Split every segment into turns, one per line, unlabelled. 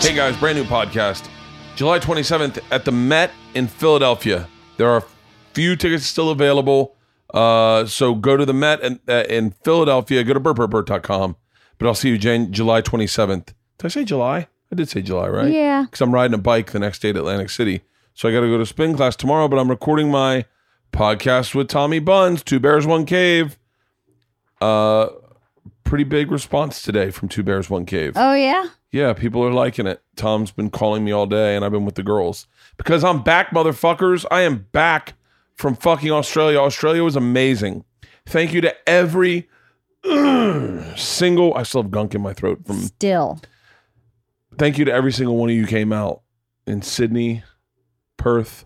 Hey guys, brand new podcast. July 27th at the Met in Philadelphia. There are few tickets still available. Uh, so go to the Met in, uh, in Philadelphia. Go to burtburtburt.com. But I'll see you Jan- July 27th. Did I say July? I did say July, right?
Yeah.
Because I'm riding a bike the next day to Atlantic City. So I got to go to spin class tomorrow, but I'm recording my podcast with Tommy Buns, Two Bears, One Cave. Uh, pretty big response today from Two Bears, One Cave.
Oh yeah.
Yeah, people are liking it. Tom's been calling me all day and I've been with the girls because I'm back, motherfuckers. I am back from fucking Australia. Australia was amazing. Thank you to every single I still have gunk in my throat from
Still.
thank you to every single one of you came out in Sydney, Perth,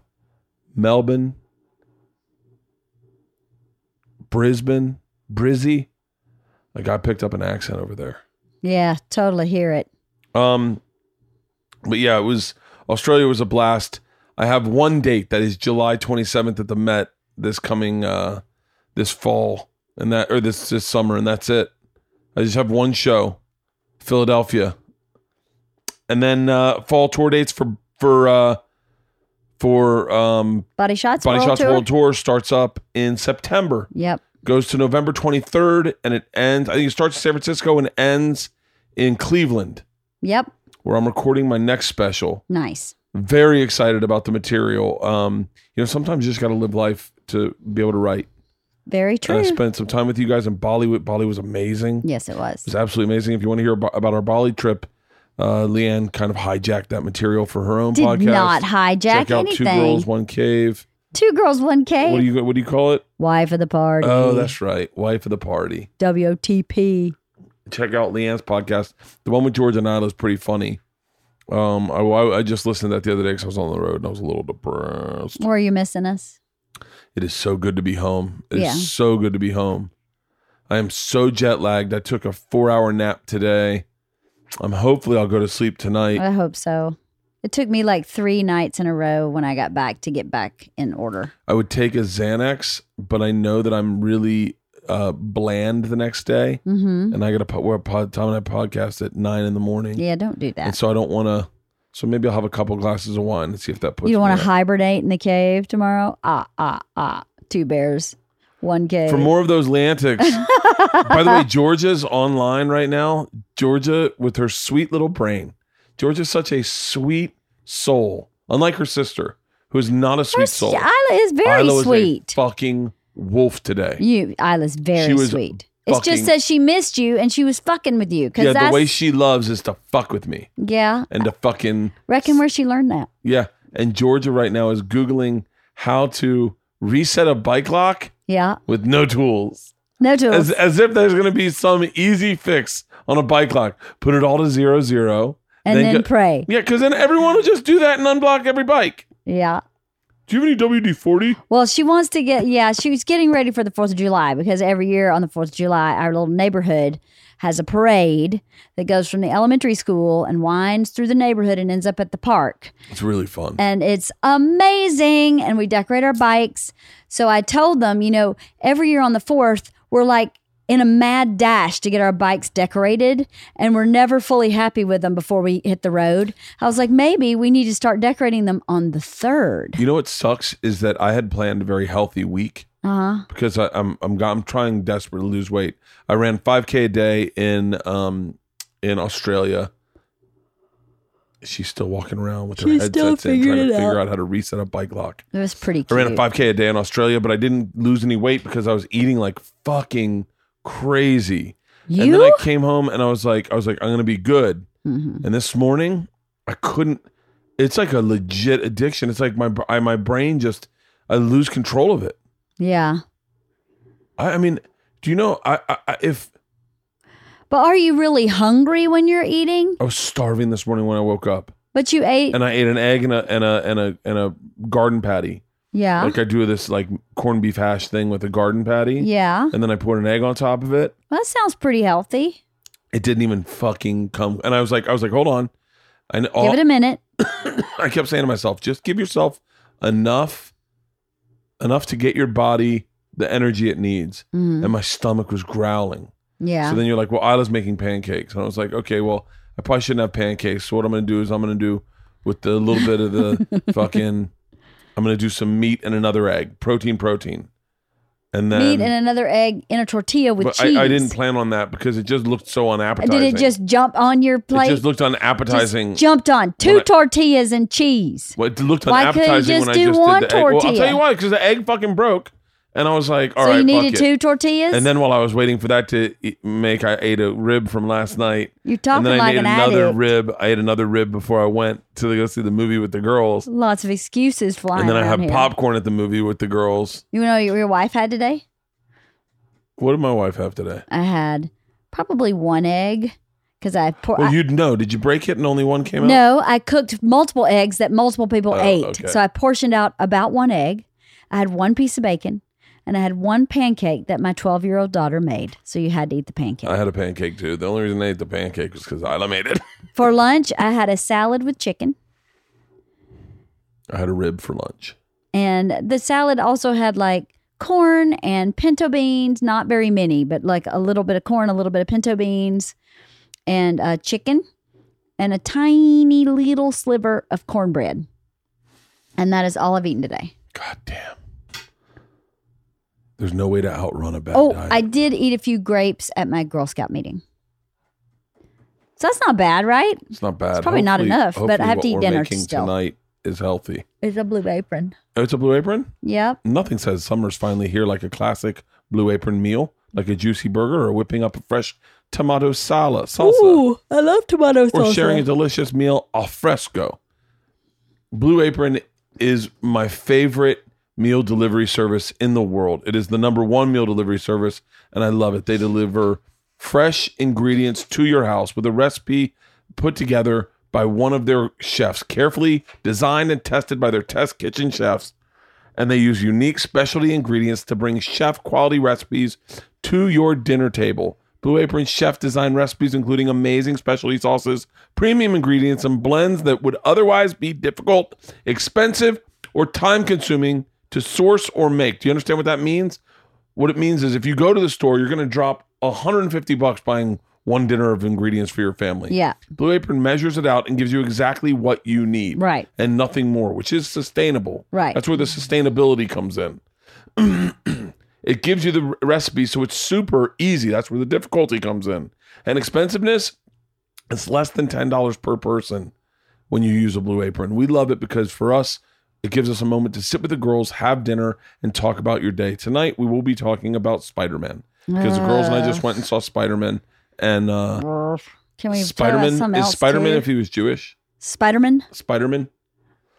Melbourne, Brisbane, Brizzy. Like I picked up an accent over there.
Yeah. Totally hear it.
Um, but yeah, it was Australia was a blast. I have one date that is July 27th at the Met this coming uh this fall and that or this this summer and that's it. I just have one show, Philadelphia. And then uh fall tour dates for for uh for um
Body shots.
Body
world
Shots
tour?
World Tour starts up in September
Yep.
goes to November 23rd and it ends I think it starts in San Francisco and ends in Cleveland
Yep.
where I'm recording my next special.
Nice.
Very excited about the material. Um, you know, sometimes you just got to live life to be able to write.
Very
And I
true.
spent some time with you guys in Bollywood. Bali was amazing. It
yes, it was.
was absolutely amazing. If you want to hear abo- about our Bali trip, uh, Leanne kind of hijacked that material for her own
Did
podcast.
not hijack
Check out
anything.
Two Girls, One Cave.
Two girls, one cave.
What do you what do you call it?
Why for the party?
Oh, that's right. Wife of the Party.
WTP.
check out Leanne's podcast. The one with George Anada is pretty funny. Um, I, I I just listened to that the other day because I was on the road and I was a little depressed.
Or are you missing us?
It is so good to be home. It is
Yeah.
so good to be home. I am so jet lagged. I took a four hour nap today. I'm hopefully I'll go to sleep tonight.
I hope so. It took me like three nights in a row when I got back to get back in order.
I would take a Xanax, but I know that I'm really uh, bland the next day,
Mm-hmm.
and I got to put we're a pod, Tom and I podcast at nine in the morning,
Yeah, don't do
and
that.
so I don't want to. So maybe I'll have a couple glasses of wine and see if that puts.
You don't
me
want
right.
to hibernate in the cave tomorrow? Ah, ah, ah. Two bears, one cave.
For more of those Leantics. By the way, Georgia's online right now. Georgia with her sweet little brain. Georgia's such a sweet soul, unlike her sister, who is not a sweet
Her
soul.
Isla is very
Isla was a
sweet.
fucking wolf today.
you, Isla's very
She was
sweet. It's
fucking-
just that she missed you and she was fucking with you. Cause
Yeah, the
that's,
way she loves is to fuck with me
yeah.
and to fucking
Reckon where she learned that.
yeah. And Georgia right now is googling how to reset a bike lock
Yeah.
with no tools.
No tools.
as, as if there's going to be some easy fix on a bike lock. Put it all to zero zero,
and then,
go-
pray.
yeah, because then everyone will just do that and unblock every bike.
Yeah.
Do you have any WD forty?
Well, she wants to get, yeah, she was getting ready for the 4th of July because every year on the 4th of July, our little neighborhood has a parade that goes from the elementary school and winds through the neighborhood and ends up at the park.
It's really fun.
And it's amazing. And we decorate our bikes. So I told them, you know, every year on the 4th, we're like, in a mad dash to get our bikes decorated, and we're never fully happy with them before we hit the road. I was like, maybe we need to start decorating them on the third.
You know what sucks is that I had planned a very healthy week
Uh huh.
because I, I'm I'm go- I'm trying desperately to lose weight. I ran 5k a day in um in Australia. She's still walking around with her
She's
headsets
still
in, trying
figuring
to
it
figure
out.
out how to reset a bike lock.
It was pretty
I
cute.
ran a 5K a day in Australia, but I didn't lose any weight because I was eating like fucking crazy. And then
You?
I came home and I was like, I was like, I'm gonna be good.
Mhm.
And this morning, I couldn't. It's like a legit addiction. It's like my br- I, my brain just I lose control of it.
Yeah.
I, I mean, do you know? I, I I- if
But are you really hungry when you're eating?
I was starving this morning when I woke up,
But you ate.
and I ate an egg and a and a and a and a garden patty,
yeah.
like I do this like corned beef hash thing with a garden patty,
yeah.
and then I poured an egg on top of it.
Well, that sounds pretty healthy.
it didn't even fucking come. And I was like, I was like, hold on. And all,
Give it a minute.
I kept saying to myself, just give yourself enough, enough to get your body the energy it needs.
Mhm.
And my stomach was growling.
Yeah.
So then you're like, well, Isla's making pancakes. And I was like, okay, well, I probably shouldn't have pancakes. So what I'm going to do is I'm going to do with the little bit of the fucking. I'm going to do some meat and another egg, protein, protein, and then
Meat and another egg in a tortilla with
but
cheese.
I, I didn't plan on that because it just looked so unappetizing.
Did it just jump on your
It
plate?
just looked
Just
unappetizing.
jumped on two
When I-
tortillas and cheese.
Well, it looked
Why couldn't you
unappetizing
just
when I
do
just
one
did the egg. Well, I'll tell
tortilla?
you why, because the egg fucking broke, and I was like, all
So
right,
you
fuck
needed
it.
two tortillas.
And then while I was waiting for that to e- make, I ate a rib from last night.
you're
and
talking
then I
like
made
an
another
addict.
rib. I ate another rib before I went to go see the movie with the girls.
Lots of excuses flying.
and then I
around
had
here.
popcorn at the movie with the girls.
You know what your wife had today?
What did my wife have today?
I had probably one egg because I pour.
Well,
I-
you'd know. Did you break it and only one came out?
no, I cooked multiple eggs that multiple people
Oh,
ate.
okay.
So I portioned out about one egg. I had one piece of bacon, and I had one pancake that my 12 year old daughter made. So you had to eat the pancake.
I had a pancake too. The only reason I ate the pancake was because I made it.
For lunch, I had a salad with chicken.
I had a rib for lunch.
And the salad also had like corn and pinto beans, not very many, but like a little bit of corn, a little bit of pinto beans, and uh, chicken, and a tiny little sliver of cornbread. And that is all I've eaten today.
God damn. There's no way to outrun a bad
oh,
diet.
I did eat a few grapes at my Girl Scout meeting. So that's not bad, right?
It's not bad.
It's probably not enough, but
hopefully
I have to
what
eat
we're
dinner
making
still.
Tonight is healthy.
It's a blue apron.
Oh, it's a blue apron.
Yep.
Nothing says summer's finally here like a classic blue apron meal, like a juicy burger or whipping up a fresh tomato sala salsa,
I love tomato
or sharing a delicious meal al fresco. Blue Apron is my favorite meal delivery service in the world. It is the number one meal delivery service, and I love it. They deliver fresh ingredients to your house with a recipe put together by one of their chefs, carefully designed and tested by their test kitchen chefs. And they use unique specialty ingredients to bring chef quality recipes to your dinner table. Blue Apron chef design recipes, including amazing specialty sauces, premium ingredients, and blends that would otherwise be difficult, expensive, or time consuming to source or make. Do you understand what that means? What it means is if you go to the store, you're going to drop 150 bucks buying one dinner of ingredients for your family.
Yeah,
Blue Apron measures it out and gives you exactly what you need
right.
and nothing more, which is sustainable.
Right.
That's where the sustainability comes in. it gives you the re- recipe, so it's super easy. That's where the difficulty comes in. And expensiveness, it's less than $10 per person when you use a blue apron. We love it because for us, it gives us a moment to sit with the girls, have dinner, and talk about your day. Tonight, we will be talking about Spider Man because the girls and I just went and saw Spider Man. And uh,
Can we
Spider Man is Spider Man if he was Jewish.
Spider Man.
Spider-Man,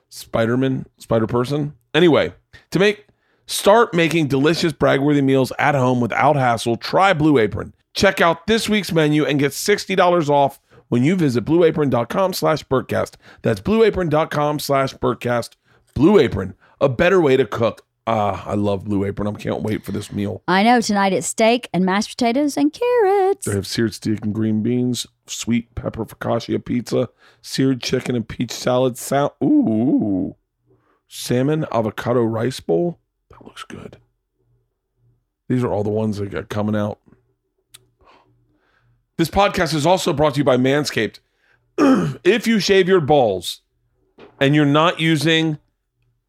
Spider-Man, Spider-Person. Anyway, to make start making delicious bragworthy meals at home without hassle, try Blue Apron. Check out this week's menu and get $60 off when you visit blueapron.com slash burtcast. That's blueapron.com slash burtcast. Blue Apron, a better way to cook. Ah, I love Blue Apron. I can't wait for this meal.
I know tonight it's steak and mashed potatoes and carrots.
They have seared steak and green beans, sweet pepper focaccia pizza, seared chicken and peach salad. Sal- Ooh, salmon avocado rice bowl. That looks good. These are all the ones that got coming out. This podcast is also brought to you by Manscaped. if you shave your balls and you're not using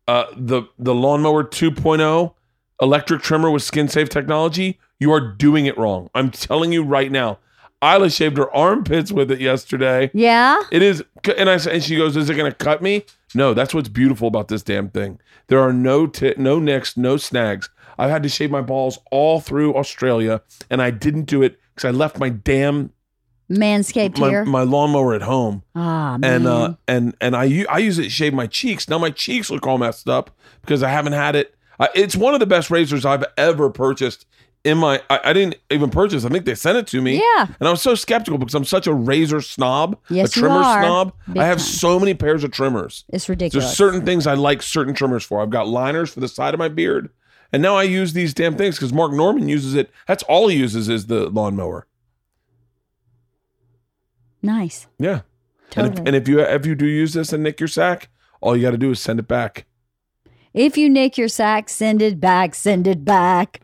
uh, the the lawnmower oh, 2.0 electric trimmer with skin safe technology, you are doing it wrong. I'm telling you right now. Isla shaved her armpits with it yesterday.
Yeah.
It is, and I said, and she goes, "Is it going to cut me?" No, that's what's beautiful about this damn thing. There are no tit, no nicks, no snags. I've had to shave my balls all through Australia, and I didn't do it because I left my damn
Manscaped
my,
here.
my lawnmower at home
Ah, man.
and uh and and I u- I use it to shave my cheeks. Now my cheeks look all messed up because I haven't had it. Uh, it's one of the best razors I've ever purchased. In my, I, I didn't even purchase. I think they sent it to me.
Yeah.
And I was so skeptical because I'm such a razor snob,
Yes,
a
you
trimmer
are.
snob.
Big
I have
time.
so many pairs of trimmers.
it's
There's
ridiculous.
certain things I like certain trimmers for. I've got liners for the side of my beard, and now I use these damn things because Mark Norman uses it. That's all he uses is the lawnmower.
nice.
Yeah.
Totally.
And, if, and if you if you do use this and nick your sack, all you got to do is send it back.
if you nick your sack, send it back. Send it back.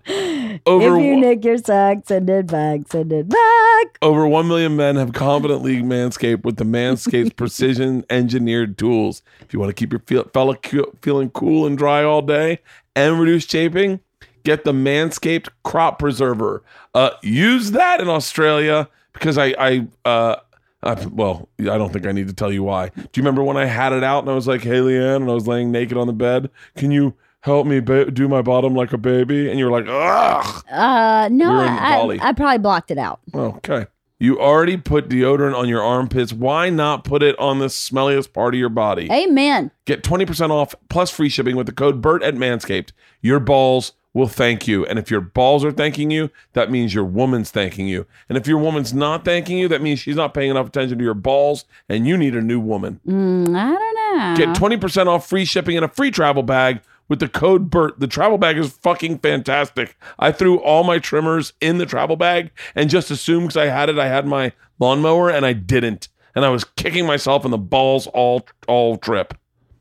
Over
if you
one-
nick your sock, send it back, send it back.
Over 1 million men have confidently manscaped with the Manscaped's precision engineered tools. If you want to keep your feel, fella cu- feeling cool and dry all day and reduce chafing, get the Manscaped Crop Preserver. Uh, use that in Australia because I, I, uh, I, well, I don't think I need to tell you why. Do you remember when I had it out and I was like, hey, Leanne, and I was laying naked on the bed? Can you help me ba- do my bottom like a baby? And you were like, ugh.
Uh, no,
We were in
I,
Bali.
I, I probably blocked it out.
Okay. You already put deodorant on your armpits. Why not put it on the smelliest part of your body?
Amen.
Get 20% off plus free shipping with the code BERT at Manscaped. Your balls will thank you. And if your balls are thanking you, that means your woman's thanking you. And if your woman's not thanking you, that means she's not paying enough attention to your balls and you need a new woman.
Mm, I don't know.
Get 20% off free shipping and a free travel bag with the code BERT. The travel bag is fucking fantastic. I threw all my trimmers in the travel bag and just assumed because I had it, I had my lawnmower and I didn't. And I was kicking myself in the balls all all trip.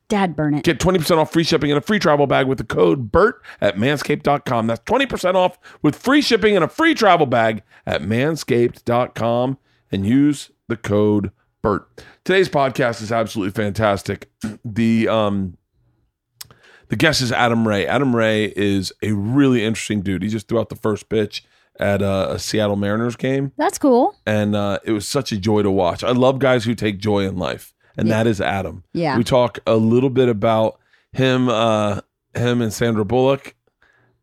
Dad, burn it.
Get 20% off free shipping and a free travel bag with the code BERT at manscaped.com. That's 20% off with free shipping and a free travel bag at manscaped.com and use the code BERT. Today's podcast is absolutely fantastic. The um the guest is Adam Ray. Adam Ray is a really interesting dude. He just threw out the first pitch at a, a Seattle Mariners game
That's cool.
and uh, it was such a joy to watch. I love guys who take joy in life, and
Yeah.
that is Adam.
Yeah.
We talk a little bit about him, uh, him and Sandra Bullock.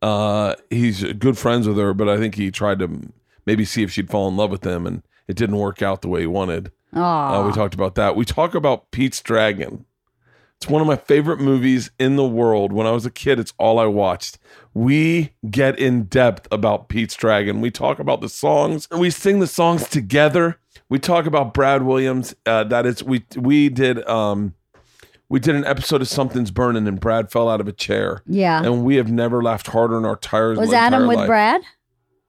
Uh, he's good friends with her, but I think he tried to maybe see if she'd fall in love with him, and it didn't work out the way he wanted.
Oh,
Uh, we talked about that. We talk about Pete's Dragon. It's one of my favorite movies in the world. When I was a kid, it's all I watched. We get in depth about Pete's Dragon. We talk about the songs and we sing the songs together. We talk about Brad Williams. Uh, that is, we we did um, we did an episode of Something's Burning, and Brad fell out of a chair,
yeah.
and we have never laughed harder in our tires.
Was Adam with
life.
Brad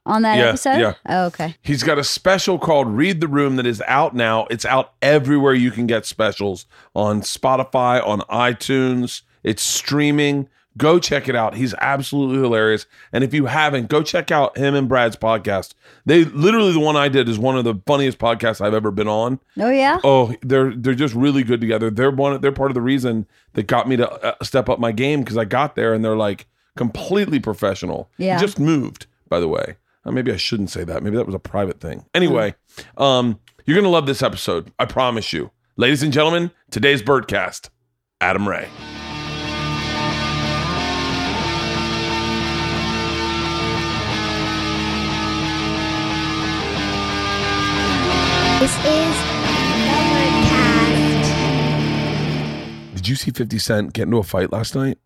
on that
Yeah,
episode?
yeah.
Oh, okay.
He's got a special called Read the Room that is out now. It's out everywhere you can get specials on Spotify, on iTunes. It's streaming. Go check it out. He's absolutely hilarious. And if you haven't, go check out him and Brad's podcast. They literally the one I did is one of the funniest podcasts I've ever been on.
Oh yeah.
Oh, they're they're just really good together. They're one they're part of the reason that got me to uh, step up my game because I got there and they're like completely professional.
Yeah.
He just moved, by the way. Uh, maybe I shouldn't say that. Maybe that was a private thing. Anyway, um, you're gonna love this episode. I promise you, ladies and gentlemen. Today's Birdcast, Adam Ray.
This is the
Did you see 50 Cent get into a fight last night?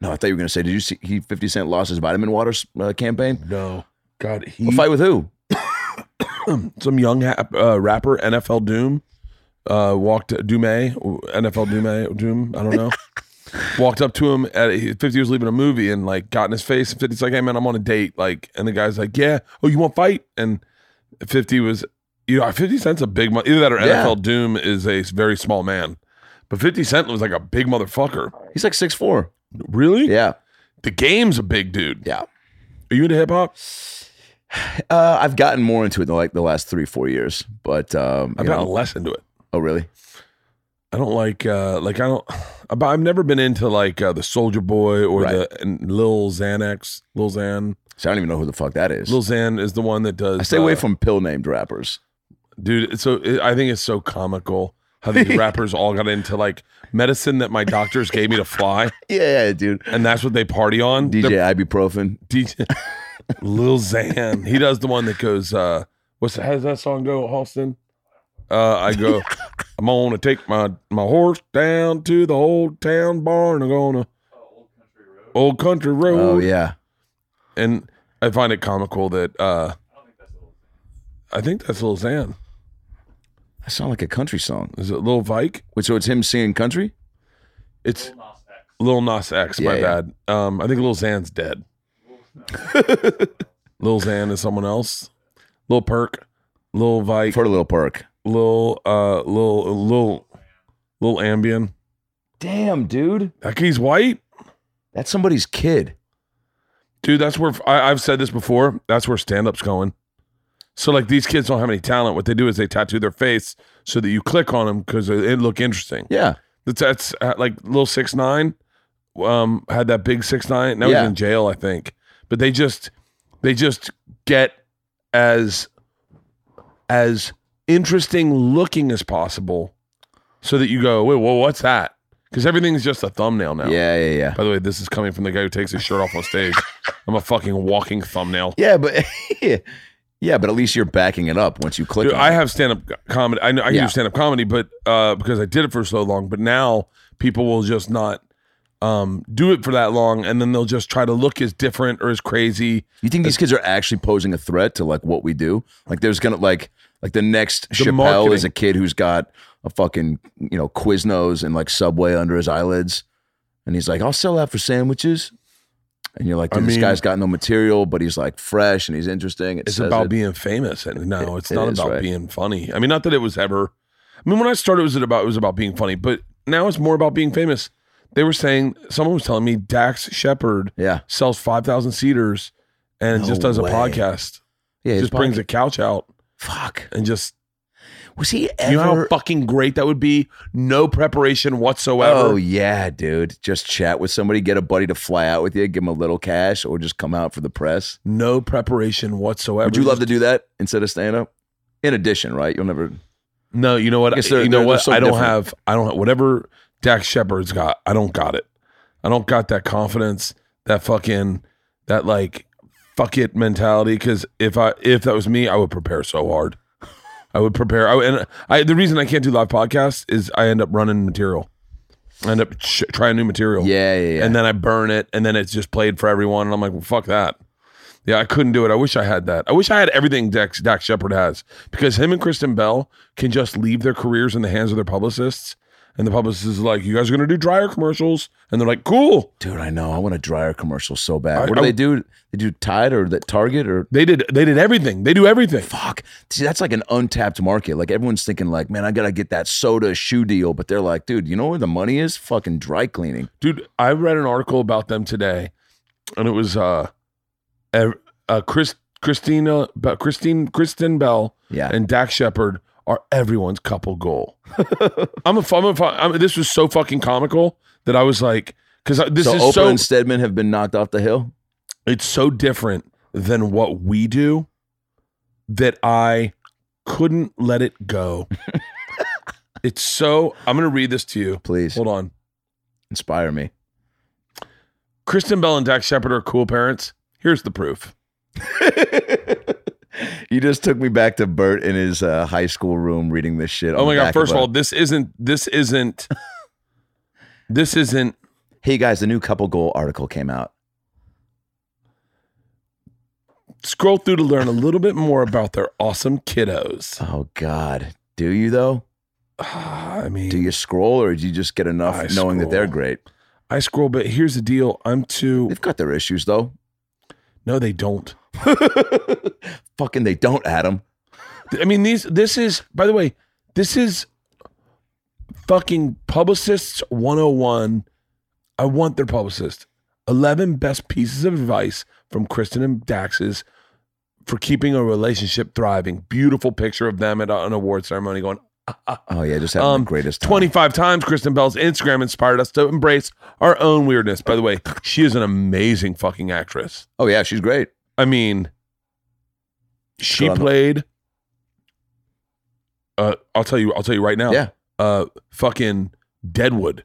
No, I thought you were going to say, did you see he 50 Cent lost his vitamin water uh, campaign?
No. God, he
A fight with who?
some young ha- uh, rapper NFL Doom uh, walked Dume NFL Dume Doom I don't know walked up to him at he- 50 was leaving a movie and like got in his face and 50's like hey man I'm on a date like and the guy's like yeah oh you want to fight and 50 was you know 50 cents a big mo- either that or
Yeah.
NFL Doom is a very small man but 50 cent was like a big motherfucker
He's like six four.
really
Yeah.
the game's a big dude
Yeah.
are you into hip hop
Uh, I've gotten more into it in like the last three, four years. But, um,
I've
you
gotten
know-
less into it
oh, really?
I don't like uh like I don't I've I've never been into like uh, the Soldier Boy or
Right.
the and Lil Xanax, Lil Xan.
So I don't even know who the fuck that is.
Lil Xan is the one that does
I stay
uh,
away from pill named rappers.
dude, it's so it, I think it's so comical how these rappers all got into like medicine that my doctors gave me to fly
Yeah, yeah, dude.
and that's what they party on.
DJ
They're-
ibuprofen.
DJ Lil Xan. He does the one that goes uh what's how does that song go, Halston? Uh I go I'm gonna take my my horse down to the old town barn. I'm gonna Old Country Road.
Oh, yeah.
and I find it comical that uh I think that's Lil Xan.
That sounds like a country song.
Is it Lil Vike?
Wait, so it's him singing country?
It's Lil Nas X. my
Yeah, yeah.
bad. Um, I think Lil Xan's dead. Lil Xan is someone else. Lil Perk, Lil Vike,
For a little perk.
Lil uh, Lil Lil Lil Ambien.
Damn, dude.
That kid's white.
That's somebody's kid.
dude. That's where I, I've said this before. That's where stand up's going. So like these kids don't have any talent. What they do is they tattoo their face so that you click on them because it, it look interesting.
Yeah.
That's, that's uh, like little six nine, um, had that big six nine. Now
Yeah.
he's in jail, I think. But they just they just get as as interesting looking as possible, so that you go, wait, well, what's that? Because everything's just a thumbnail now.
Yeah, yeah, yeah.
By the way, this is coming from the guy who takes his shirt off on stage. I'm a fucking walking thumbnail.
Yeah, but yeah, but at least you're backing it up once you click
Dude,
on
I
it.
have stand up comedy. I know I can
uh, Yeah.
do stand up comedy, but uh, because I did it for so long, but now people will just not um, do it for that long, and then they'll just try to look as different or as crazy.
You think these kids are actually posing a threat to like what we do? Like there's gonna like like the next Chappelle
marketing.
is a kid who's got a fucking you know Quiznos and like Subway under his eyelids, and he's like, I'll sell out for sandwiches. And you're like,
I
dude, this
mean-
guy's got no material, but he's like fresh and he's interesting. It
It's
says
about
it.
being famous, and no,
It-
it's
it
not
is,
about
right.
being funny. I mean, not that it was ever. I mean, when I started, it was about it was about being funny, but now it's more about being famous. They were saying someone was telling me Dax Shepard
yeah,
sells five thousand seaters and
No
just does
way.
a podcast.
yeah. his
just brings
pocket-
a couch out
Fuck.
and just
Was he ever?
You know how fucking great that would be? No preparation whatsoever.
Oh yeah, dude. Just chat with somebody, get a buddy to fly out with you, give him a little cash, or just come out for the press.
No preparation whatsoever.
Would you love to do that instead of stand up? In addition, right? You'll never.
No, you know what?
I guess they're-
you know
they're-
what?
they're so
I don't
different.
have. I don't. Whatever Dax Shepard's got, I don't got it. I don't got that confidence. That fucking. That like, fuck it mentality. Because if I if that was me, I would prepare so hard. I would prepare. I would- and I the reason I can't do live podcasts is I end up running material. I end up ch- trying new material.
Yeah, yeah, yeah.
and then I burn it, and then it's just played for everyone. And I'm like, well, fuck that. Yeah, I couldn't do it. I wish I had that. I wish I had everything Dax, Dax Shepard has because him and Kristen Bell can just leave their careers in the hands of their publicists. And the publicist is like, you guys are going to do dryer commercials. And they're like, cool.
Dude, I know. I want a dryer commercial so bad.
I-
what do
I-
they do? They do Tide or that Target or
They did They did everything. They do everything.
fuck. See, that's like an untapped market. Like everyone's thinking, like, man, I gotta get that soda shoe deal, but they're like, dude, you know where the money is? Fucking dry cleaning.
Dude, I read an article about them today, and it was uh, uh, uh Chris, Christina, Be- Christine, Kristen Bell
Yeah.
and Dak Shepard are everyone's couple goal. I'm a fun. I'm a fu- I'm, this was so fucking comical that I was like, because this
so
is
Oprah
so
and Stedman have been knocked off the hill.
it's so different than what we do that I couldn't let it go. it's so. I'm gonna read this to you.
Please
Hold on.
inspire me.
Kristen Bell and Dak Shepard are cool parents. Here's the proof.
you just took me back to Bert in his uh, high school room reading this shit.
Oh my god! First of all, this isn't. This isn't. this isn't.
hey guys, the new couple goal article came out.
Scroll through to learn a little bit more about their awesome kiddos.
Oh God, do you though?
Ah, I mean,
Do you scroll or do you just get enough
I
knowing that they're
scroll.
great?
I scroll, but here's the deal. I'm too.
They've got their issues though.
No, they don't.
Fucking they don't, Adam.
I mean, these. This is. By the way, this is fucking publicists 101. I want their publicist. 11 best pieces of advice from Kristen and Dax's for keeping a relationship thriving. Beautiful picture of them at an award ceremony going,
Oh yeah, just having
Um,
the greatest time.
25 times Kristen Bell's Instagram inspired us to embrace our own weirdness. By the way, she is an amazing fucking actress.
Oh yeah, she's great.
I mean, she
Good on her.
played uh I'll tell you I'll tell you right now.
Yeah.
Uh fucking Deadwood.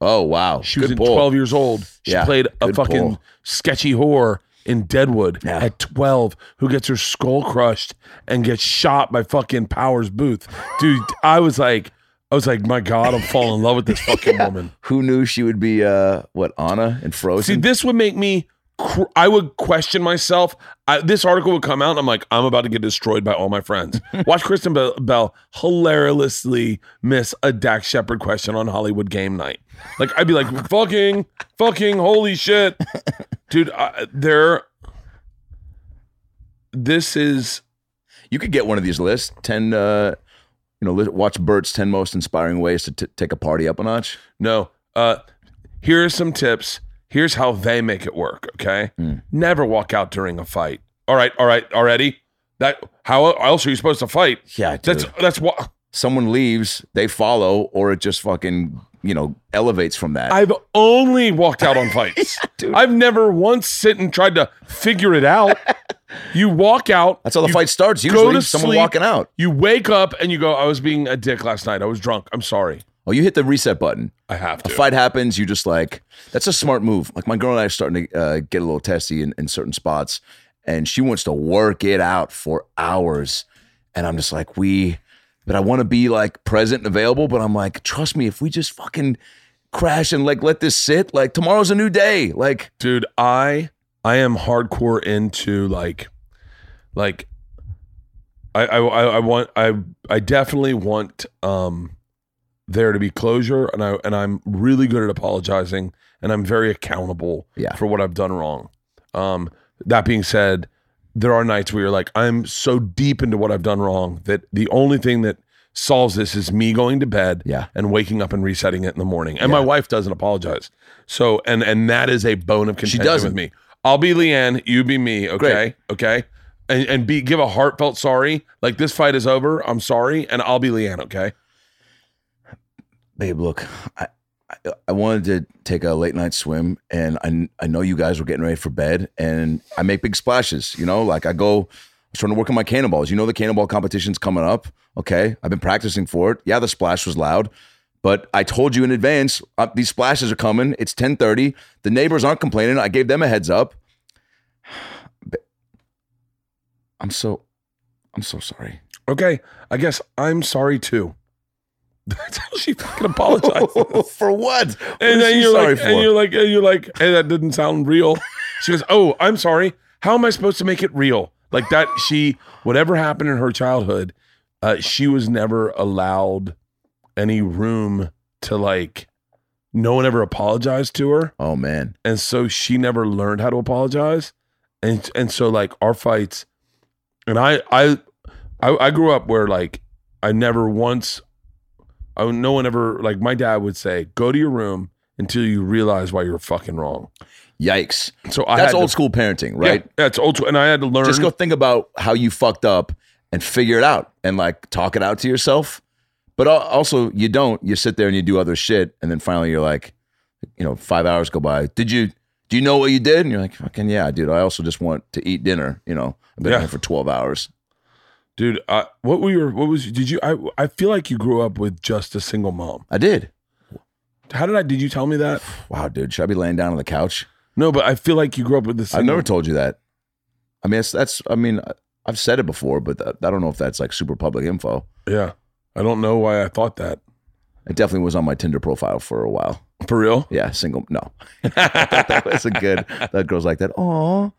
Oh wow,
She
Good
was in
pull.
12 years old. She
Yeah,
played a
good
fucking
pull.
sketchy whore in Deadwood
Yeah.
at 12 who gets her skull crushed and gets shot by fucking Powers Booth. Dude, I was like I was like, my God, I'm falling in love with this fucking
Yeah.
woman.
Who knew she would be uh what Anna and
See,
Frozen?
this would make me. Cr- I would question myself. I, this article would come out, and I'm like, I'm about to get destroyed by all my friends. Watch Kristen Bell, Bell hilariously miss a Dak Shepard question on Hollywood Game Night. Like, I'd be like, fucking, fucking, holy shit, dude. I, they're. This is
you could get one of these lists. Ten, uh, you know, li- watch Bert's ten most inspiring ways to t- take a party up a notch.
no. Uh, here are some tips. Here's how they make it work. Okay.
Hmm.
Never walk out during a fight. All right. All right. Already. That how else are you supposed to fight?
Yeah, dude.
That's that's what
someone leaves, they follow, or it just fucking you know elevates from that.
I've only walked out on fights. I've never once sit and tried to figure it out. you walk out.
That's how the
you
fight starts.
go
Usually,
to
someone
sleep,
walking out.
You wake up and you go, I was being a dick last night. I was drunk. I'm sorry.
Oh, you hit the reset button.
I have to.
A fight happens. You just like that's a smart move. Like my girl and I are starting to uh, get a little testy in, in certain spots, and she wants to work it out for hours, and I'm just like we, but I want to be like present and available. But I'm like, trust me, if we just fucking crash and like let this sit, like tomorrow's a new day. Like
dude i i am hardcore into like like i i i I want i i definitely want um there to be closure and i and i'm really good at apologizing and i'm very accountable
Yeah.
for what i've done wrong um that being said there are nights where you're like i'm so deep into what i've done wrong that the only thing that solves this is me going to bed
Yeah.
and waking up and resetting it in the morning and my wife doesn't apologize so and and that is a bone of contention
doesn't.
with me. I'll be Leanne, you be me, okay? Okay. And and be give a heartfelt sorry. Like this fight is over. I'm sorry, and I'll be Leanne, okay?
babe, look, I, I I wanted to take a late night swim, and I I know you guys were getting ready for bed, and I make big splashes. You know, like I go, I was trying to work on my cannonballs. You know, the cannonball competition's coming up. Okay, I've been practicing for it. Yeah, the splash was loud. But I told you in advance, uh, these splashes are coming. It's 10:30. The neighbors aren't complaining. I gave them a heads up. Ba- I'm so I'm so sorry.
Okay. I guess I'm sorry too. That's how she fucking apologized.
for what? What
and
is
then
she
you're
sorry
like, and you're like, and you're like, hey, that didn't sound real. She goes, oh, I'm sorry. How am I supposed to make it real? Like that, she, whatever happened in her childhood, uh, she was never allowed any room to like, no one ever apologized to her.
oh man.
And so she never learned how to apologize. And, and so like our fights, and I, I, I, I grew up where like, I never once, I, no one ever, like my dad would say, go to your room until you realize why you're fucking wrong.
Yikes.
So I
That's
had
old
to,
school parenting, right?
Yeah, that's old school, and I had to learn.
Just go think about how you fucked up and figure it out and like talk it out to yourself. But al- also, you don't. You sit there and you do other shit, and then finally you're like, you know, five hours go by. Did you? Do you know what you did? And you're like, fucking yeah, dude. I also just want to eat dinner. You know, I've been
Yeah.
here for twelve hours.
dude. Uh, what were your? What was? Did you? I I feel like you grew up with just a single mom.
I did.
How did I? Did you tell me that?
Wow, dude. Should I be laying down on the couch?
No, but I feel like you grew up with the
I've
single.
never told you that. I mean, that's. that's I mean, I- I've said it before, but I I don't know if that's like super public info.
yeah, I don't know why I thought that.
It definitely was on my Tinder profile for a while.
For real?
Yeah, single. No, that was a good. That girl's like that. Oh,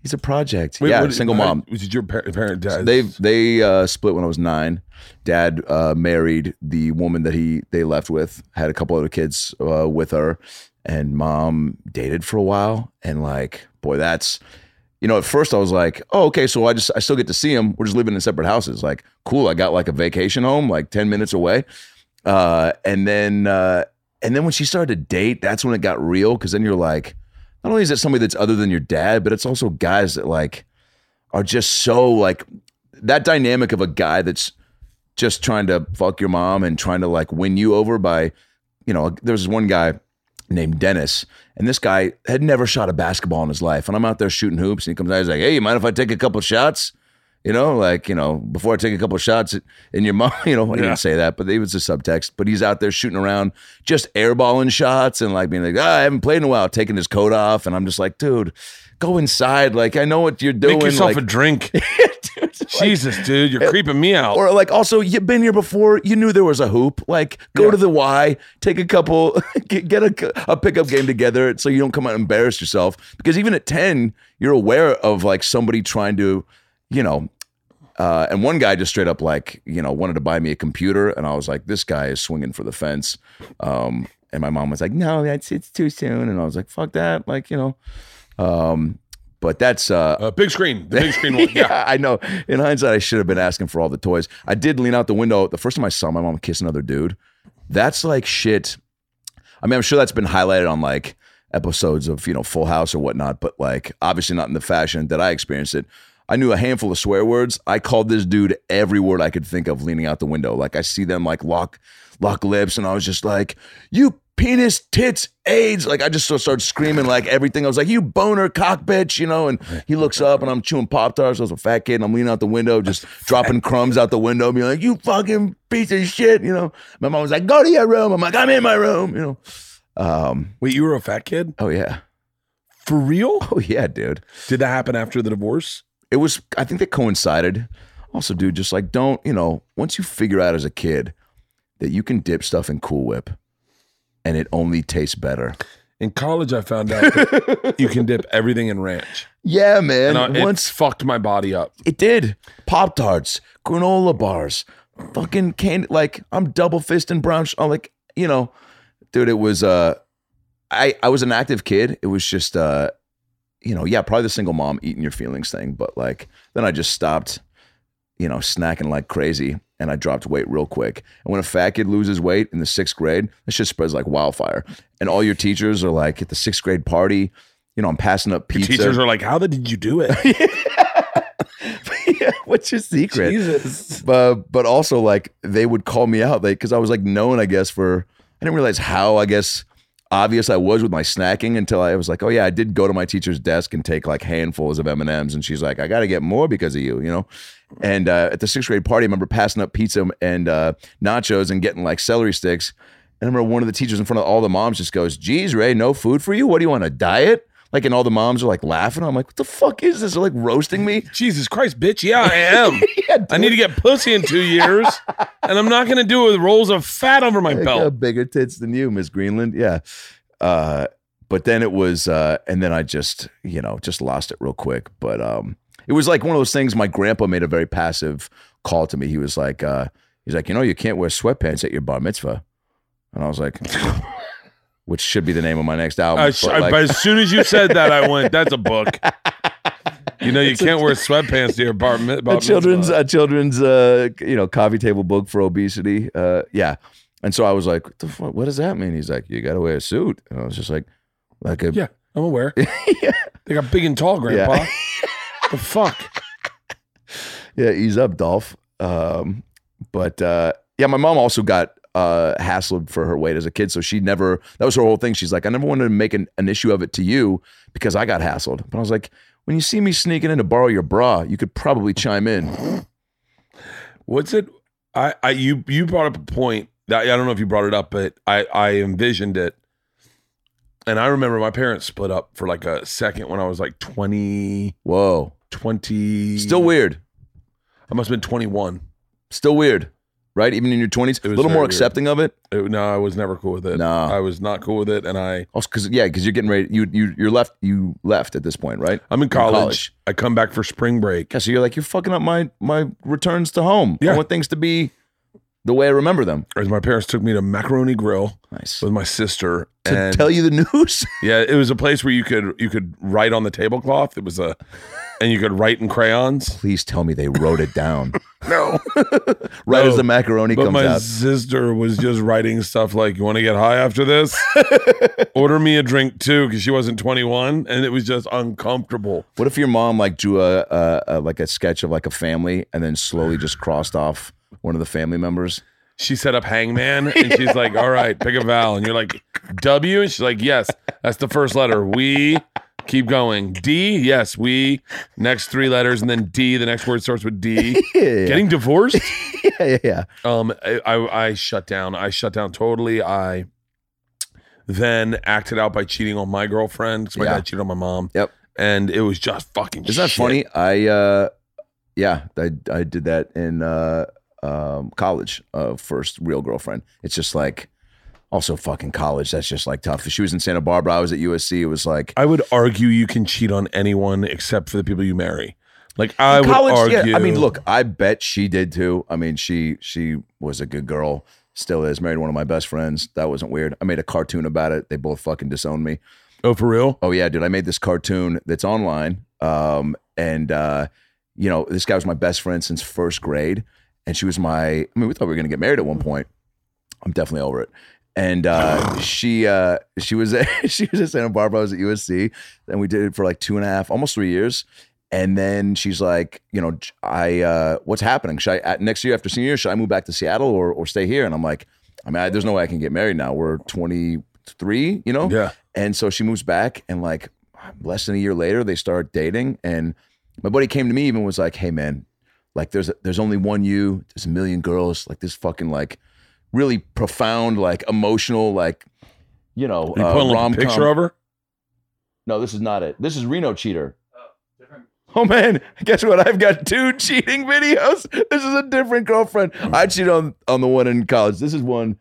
he's a project.
Wait,
yeah,
what-
single
how-
mom.
Was it your parent? parent
So
dad?
they they uh, split when I was nine. Dad uh, married the woman that he they left with. Had a couple other kids uh, with her, and mom dated for a while. And like, boy, that's you know. At first, I was like, oh, okay. So I just I still get to see him. We're just living in separate houses. Like, cool. I got like a vacation home, like ten minutes away. Uh, and then uh, and then when she started to date, that's when it got real. Because then you're like, not only is it somebody that's other than your dad, but it's also guys that like are just so like that dynamic of a guy that's just trying to fuck your mom and trying to like win you over by, you know, there's this one guy named Dennis, and this guy had never shot a basketball in his life. And I'm out there shooting hoops, and he comes out, he's like, "Hey, you mind if I take a couple shots?" You know, like you know, before I take a couple shots in your mom, you know, I
Yeah.
didn't say that, but it was a subtext. But he's out there shooting around, just airballing shots and like being like, ah, I haven't played in a while, taking his coat off, and I'm just like, dude, go inside. Like I know what you're doing.
Make yourself
like,
a drink. Jesus, dude, you're creeping me out.
or like also you've been here before you knew there was a hoop like go
Yeah.
to the y take a couple get, get a, a pickup game together so you don't come out and embarrass yourself because even at 10 you're aware of like somebody trying to you know uh, and one guy just straight up like you know wanted to buy me a computer and i was like this guy is swinging for the fence um, and my mom was like no that's it's too soon and i was like fuck that like you know um, but that's uh,
uh, big screen, the big screen one. Yeah.
I know. In hindsight, I should have been asking for all the toys. I did lean out the window the first time I saw my mom kiss another dude. That's like shit. I mean, I'm sure that's been highlighted on like episodes of you know Full House or whatnot, but like obviously not in the fashion that I experienced it. I knew a handful of swear words. I called this dude every word I could think of leaning out the window. Like I see them like lock lock lips, and I was just like, "You penis, tits, AIDS!" Like I just sort of started screaming like everything. I was like, "You boner, cock bitch," you know. And he looks up, and I'm chewing pop tarts. I was a fat kid, and I'm leaning out the window, just dropping crumbs out the window, being like, "You fucking piece of shit," you know. My mom was like, "Go to your room." I'm like, "I'm in my room," you know. Um.
Wait, you were a fat kid
Oh yeah.
for real?
Oh yeah, dude.
Did that happen after the divorce?
it was i think they coincided also dude just like don't you know once you figure out as a kid that you can dip stuff in cool whip and it only tastes better
In college, I found out that you can dip everything in ranch,
yeah
and,
man
I,
once
it fucked my body up.
it did pop tarts granola bars fucking candy like i'm double fisting brown sh- I'm like you know dude it was uh i i was an active kid it was just uh you know yeah probably the single mom eating your feelings thing but like then i just stopped you know snacking like crazy and i dropped weight real quick and when a fat kid loses weight in the sixth grade that shit spreads like wildfire and all your teachers are like at the sixth grade party you know i'm passing up pizza
Teachers are like, "How the did you do it?"
Yeah, what's your secret
Jesus.
but but also like they would call me out like because I was like known I guess for I didn't realize how I guess obvious I was with my snacking until I was like oh yeah I did go to my teacher's desk and take like handfuls of M and M's and she's like I got to get more because of you you know and uh, at the sixth grade party I remember passing up pizza and uh, nachos and getting like celery sticks and I remember one of the teachers in front of all the moms just goes geez Ray no food for you what do you want a diet. Like and all the moms are like laughing. I'm like, what the fuck is this? They're like roasting me.
Jesus Christ, bitch. Yeah, I am. I need to get pussy in two years, and I'm not going to do it with rolls of fat over my
I
belt.
got uh, bigger tits than you, Miss Greenland. Yeah. Uh, but then it was, uh, and then I just, you know, just lost it real quick. But um, it was like one of those things. My grandpa made a very passive call to me. He was like, uh, he's like, you know, you can't wear sweatpants at your bar mitzvah. And I was like, which should be the name of my next album.
I
but,
sh- I-
like-
but as soon as you said that, I went, "That's a book." You know, you can't wear sweatpants to your bar, mi- bar
a children's
mitzvah.
a children's uh you know coffee table book for obesity uh yeah and so i was like what the fuck what does that mean he's like you gotta wear a suit and i was just like like a
Yeah, I'm aware. They got big and tall, Grandpa. the fuck?
yeah ease up dolph um but uh yeah my mom also got uh hassled for her weight as a kid so she never that was her whole thing she's like i never wanted to make an, an issue of it to you because i got hassled but i was like when you see me sneaking in to borrow your bra you could probably chime in
What's it? I, I, you, you brought up a point that I don't know if you brought it up, but I, I envisioned it, and I remember my parents split up for like a second when I was like 20,
whoa
20.
still weird
I must have been 21.
still weird right even in your 20s a
was
little more
very weird.
accepting of it
It- no, I was never cool with it.
No.
I was not cool with it, and I
Also, because yeah, because you're getting ready. You you you're left. You left at this point, right?
I'm in college.
college.
I come back for spring break.
Yeah. So you're like you're fucking up my my returns to home.
Yeah.
I want things to be the way I remember them.
As my parents took me to Macaroni Grill
Nice.
with my sister,
to
and
tell you the news.
yeah, it was a place where you could you could write on the tablecloth. It was a, and you could write in crayons.
Please tell me they wrote it down. no. right
No.
as the macaroni
But
comes
my
out.
sister was just writing stuff like, "You want to get high after this? Order me a drink too," because she wasn't 21, and it was just uncomfortable.
What if your mom like drew a, a, a like a sketch of like a family and then slowly just crossed off one of the family members?
she set up Hangman, and she's like, "All right, pick a vowel," and you're like, "W," and she's like, "Yes, that's the first letter." We keep going. D, yes, we. Next three letters, and then D. The next word starts with D. Getting divorced.
Yeah, yeah, yeah.
Um, I, I I shut down. I shut down totally. I then acted out by cheating on my girlfriend. 'cause my
Yeah.
dad cheated on my mom.
Yep.
And it was just fucking.
Isn't that
shit.
funny? I uh yeah, I I did that in uh um college, uh first real girlfriend. It's just like also fucking college, that's just like tough. She was in Santa Barbara, I was at USC, it was like
I would argue you can cheat on anyone except for the people you marry. Like I would
college,
argue.
yeah. I mean, look, I bet she did too. I mean, she she was a good girl, still is, married one of my best friends. That wasn't weird. I made a cartoon about it. They both fucking disowned me.
Oh, for real?
oh yeah dude i made this cartoon that's online um and uh you know this guy was my best friend since first grade and she was my i mean we thought we were gonna get married at one point i'm definitely over it and uh, she uh, she was at, she was at Santa Barbara. I was at USC, and we did it for like two and a half, almost three years. And then she's like, you know, I uh, what's happening? Should I at, next year after senior year should I move back to Seattle or or stay here? And I'm like, I mean, I, there's no way I can get married now. We're 23, you know.
Yeah.
And so she moves back, and like less than a year later, they start dating. And my buddy came to me even was like, hey man, like there's there's only one you. There's a million girls. Like this fucking like really profound, like emotional, like you know,
you putting
uh,
like,
rom
a picture of her?
No, this is not it. This is Reno cheater. Oh man, guess what? I've got two cheating videos. This is a different girlfriend. I cheated on on the one in college. This is one.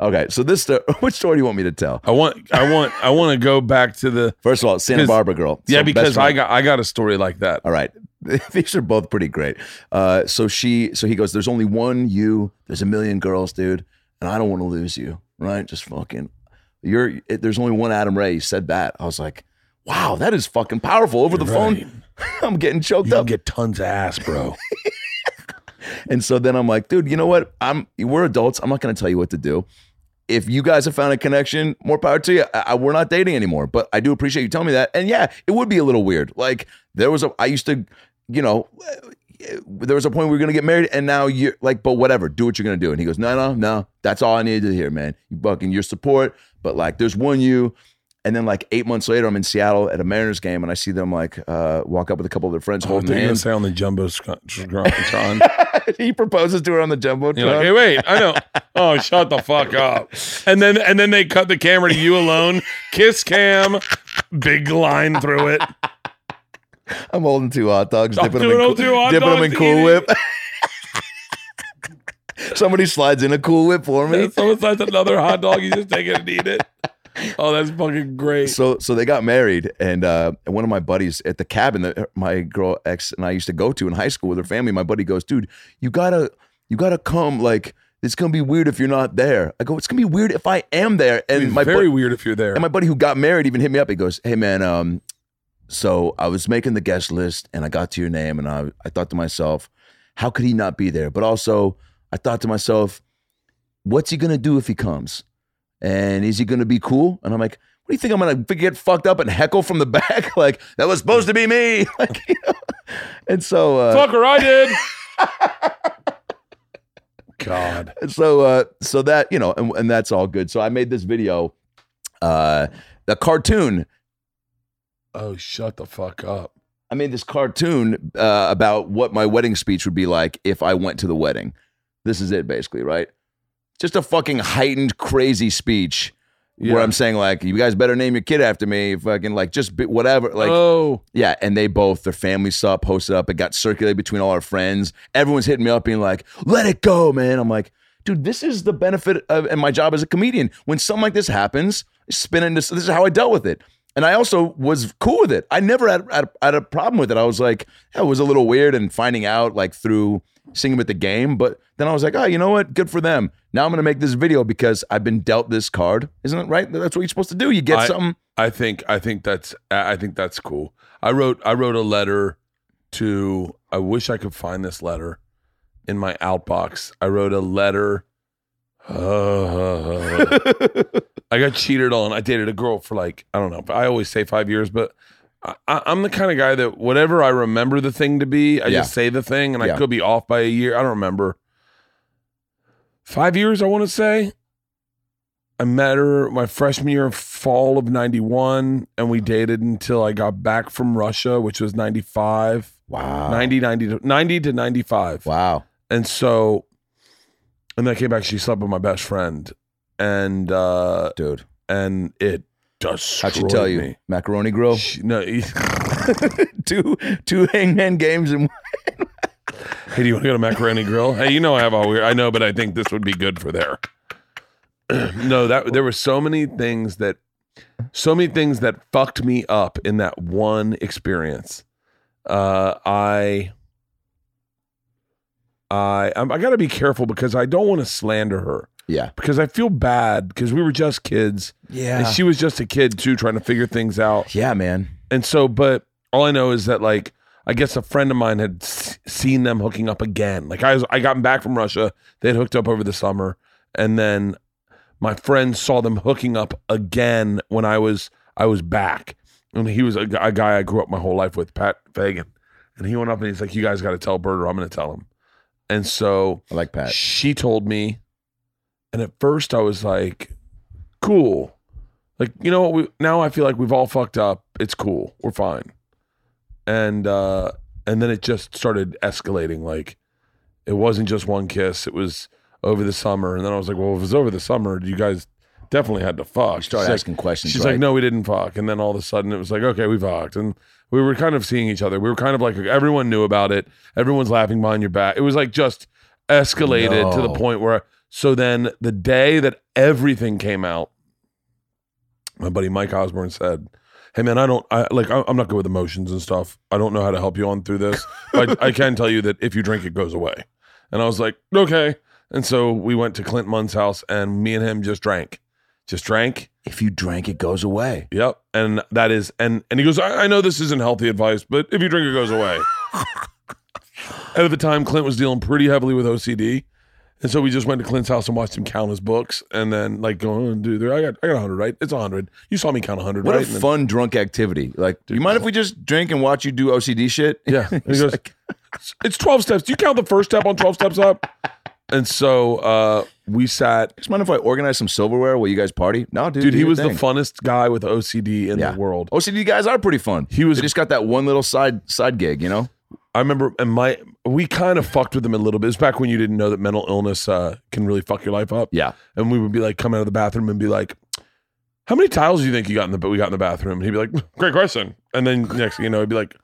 Okay, so this sto- which story do you want me to tell?
I want, I want, I want to go back to the
First of all, Santa
'Cause-
Barbara girl.
yeah
So best
because I
friend.
got, I got a story like that.
All right. These are both pretty great. Uh, so she, so he goes, there's only one you, there's a million girls, dude. And I don't want to lose you. Right. Just fucking, you're, it, there's only one Adam Ray. He said that. I was like, wow, that is fucking powerful over the phone. I'm getting choked
You'll
up.
get tons of ass, bro.
And so then I'm like, dude, you know what? I'm, we're adults. I'm not going to tell you what to do. If you guys have found a connection, more power to you. I, I, we're not dating anymore, but I do appreciate you telling me that. And yeah, it would be a little weird. Like there was a, I used to, you know, there was a point we were gonna get married, and now you're like, but whatever, do what you're gonna do. And he goes, no, no, no, that's all I needed to hear, man. You fucking your support, but like, there's one you. And then like eight months later, I'm in Seattle at a Mariners game, and I see them like uh, walk up with a couple of their friends
Oh,
holding
they're gonna
hands.
say on the jumbo sc- sc- jumbotron.
he proposes to her on the jumbo
You're like, hey, wait, I know. Oh, shut the fuck up. And then and then they cut the camera to you alone. Kiss cam, big line through it.
I'm holding two hot dogs,
I'm
dipping, them in,
doing
Cool-
all two hot
dipping them in
dogs,
Cool
eating.
Whip. Somebody slides in a Cool Whip for me.
Someone slides another hot dog. You just take it and eat it. Oh, that's fucking great.
So, so they got married, and uh, and one of my buddies at the cabin that my girl ex and I used to go to in high school with her family. My buddy goes, "Dude, you gotta, you gotta come. Like, it's gonna be weird if you're not there." I go, "It's gonna be weird if I am there." And
It's
my
very
bu-
weird if you're there.
And my buddy who got married even hit me up. He goes, "Hey man, um, so I was making the guest list and I got to your name and I I thought to myself, how could he not be there? But also I thought to myself, what's he gonna do if he comes? And is he gonna be cool? And I'm like, what do you think I'm gonna get fucked up and heckle from the back? like that was supposed to be me. Like, you know? and so uh,
Fucker, I did. God.
And so uh so that you know and, and that's all good so i made this video uh the cartoon
Oh, shut the fuck up.
I made this cartoon uh, about what my wedding speech would be like if I went to the wedding. This is it, basically, right? Just a fucking heightened, crazy speech
Yeah.
where I'm saying like, "You guys better name your kid after me." Fucking like, just be, whatever. Like,
oh,
yeah. And they both, their family saw, it, posted up. It got circulated between all our friends. Everyone's hitting me up, being like, "Let it go, man." I'm like, dude, this is the benefit of and my job as a comedian. When something like this happens, spin into this is how I dealt with it. And I also was cool with it. I never had, had, had a problem with it. I was like, that was a little weird and finding out like through singing at the game. But then I was like, oh, you know what? Good for them. Now I'm going to make this video because I've been dealt this card. Isn't it right? That's what you're supposed to do. You get
I-
something.
I think I think that's I I think that's cool. I wrote I wrote a letter to I wish I could find this letter in my outbox. I wrote a letter. Uh, I got cheated on. I dated a girl for like I don't know. I always say five years, but I, I- I'm the kind of guy that whatever I remember the thing to be, I
Yeah.
just say the thing, and
Yeah.
I could be off by a year. I don't remember. Five years, I want to say. I met her my freshman year, fall of '91, and we dated until I got back from Russia, which was '95,
Wow.
90, 90 to, 90 to '95.
Wow.
And so, and then I came back. She slept with my best friend, and uh
Dude.
and it destroyed
How'd she tell you? Oh.
me.
Macaroni grill?
She- no, he-
two two hangman games and
hey, do you want to go to Macaroni Grill? Hey, you know I have all weird. I know, but I think this would be good for there. no, that there were so many things that, so many things that fucked me up in that one experience. Uh, I, I, I'm, I got to be careful because I don't want to slander her
Yeah.
because I feel bad because we were just kids
Yeah.
and she was just a kid too, trying to figure things out.
yeah, man.
And so, but all I know is that like I guess a friend of mine had s- seen them hooking up again. Like I was, I gotten back from Russia. They had hooked up over the summer, and then, my friend saw them hooking up again when I was I was back, and he was a, gu- a guy I grew up my whole life with, Pat Fagan, and he went up and he's like, "You guys got to tell Bird, or I'm going to tell him." And so
I like Pat.
she told me, and at first I was like, "Cool." Like you know what? We now I feel like we've all fucked up. It's cool. We're fine. And uh, and then it just started escalating. Like it wasn't just one kiss. It was over the summer. And then I was like, well, if it was over the summer, you guys definitely had to fuck.
Start
She's like-
asking questions.
She's
right?
like, no, we didn't fuck. And then all of a sudden it was like, okay, we fucked. And we were kind of seeing each other. We were kind of like, everyone knew about it. Everyone's laughing behind your back. It was like just escalated to the
No.
point where, so then the day that everything came out, my buddy Mike Osborne said, Hey man, I don't I like I- I'm not good with emotions and stuff. I don't know how to help you on through this. but I can tell you that if you drink, it goes away. And I was like, okay. And so we went to Clint Munn's house, and me and him just drank, just drank,
if you drank, it goes away.
Yep. And that is and and he goes, I, I know this isn't healthy advice, but if you drink it goes away. and at the time Clint was dealing pretty heavily with OCD. And so we just went to Clint's house and watched him count his books and then like going, oh, dude, I got I got hundred, right? It's hundred. You saw me count hundred,
What
right?
a
And then-
fun drunk activity! Like, do you mind if we just drink and watch you do OCD shit?
yeah. And he
It's
goes,
like-
It's twelve steps. Do you count the first step on twelve steps up? And so uh we sat
Just mind if I organize some silverware while you guys party? No, dude.
dude,
do
he
your
was the
thing.
funnest guy with OCD in
Yeah.
the world.
OCD guys are pretty fun.
He was-
They just got that one little side side gig, you know.
I remember, and my we kind of fucked with them a little bit. It's back when you didn't know that mental illness uh, can really fuck your life up.
Yeah.
and we would be like, come out of the bathroom and be like, "How many tiles do you think you got in the but we got in the bathroom?" And he'd be like, "Great question." And then next, thing you know, he'd be like,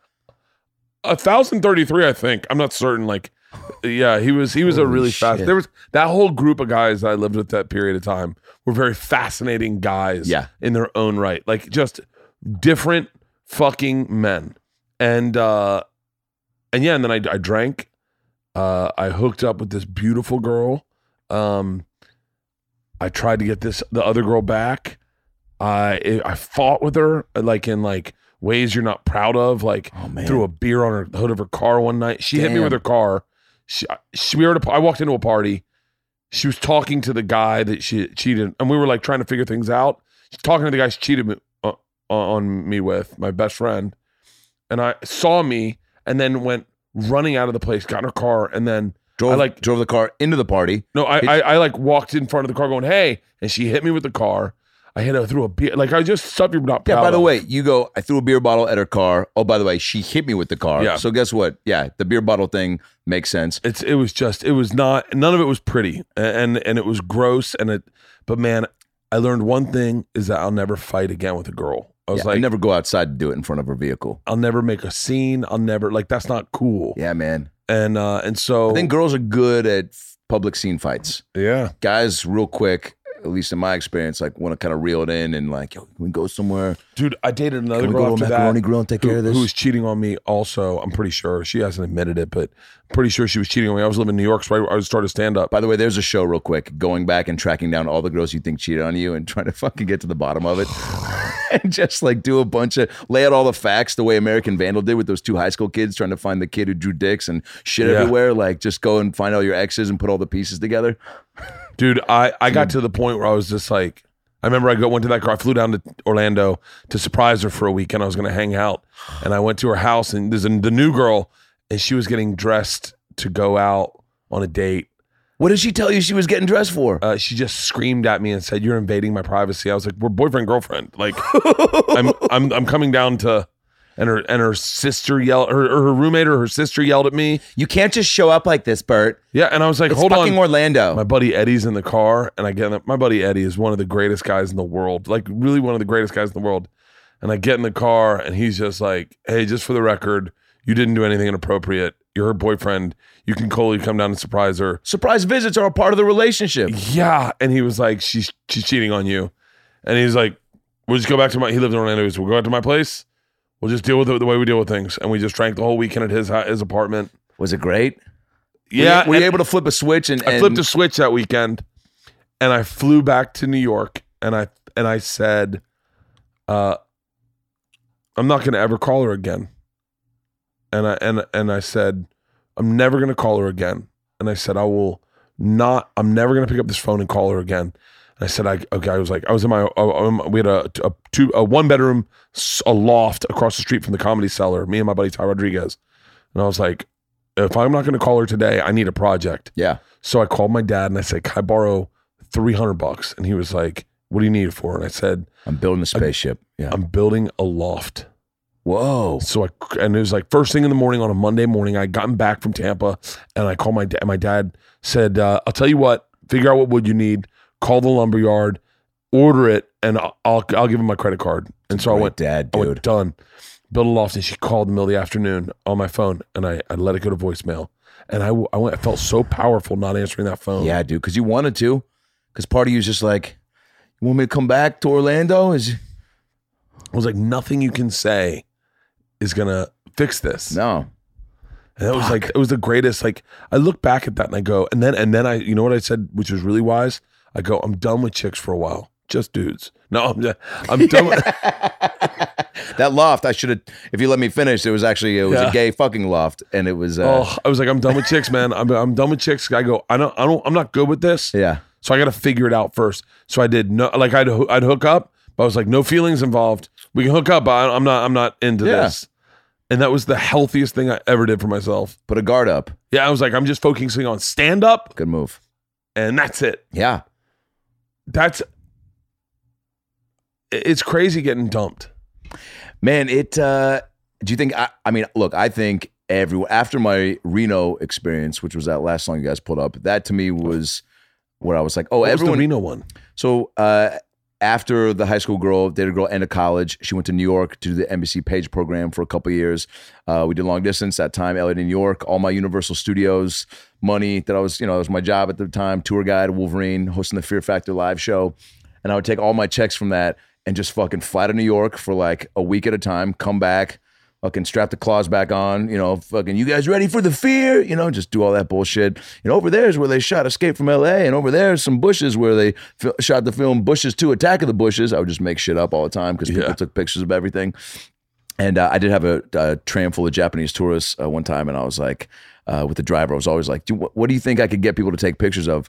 "A thousand thirty-three, I think. I'm not certain." Like, yeah, he was he was a
Holy
really fast.
shit.
There was that whole group of guys that I lived with that period of time were very fascinating guys.
Yeah.
in their own right, like just different fucking men. And uh and yeah, and then I, I drank. Uh, I hooked up with this beautiful girl. Um, I tried to get this the other girl back. I I fought with her like in like ways you're not proud of. Like
Oh man.
threw a beer on her the hood of her car one night. She hit me with
Damn.
her car. She, she we were at a, I walked into a party. She was talking to the guy that she cheated, and we were like trying to figure things out. She's talking to the guy she cheated me, uh, on me with, my best friend, and I saw me, and then went running out of the place, got in her car, and then
drove
I like-
drove the car into the party.
no, I,
It-
I I like walked in front of the car going hey, and she hit me with the car. I hit her through a beer. Like I just stuff you're not
Yeah.
proud
by the
of.
way, you go. I threw a beer bottle at her car. Oh, by the way, she hit me with the car.
Yeah.
So guess what? Yeah, the beer bottle thing makes sense.
it's it was just it was not none of it was pretty and and it was gross and it but man i learned one thing is that i'll never fight again with a girl i was
Yeah,
like
you never go outside to do it in front of her vehicle.
i'll never make a scene i'll never like that's not cool
Yeah, man.
and uh and so
I think girls are good at f- public scene fights.
yeah
Guys, real quick, at least in my experience, like want to kind of reel it in and like, yo, can we go somewhere?
dude i dated another
Can we
girl
go to
after
a macaroni
that
grill and take
who,
care of this?
who was cheating on me also i'm pretty sure she hasn't admitted it but I'm pretty sure she was cheating on me i was living in new york so i, I started stand up
By the way, there's a show real quick going back and tracking down all the girls you think cheated on you and trying to fucking get to the bottom of it. and just like do a bunch of lay out all the facts the way American Vandal did with those two high school kids trying to find the kid who drew dicks and shit
Yeah.
everywhere. Like just go and find all your exes and put all the pieces together.
Dude, I, I got
Hmm.
to the point where I was just like, I remember I go went to that car. I flew down to Orlando to surprise her for a weekend. I was going to hang out, and I went to her house, and there's a, the new girl, and she was getting dressed to go out on a date.
What did she tell you she was getting dressed for?
Uh, she just screamed at me and said, "You're invading my privacy." I was like, "We're boyfriend girlfriend." Like, I'm I'm I'm coming down to, and her and her sister yelled, her or her roommate or her sister yelled at me.
you can't just show up like this, Bert.
Yeah, and I was like,
It's
"Hold on,
fucking Orlando.
my buddy Eddie's in the car, and I get in the, my buddy Eddie is one of the greatest guys in the world, like really one of the greatest guys in the world. And I get in the car, and he's just like, "Hey, just for the record, you didn't do anything inappropriate. You're her boyfriend. You can totally come down and surprise her."
Surprise visits are a part of the relationship.
Yeah, and he was like, "She's she's cheating on you," and he's like, "We'll just go back to my." He lived in Orlando. He was, "We'll go back to my place. We'll just deal with it the way we deal with things." And we just drank the whole weekend at his hou- his apartment.
Was it great?
Yeah,
Were you, were you
and-
able to flip a switch and,
I
and-
flipped a switch that weekend, and I flew back to New York, and I and I said, uh, "I'm not going to ever call her again." And I and and I said, "I'm never going to call her again." And I said, "I will not. I'm never going to pick up this phone and call her again." I said, I, a guy was like, I was in my, uh, um, we had a, a two, a one bedroom, s- a loft across the street from the comedy cellar, me and my buddy Ty Rodriguez. And I was like, if I'm not going to call her today, I need a project.
Yeah.
So I called my dad and I said, can I borrow 300 bucks? And he was like, what do you need it for? And I said,
I'm building a spaceship. Yeah.
I'm building a loft.
Whoa.
So I and it was like first thing in the morning on a Monday morning. I gotten back from Tampa and I called my dad. My dad said, uh, "I'll tell you what. Figure out what wood you need. Call the lumber yard, order it, and I'll I'll, I'll give him my credit card." And so I
Great
went.
dad,
I
dude.
went done. Built a loft, and she called in the middle of the afternoon on my phone, and I, I let it go to voicemail. And I, w- I went. I felt so powerful not answering that phone.
Oh. Yeah, dude, because you wanted to. Because part of you is just like, you want me to come back to Orlando? Is
I was like, nothing you can say is gonna fix this.
no.
And that was like it was the greatest. Like I look back at that and I go, and then and then I, you know what I said, which was really wise. I go, I'm done with chicks for a while, just dudes. No, I'm just, I'm done. With,
That loft, I should have. If you let me finish, it was actually it was
Yeah.
a gay fucking loft, and it was. Uh,
oh, I was like, I'm done with chicks, man. I'm I'm done with chicks. I go, I don't, I don't, I'm not good with this.
Yeah.
So I got to figure it out first. So I did no, like I'd ho- I'd hook up, but I was like, no feelings involved. We can hook up, but I- I'm not I'm not into
Yeah.
this. And that was the healthiest thing I ever did for myself.
Put a guard up.
Yeah, I was like, I'm just focusing on stand up,
Good move.
and that's it.
Yeah.
that's it's crazy getting dumped.
Man, it. uh Do you think? I, I mean, look, I think everyone after my Reno experience, which was that last song you guys pulled up, that to me was where I was like, oh,
What was the
everyone.
Reno one.
so uh, after the high school girl, dated a girl, end of college, she went to New York to do the Embassy Page program for a couple years. Uh, we did long distance that time, LA to New York. All my Universal Studios money that I was, you know, it was my job at the time, tour guide, Wolverine, hosting the Fear Factor live show, and I would take all my checks from that and just fucking fly to New York for like a week at a time, come back. Fucking strap the claws back on, you know. Fucking, you guys ready for the fear? You know, just do all that bullshit. And over there is where they shot Escape from L.A. And over there is some bushes where they fi- shot the film Bushes Two: Attack of the Bushes. I would just make shit up all the time because people
Yeah.
took pictures of everything. And uh, I did have a, a tram full of Japanese tourists uh, one time, and I was like, uh, with the driver, I was always like, do, what, what do you think I could get people to take pictures of?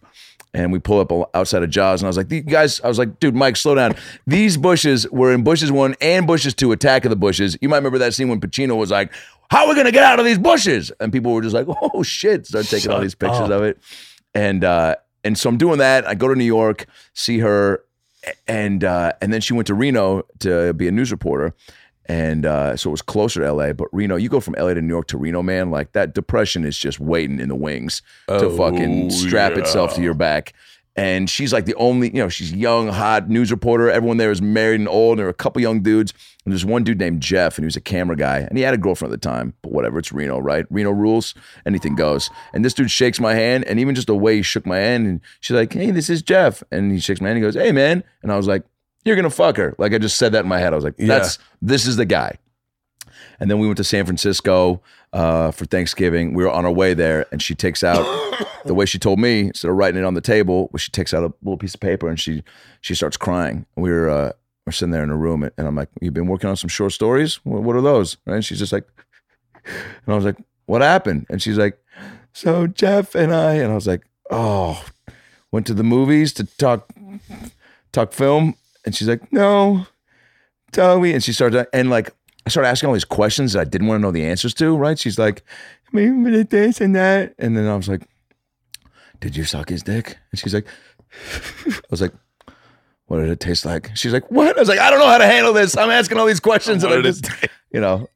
And we pull up al- outside of Jaws, and I was like, you guys, I was like, dude, Mike, slow down. These bushes were in Bushes 1 and Bushes 2, Attack of the Bushes. You might remember that scene when Pacino was like, how are we going to get out of these bushes? And people were just like, oh, shit. Start taking all
Shut
these pictures
up.
of it. And, uh, and so I'm doing that. I go to New York, see her, and uh, and then she went to Reno to be a news reporter, and uh, so it was closer to LA. But Reno, you go from LA to New York to Reno, man, like that depression is just waiting in the wings to
Oh,
fucking strap
yeah.
itself to your back. And she's like the only, you know, she's young, hot news reporter. Everyone there is married and old. And there were a couple young dudes. And there's one dude named Jeff, and he was a camera guy. And he had a girlfriend at the time, but whatever, it's Reno, right? Reno rules, anything goes. And this dude shakes my hand, and even just the way he shook my hand, and she's like, hey, this is Jeff. And he shakes my hand, and he goes, hey, man. And I was like, you're gonna fuck her. Like I just said that in my head. I was like,
Yeah.
that's this is the guy. And then we went to San Francisco uh, for Thanksgiving. We were on our way there, and she takes out the way she told me instead of writing it on the table. She takes out a little piece of paper and she she starts crying. We were uh, we're sitting there in a room, and I'm like, "You've been working on some short stories. What, what are those?" Right? And she's just like, and I was like, "What happened?" And she's like, "So Jeff and I," and I was like, "Oh, went to the movies to talk talk film." And she's like, "No, tell me." And she started and like I started asking all these questions that I didn't want to know the answers to. Right? She's like, "Maybe this and that," and then I was like, "Did you suck his dick?" And she's like, "I was like." What did it taste like? She's like, "What?" I was like, "I don't know how to handle this. I'm asking all these questions,
What
and I
did it
just, you know."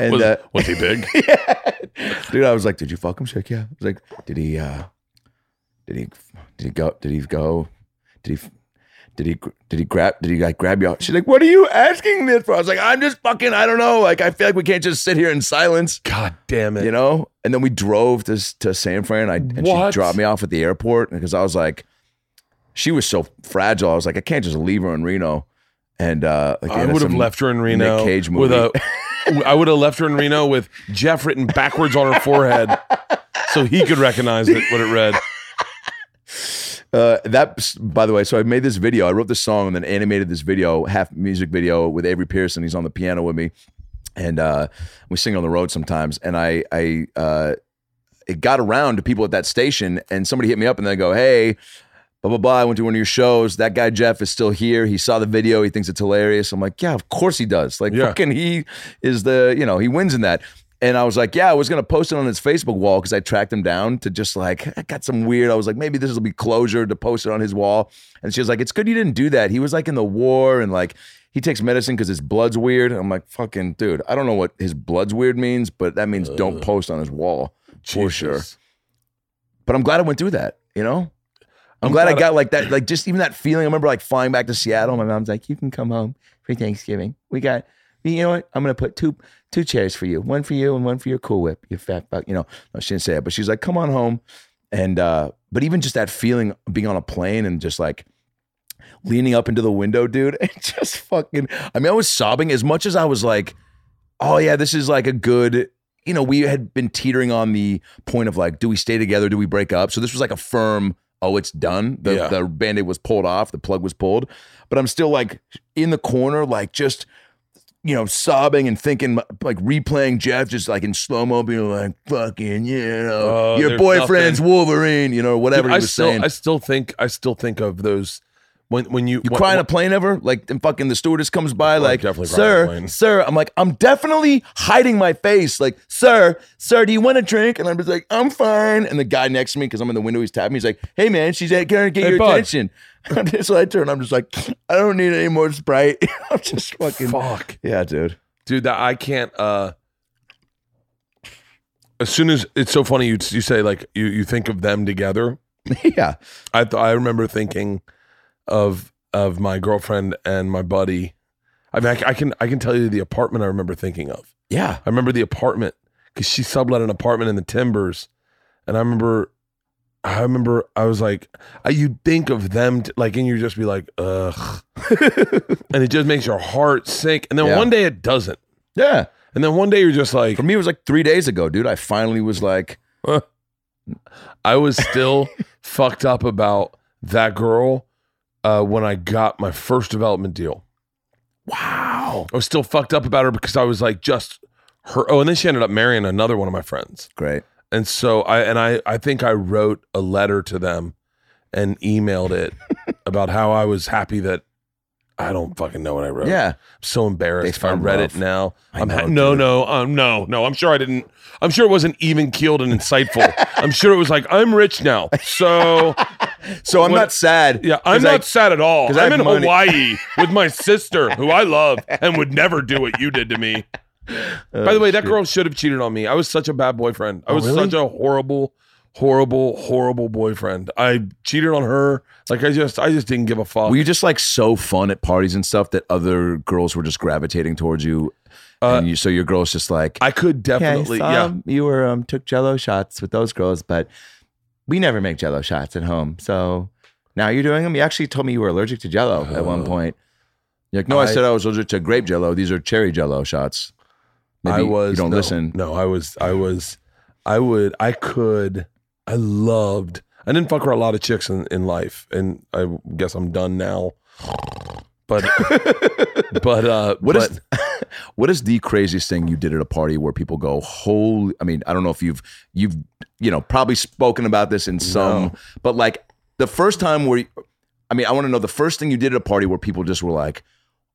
And
was,
uh,
was he big?
dude. I was like, "Did you fuck him?" She's like, "Yeah." I was like, "Did he? uh Did he? Did he go? Did he go? Did he?" Did he did he grab did he like grab you? She's like, "What are you asking this for?" I was like, "I'm just fucking I don't know. Like I feel like we can't just sit here in silence,
God damn it!
you know." And then we drove to to San Fran. I and she
What?
dropped me off at the airport because I was like, she was so fragile. I was like, I can't just leave her in Reno. And uh, like,
I
yeah,
would have
some-
left her in Reno
Nick Cage
with a.
movie.
I would have left her in Reno with Jeff written backwards on her forehead, so he could recognize it what it read.
Uh, that, by the way, so I made this video. I wrote this song and then animated this video, half music video with Avery Pearson. He's on the piano with me, and uh, we sing on the road sometimes. And I, I, uh, it got around to people at that station, and somebody hit me up, and they go, "Hey, blah blah blah. I went to one of your shows. That guy Jeff is still here. He saw the video. He thinks it's hilarious. I'm like, yeah, of course he does. Like,
Yeah.
fucking, he is the you know he wins in that. And I was like, yeah, I was gonna post it on his Facebook wall because I tracked him down to just like I got some weird. I was like, maybe this will be closure to post it on his wall. And she was like, it's good you didn't do that. He was like in the war and like. He takes medicine because his blood's weird. I'm like, fucking dude, I don't know what his blood's weird means, but that means don't post on his wall for sure
Jesus.
but I'm glad I went through that. You know, I'm,
I'm
glad,
glad
I
I-
got like that, like just even that feeling. I remember like flying back to Seattle. My mom's like, "You can come home for Thanksgiving. We got, you know what? I'm gonna put two two chairs for you, one for you and one for your Cool Whip. You fat fuck. You know, no, she didn't say it, but she's like, "Come on home." And uh, but even just that feeling of being on a plane and just like leaning up into the window, dude, and just fucking. I mean, I was sobbing as much as I was like, "Oh yeah, this is like a good." You know, we had been teetering on the point of like, do we stay together? Do we break up? So this was like a firm, oh, it's done. The
Yeah.
the band-aid was pulled off, the plug was pulled. But I'm still like in the corner, like just you know, sobbing and thinking, like replaying Jeff, just like in slow mo, being like, "Fucking, you know,
Oh,
your
there's
boyfriend's Wolverine," you know, whatever
Dude,
he
I
was
still,
saying.
I still think, I still think of those when when you
You
when-
cry on a plane ever? Like, and fucking the stewardess comes by, like,
Oh, definitely cry on a
sir,
plane."
sir. I'm like, I'm definitely hiding my face. Like, sir, sir, do you want a drink? And I'm just like, I'm fine. And the guy next to me, because I'm in the window, he's tapping me. He's like, hey, man, she's at, gonna get
Hey,
your
bud.
attention. I'm just, so I turn, I'm just like, I don't need any more Sprite. I'm just fucking.
fuck,
Yeah, dude.
dude. That I can't. uh As soon as it's so funny, you you say like you you think of them together.
yeah.
I th- I remember thinking of of my girlfriend and my buddy. I mean, I, c- I can I can tell you the apartment I remember thinking of.
Yeah.
I remember the apartment because she sublet an apartment in the Timbers, and I remember. I remember I was like, I, you'd think of them, t- like, and you'd just be like, ugh. and it just makes your heart sink. And then
Yeah.
one day it doesn't.
Yeah.
And then one day you're just like,
For me, it was like three days ago, dude. I finally was like,
I was still fucked up about that girl uh, when I got my first development deal. Wow. I was still fucked up about her because I was like, just her. Oh, and then she ended up marrying another one of my friends.
great.
And so I, and I, I think I wrote a letter to them and emailed it about how I was happy that I don't fucking know what I wrote.
Yeah.
I'm so
They
embarrassed. if I
found
read
love.
it now.
I
I'm ha- no,
know, dude.
no, um, no, no. I'm sure I didn't. I'm sure it wasn't even keeled and insightful. I'm sure it was like I'm rich now, so
So I'm
What-
not sad.
yeah, I'm
'cause I-
not sad at all.
'cause I
I'm
have
in
money.
Hawaii with my sister, who I love and would never do what you did to me. By the way, that girl should have cheated on me. I was such a bad boyfriend. I was
Oh, really?
such a horrible, horrible, horrible boyfriend. I cheated on her. Like I just, I just didn't give a fuck.
Were you just like so fun at parties and stuff that other girls were just gravitating towards you? and you, so your girl's just like,
Uh, I could definitely, yeah.
you were um took Jello shots with those girls, but we never make Jello shots at home. So now you're doing them. You actually told me you were allergic to Jello at one point. Oh. You're like, no, I,
I-
said I was allergic to grape Jello. These are cherry Jello shots. Maybe
I was
You don't
no,
listen.
No, I was I was I would I could I loved I didn't fuck around a lot of chicks in, in life and I guess I'm done now. But but uh
What
but,
is what is the craziest thing you did at a party where people go, "Holy!" I mean, I don't know if you've you've you know probably spoken about this in some, but like the first time where, you, I mean, I want to know the first thing you did at a party where people just were like,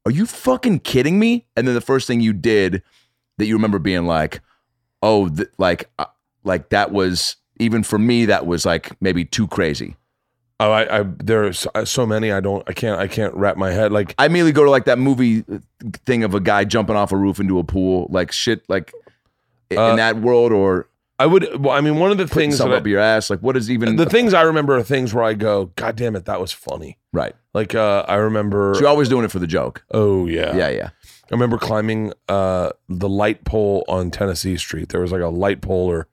"Are you fucking kidding me?" And then the first thing you did that you remember being like, "Oh, th- like uh, like that was." Even for me, that was like maybe too crazy.
oh, I, I there are so- so many I don't I can't I can't wrap my head like
I immediately go to like that movie uh, thing of a guy jumping off a roof into a pool, like shit, like in
Uh,
that world, or
I would well, I mean one of the
putting
things that
something up
I,
your ass. Like, what is even
the things I remember are things where I go god damn it that was funny.
right?
Like uh I remember
So you're always doing it for the joke.
oh yeah.
Yeah, yeah.
I remember climbing uh, the light pole on Tennessee Street. There was like a light pole or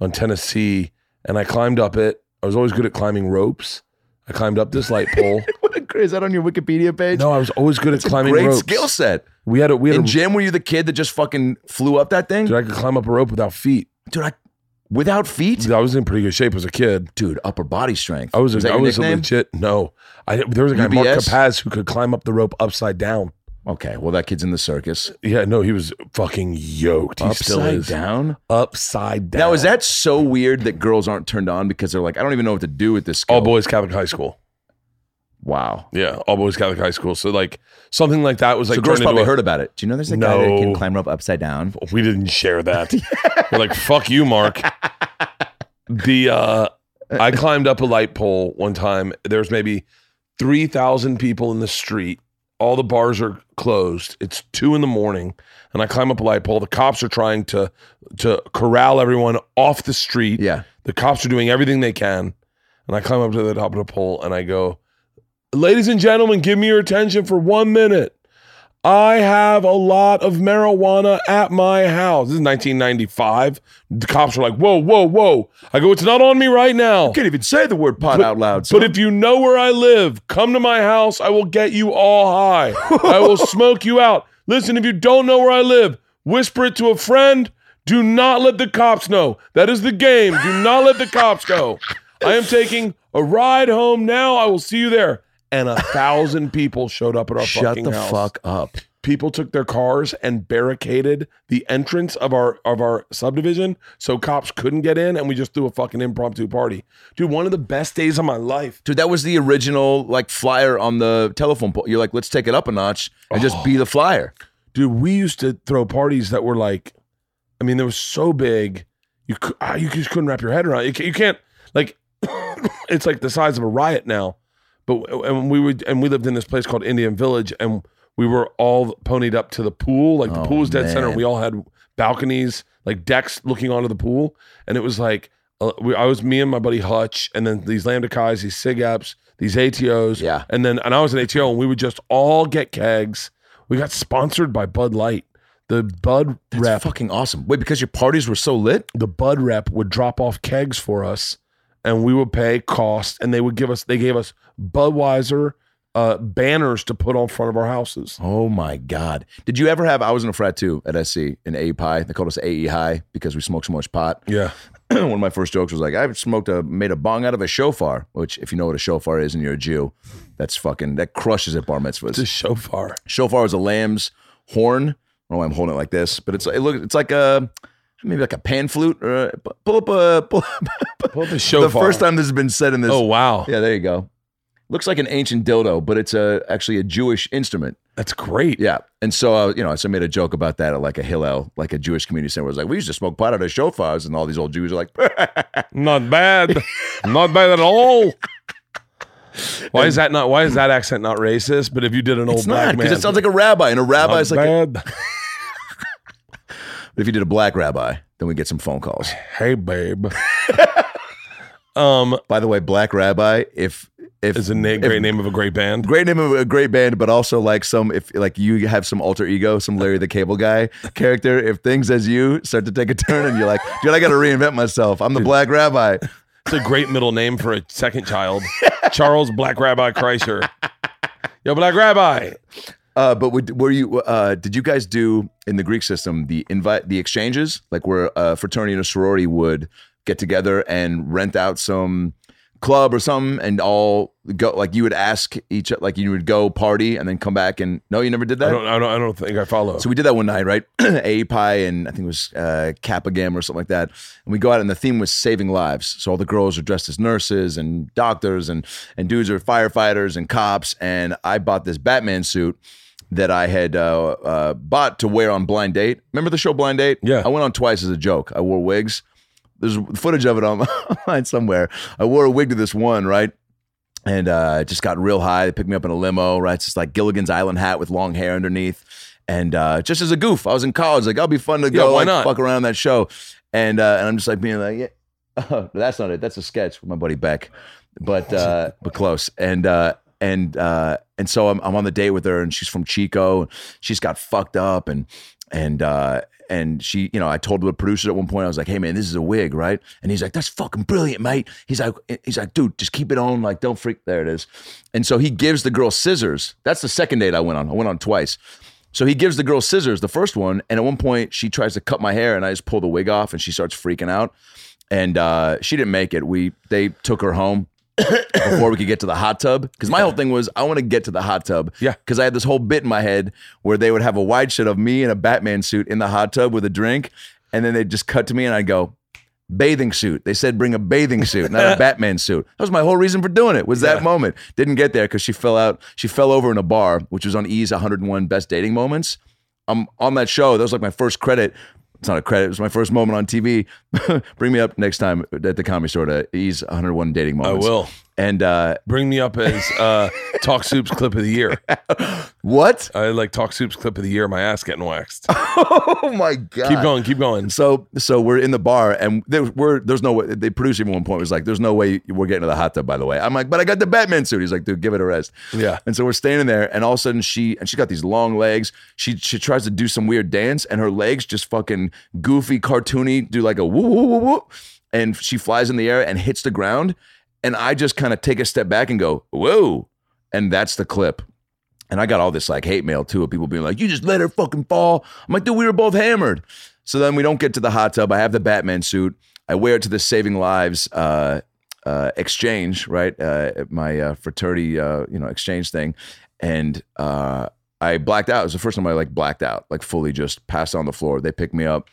on Tennessee, and I climbed up it. I was always good at climbing ropes. I climbed up this light pole.
What a, is that on your Wikipedia page?
no, I was always good at climbing
Great
ropes.
skill set.
We had a we had
In
a,
gym, were you the kid that just fucking flew up that thing,
dude, I could climb up a rope without feet.
dude? I, without feet,
I was in pretty good shape as a kid.
dude. Upper body strength.
I was a,
Is that
I
your
was a
nickname?
legit no. I there was a guy Mark
UBS?
Capaz who could climb up the rope upside down.
Okay, well that kid's in the circus.
Yeah, no, he was fucking yoked. He
Upside
still is
down.
upside down. Oh,
Now is that so weird that girls aren't turned on because they're like, I don't even know what to do with this. Skill.
all boys Catholic high school?
Wow.
Yeah, all boys Catholic high school. So like something like that was like
so girls
turned into
probably
a-
heard about it. Do you know there's a guy that
No.
can climb rope upside down?
we didn't share that. We're like, fuck you, Mark. The uh I climbed up a light pole one time. There's maybe three thousand people in the street. All the bars are closed. It's two in the morning, and I climb up a light pole. The cops are trying to to corral everyone off the street.
Yeah.
The cops are doing everything they can. And I climb up to the top of the pole and I go, Ladies and gentlemen, give me your attention for one minute. I have a lot of marijuana at my house. This is 1995. The cops are like, Whoa, whoa, whoa. I go, It's not on me right now.
Can't even say the word pot out loud.
But if you know where I live, come to my house. I will get you all high. I will smoke you out. Listen, if you don't know where I live, whisper it to a friend. Do not let the cops know. That is the game. Do not let the cops know. I am taking a ride home now. I will see you there. And a thousand people showed up at our
shut
fucking
the
house.
fuck up.
People took their cars and barricaded the entrance of our of our subdivision, so cops couldn't get in. And we just threw a fucking impromptu party, dude. One of the best days of my life.
Dude, that was the original like flyer on the telephone pole. You're like, let's take it up a notch and just be the flyer.
dude we used to throw parties that were like i mean they were so big you cou- ah, you just couldn't wrap your head around it. you, ca- you can't like it's like the size of a riot now but and we would and we lived in this place called indian village and we were all ponied up to the pool like the
Oh,
pool was dead center
man.
we all had balconies like decks looking onto the pool and it was like uh, we, i was me and my buddy hutch and then these lambda kais these sig apps these atos
Yeah.
and then and I was an ATO, and we would just all get kegs. We got sponsored by Bud Light. The Bud
That's
rep,
fucking awesome. Wait, because your parties were so lit?
the Bud rep would drop off kegs for us, and we would pay cost, and they would give us. They gave us Budweiser uh, banners to put on front of our houses.
Oh my God. Did you ever have? I was in a frat too at SC in AE Pi. They called us AE High because we smoked so much pot.
Yeah,
One of my first jokes was like, I've smoked a, made a bong out of a shofar, which if you know what a shofar is and you're a Jew, that's fucking, that crushes at bar mitzvahs.
it's a shofar.
shofar is a lamb's horn. I don't know why I'm holding it like this, but it's, it look, it's like a, maybe like a pan flute or a, pull up a, pull up,
Pull up the
the
shofar.
first time this has been said in this.
Oh wow,
Yeah, there you go. Looks like an ancient dildo, but it's a actually a Jewish instrument.
that's great.
Yeah, and so uh, you know, so I made a joke about that at like a Hillel, like a Jewish community center. Was like, we used to smoke pot out of shofars, and all these old Jews are like,
Not bad. not bad at all. Why is that not? Why is that accent not racist? But if you did an old
it's
black man,
not because it sounds like a rabbi, and a rabbi is
not
like, a-
bad.
but if you did a black rabbi, then we get some phone calls.
hey babe um
By the way, black rabbi, if if
is a na-
if-
great name of a great band
Great name of a great band, but also like some if like you have some alter ego, some Larry the Cable Guy character. If things as you start to take a turn, and you're like, dude, I got to reinvent myself. I'm the Black Rabbi.
it's a great middle name for a second child charles black rabbi kreischer yo black rabbi
Uh, but would, were you? Uh, did you guys do in the Greek system the invite, the exchanges, like where a fraternity and a sorority would get together and rent out some club or something, and all go? Like you would ask each, like you would go party and then come back and no, you never did
i
that.
don't i don't, I don't think i follow
So we did that one night, right? A Pi and I think it was uh, Kappa Gamma or something like that. And we go out, and the theme was saving lives. So all the girls are dressed as nurses and doctors, and and dudes are firefighters and cops. And I bought this Batman suit that I had uh, uh, bought to wear on Blind Date. Remember the show Blind Date?
Yeah.
I went on twice as a joke. I wore wigs. There's footage of it on- online somewhere. I wore a wig to this one, right? and uh, it just got real high. They picked me up in a limo, right? It's just like Gilligan's Island hat with long hair underneath. And uh, just as a goof, I was in college, like, I'll be fun to go
why
like,
not?
fuck around on that show. And uh, and I'm just like being like, yeah, that's not it. That's a sketch with my buddy Beck, but uh, but close. And uh, and uh, and so I'm, I'm on the date with her, and she's from Chico. She's got fucked up, and and uh, and she, you know, I told the producer at one point, I was like, "Hey, man, this is a wig, right?" And he's like, "That's fucking brilliant, mate." He's like, "He's like, dude, just keep it on, like, don't freak." There it is. And so he gives the girl scissors. That's the second date I went on. I went on twice. So he gives the girl scissors, the first one, and at one point she tries to cut my hair, and I just pull the wig off, and she starts freaking out. And uh, she didn't make it. We they took her home before we could get to the hot tub. Because my whole thing was I want to get to the hot tub.
Yeah.
Because I had this whole bit in my head where they would have a wide shot of me in a Batman suit in the hot tub with a drink, and then they'd just cut to me, and I'd go, bathing suit. They said bring a bathing suit, not a Batman suit. That was my whole reason for doing it. Was that moment. Didn't get there because she fell out. She fell over in a bar, which was on E's 101 Best Dating Moments. I'm on that show. That was like my first credit. It's not a credit. It was my first moment on TV. bring me up next time at the comedy store to E's 101 Dating
I
Moments.
will.
And uh,
Bring me up as uh, Talk Soup's clip of the year.
what?
I like Talk Soup's clip of the year. My ass getting waxed.
oh my god!
Keep going. Keep going.
So so we're in the bar and there we're there's no way the producer at one point was like, There's no way we're getting to the hot tub, by the way. I'm like, but I got the Batman suit. He's like, dude, give it a rest.
Yeah.
And so we're standing there and all of a sudden she and she got these long legs. She she tries to do some weird dance and her legs just fucking goofy, cartoony, do like a woo woo woo woo. And she flies in the air and hits the ground. And I just kind of take a step back and go, whoa. And that's the clip. And I got all this like hate mail too of people being like, you just let her fucking fall. I'm like, dude, we were both hammered. So then we don't get to the hot tub. I have the Batman suit. I wear it to the Saving Lives uh, uh, exchange, right? Uh, at my uh, fraternity, uh, you know, exchange thing. And uh, I blacked out. It was the first time I like blacked out, like fully just passed on the floor. They picked me up,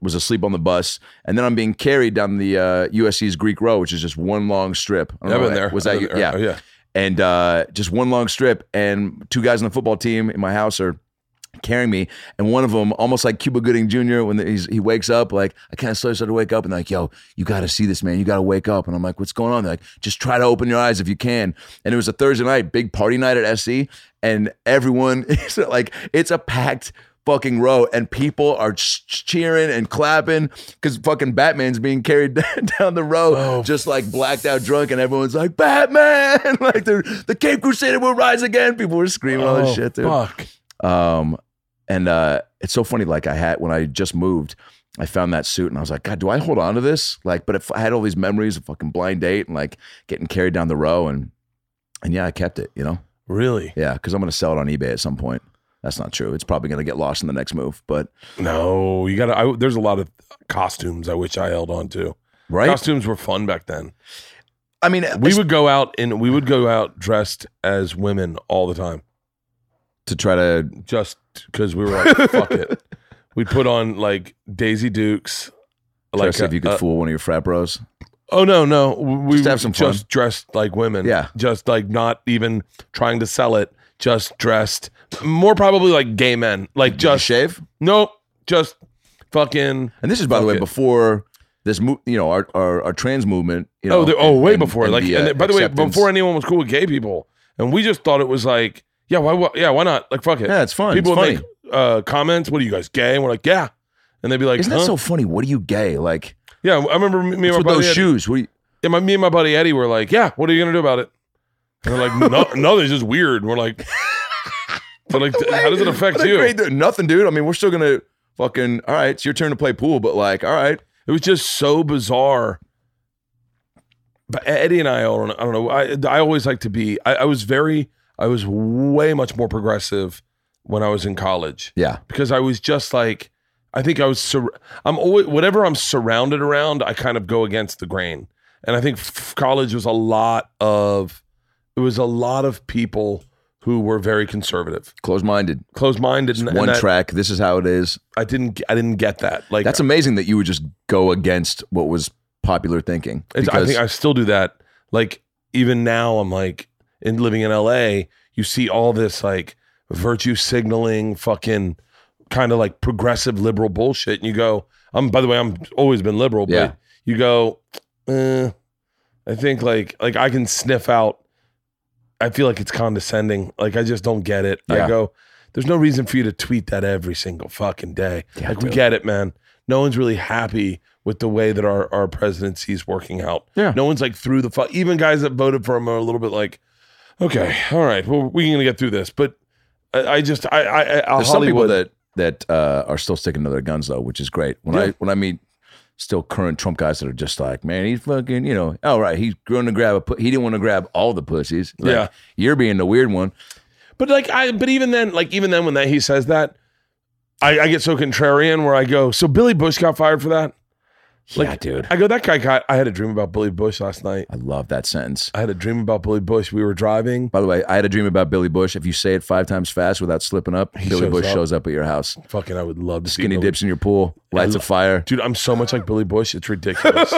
was asleep on the bus. And then I'm being carried down the uh, USC's Greek Row, which is just one long strip. I don't
I've
know,
been there.
Was that
I've
you?
been there.
Yeah
yeah.
and uh, just one long strip. And two guys on the football team in my house are carrying me, and one of them, almost like Cuba Gooding Jr., when he's, he wakes up, like I kind of slowly started to wake up, and like, yo, you got to see this man, you got to wake up. And I'm like, what's going on? They're like, just try to open your eyes if you can. And it was a Thursday night, big party night at SC, and everyone is like, it's a packed. Fucking row and people are ch- ch- cheering and clapping because fucking Batman's being carried down the row,
Oh.
just like blacked out drunk, and everyone's like, Batman! like, the, the Cape Crusader will rise again. People were screaming all this
Oh,
shit, dude.
Fuck.
Um, and uh, it's so funny. Like I had when I just moved, I found that suit and I was like, God, do I hold on to this? Like, but if I had all these memories of fucking blind date and like getting carried down the row and and yeah, I kept it. You know,
Really?
yeah, because I'm gonna sell it on eBay at some point. That's not true. It's probably gonna get lost in the next move. But
No. You got to. I There's a lot of costumes I wish I held on to.
right,
Costumes were fun back then.
I mean,
We would go out and we would go out dressed as women all the time,
to try to
just because we were like, fuck it. We put on like Daisy Dukes.
try to see
a-
if you could
a-
fool one of your frat bros.
Oh no, no. We
Just have some fun.
Just dressed like women.
Yeah.
Just like not even trying to sell it. Just dressed more probably like gay men. Like
Did you
just
shave.
nope. Just fucking.
And this is, by the
Fuck
way,
it.
before this, mo- you know, our, our our trans movement. You know,
oh, the, oh, way
and-
before.
and
like,
the,
and
uh,
it- by the way,
acceptance.
before anyone was cool with gay people, and we just thought it was like, yeah, why, why yeah, why not? Like, fuck it.
yeah, it's fun.
people
People
would make uh, comments. What are you guys gay? And we're like, yeah. And they'd be like,
Isn't
huh?
that so funny? What are you gay? Like,
yeah, I remember me and
what's
my
with
buddy.
those
Eddie,
shoes? What are you,
yeah, my, me and my buddy Eddie were like, yeah, what are you gonna do about it? And they're like, no, no, this is weird. And we're like, they're like, how does it affect
What a
you?
great dude. nothing, dude. I mean, we're still gonna fucking. All right, it's your turn to play pool, but like, all right,
It was just so bizarre. But E, Eddie and I, I don't, I don't know. I, I always like to be. I, I was very, I was way much more progressive when I was in college
yeah,
because I was just like, I think I was. Sur- I'm always whatever I'm surrounded around. I kind of go against the grain, and I think f- college was a lot of, it was a lot of people who were very conservative,
close minded,
closed minded, and, and
one
that-
track. This is how it is.
I didn't, g- I didn't get that. Like uh,
That's amazing that you would just go against what was popular thinking.
It's, I think I still do that. Like even now, I'm like in living in LA. You see all this like virtue signaling, fucking kind of like progressive liberal bullshit, and you go, "I'm." By the way, I'm always been liberal, but
Yeah.
you go, eh, "I think like like I can sniff out." I feel like it's condescending. Like I just don't get it.
Yeah.
I go, "There's no reason for you to tweet that every single fucking day."
Yeah,
like we
dude.
get it, man. No one's really happy with the way that our, our presidency is working out.
Yeah.
No one's like through the fuck. Even guys that voted for him are a little bit like, okay, all right, well, we're going to get through this. But I, I just, I, I, I I'll
There's some people
Hollywood.
that that uh, are still sticking to their guns though, which is great. When I
Yeah.
when I meet still current Trump guys that are just like, man, he's fucking, you know, all right, he's going to grab a, pu- he didn't want to grab all the pussies. Like,
Yeah.
you're being the weird one.
but like, I, but even then, like, even then when that he says that, I, I get so contrarian where I go, so Billy Bush got fired for that. Like,
yeah, dude.
I go, that guy got, I had a dream about Billy Bush last night.
I love that sentence.
I had a dream about Billy Bush. We were driving.
By the way, I had a dream about Billy Bush. If you say it five times fast without slipping up,
He
Billy
shows
Bush
up.
shows up at your house.
Fucking, I would love to see
Skinny
Billy-
dips in your pool, lights
lo-
of fire.
Dude, I'm so much like Billy Bush. It's ridiculous.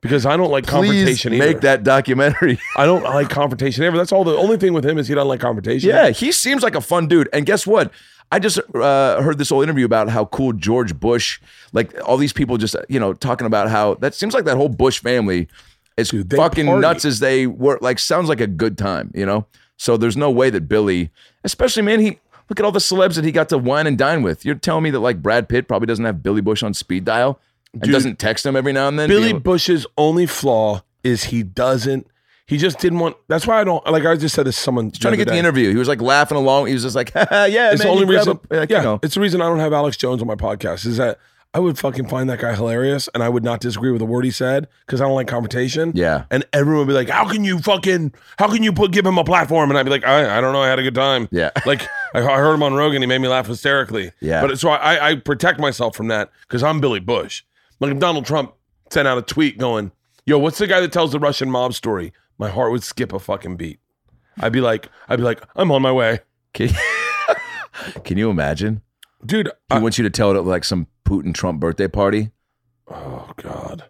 because I don't like
Please
confrontation either.
make that documentary.
I don't like confrontation ever. That's all. The only thing with him is he doesn't like confrontation.
yeah, he seems like a fun dude. And guess what? I just uh, heard this whole interview about how cool George Bush, like all these people just, you know, talking about how that seems like that whole Bush family is
Dude, they
fucking
party.
nuts as they were. Like, sounds like a good time, you know? So there's no way that Billy, especially, man, he, look at all the celebs that he got to wine and dine with. You're telling me that, like, Brad Pitt probably doesn't have Billy Bush on speed dial and
Dude,
doesn't text him every now and then?
Billy
Being-
Bush's only flaw is he doesn't. He just didn't want. That's why I don't. Like I just said this. to Someone
trying to get the interview. He was like laughing along. He was just like, yeah, man,
It's the only
you grab
reason.
a- like, you
yeah,
know.
it's the reason I don't have Alex Jones on my podcast. Is that I would fucking find that guy hilarious, and I would not disagree with a word he said because I don't like confrontation.
Yeah.
and everyone would be like, "How can you fucking? How can you put give him a platform?" And I'd be like, "I, I don't know. I had a good time."
Yeah.
like I, I heard him on Rogan. He made me laugh hysterically.
Yeah.
but so I, I protect myself from that because I'm Billy Bush. Like if Donald Trump sent out a tweet going, "Yo, what's the guy that tells the Russian mob story?" My heart would skip a fucking beat. I'd be like, I'd be like, I'm on my way,
Can, can you imagine?
dude.
He
I-
wants you to tell it at like some Putin Trump birthday party.
oh God.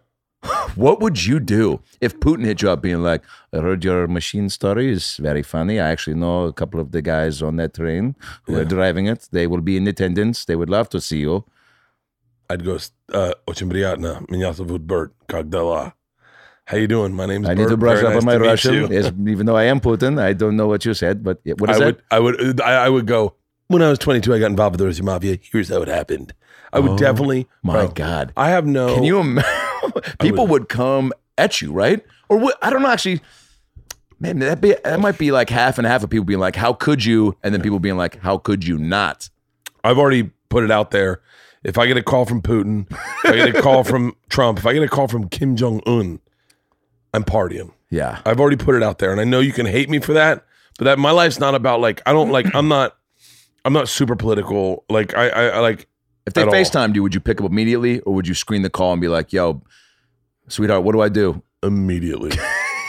What would you do if Putin hit you up being like, I heard your machine story is very funny. I actually know a couple of the guys on that train who are driving it. They will be in attendance. They would love to see you.
I'd go, uh, очень приятно, меня зовут Bert, как дела? How you doing? My name's
I
Bert.
need to brush
Very
up
nice
on my
to meet
Russian.
you."
Yes, even though I am Putin, I don't know what you said, but what is
I
that?
would, I would, uh, I, I would go, when I was 22, I got involved with the Russian Mafia. Here's how it happened. I would
Oh,
definitely,
my
bro,
God.
I have no,
Can you imagine? People would. come at you, right? Or what, I don't know. Actually, man, that be that might be like half and half of people being like, "How could you?" And then people being like, "How could you not?"
I've already put it out there. If I get a call from Putin, if I get a call from Trump, if I get a call from Kim Jong Un, I'm partying.
Yeah,
I've already put it out there, and I know you can hate me for that, but that my life's not about like I don't like I'm not, I'm not super political. Like I, I, I like
if they
At all.
Facetimed you, would you pick up immediately, or would you screen the call and be like, "Yo, sweetheart, what do I do?"
immediately.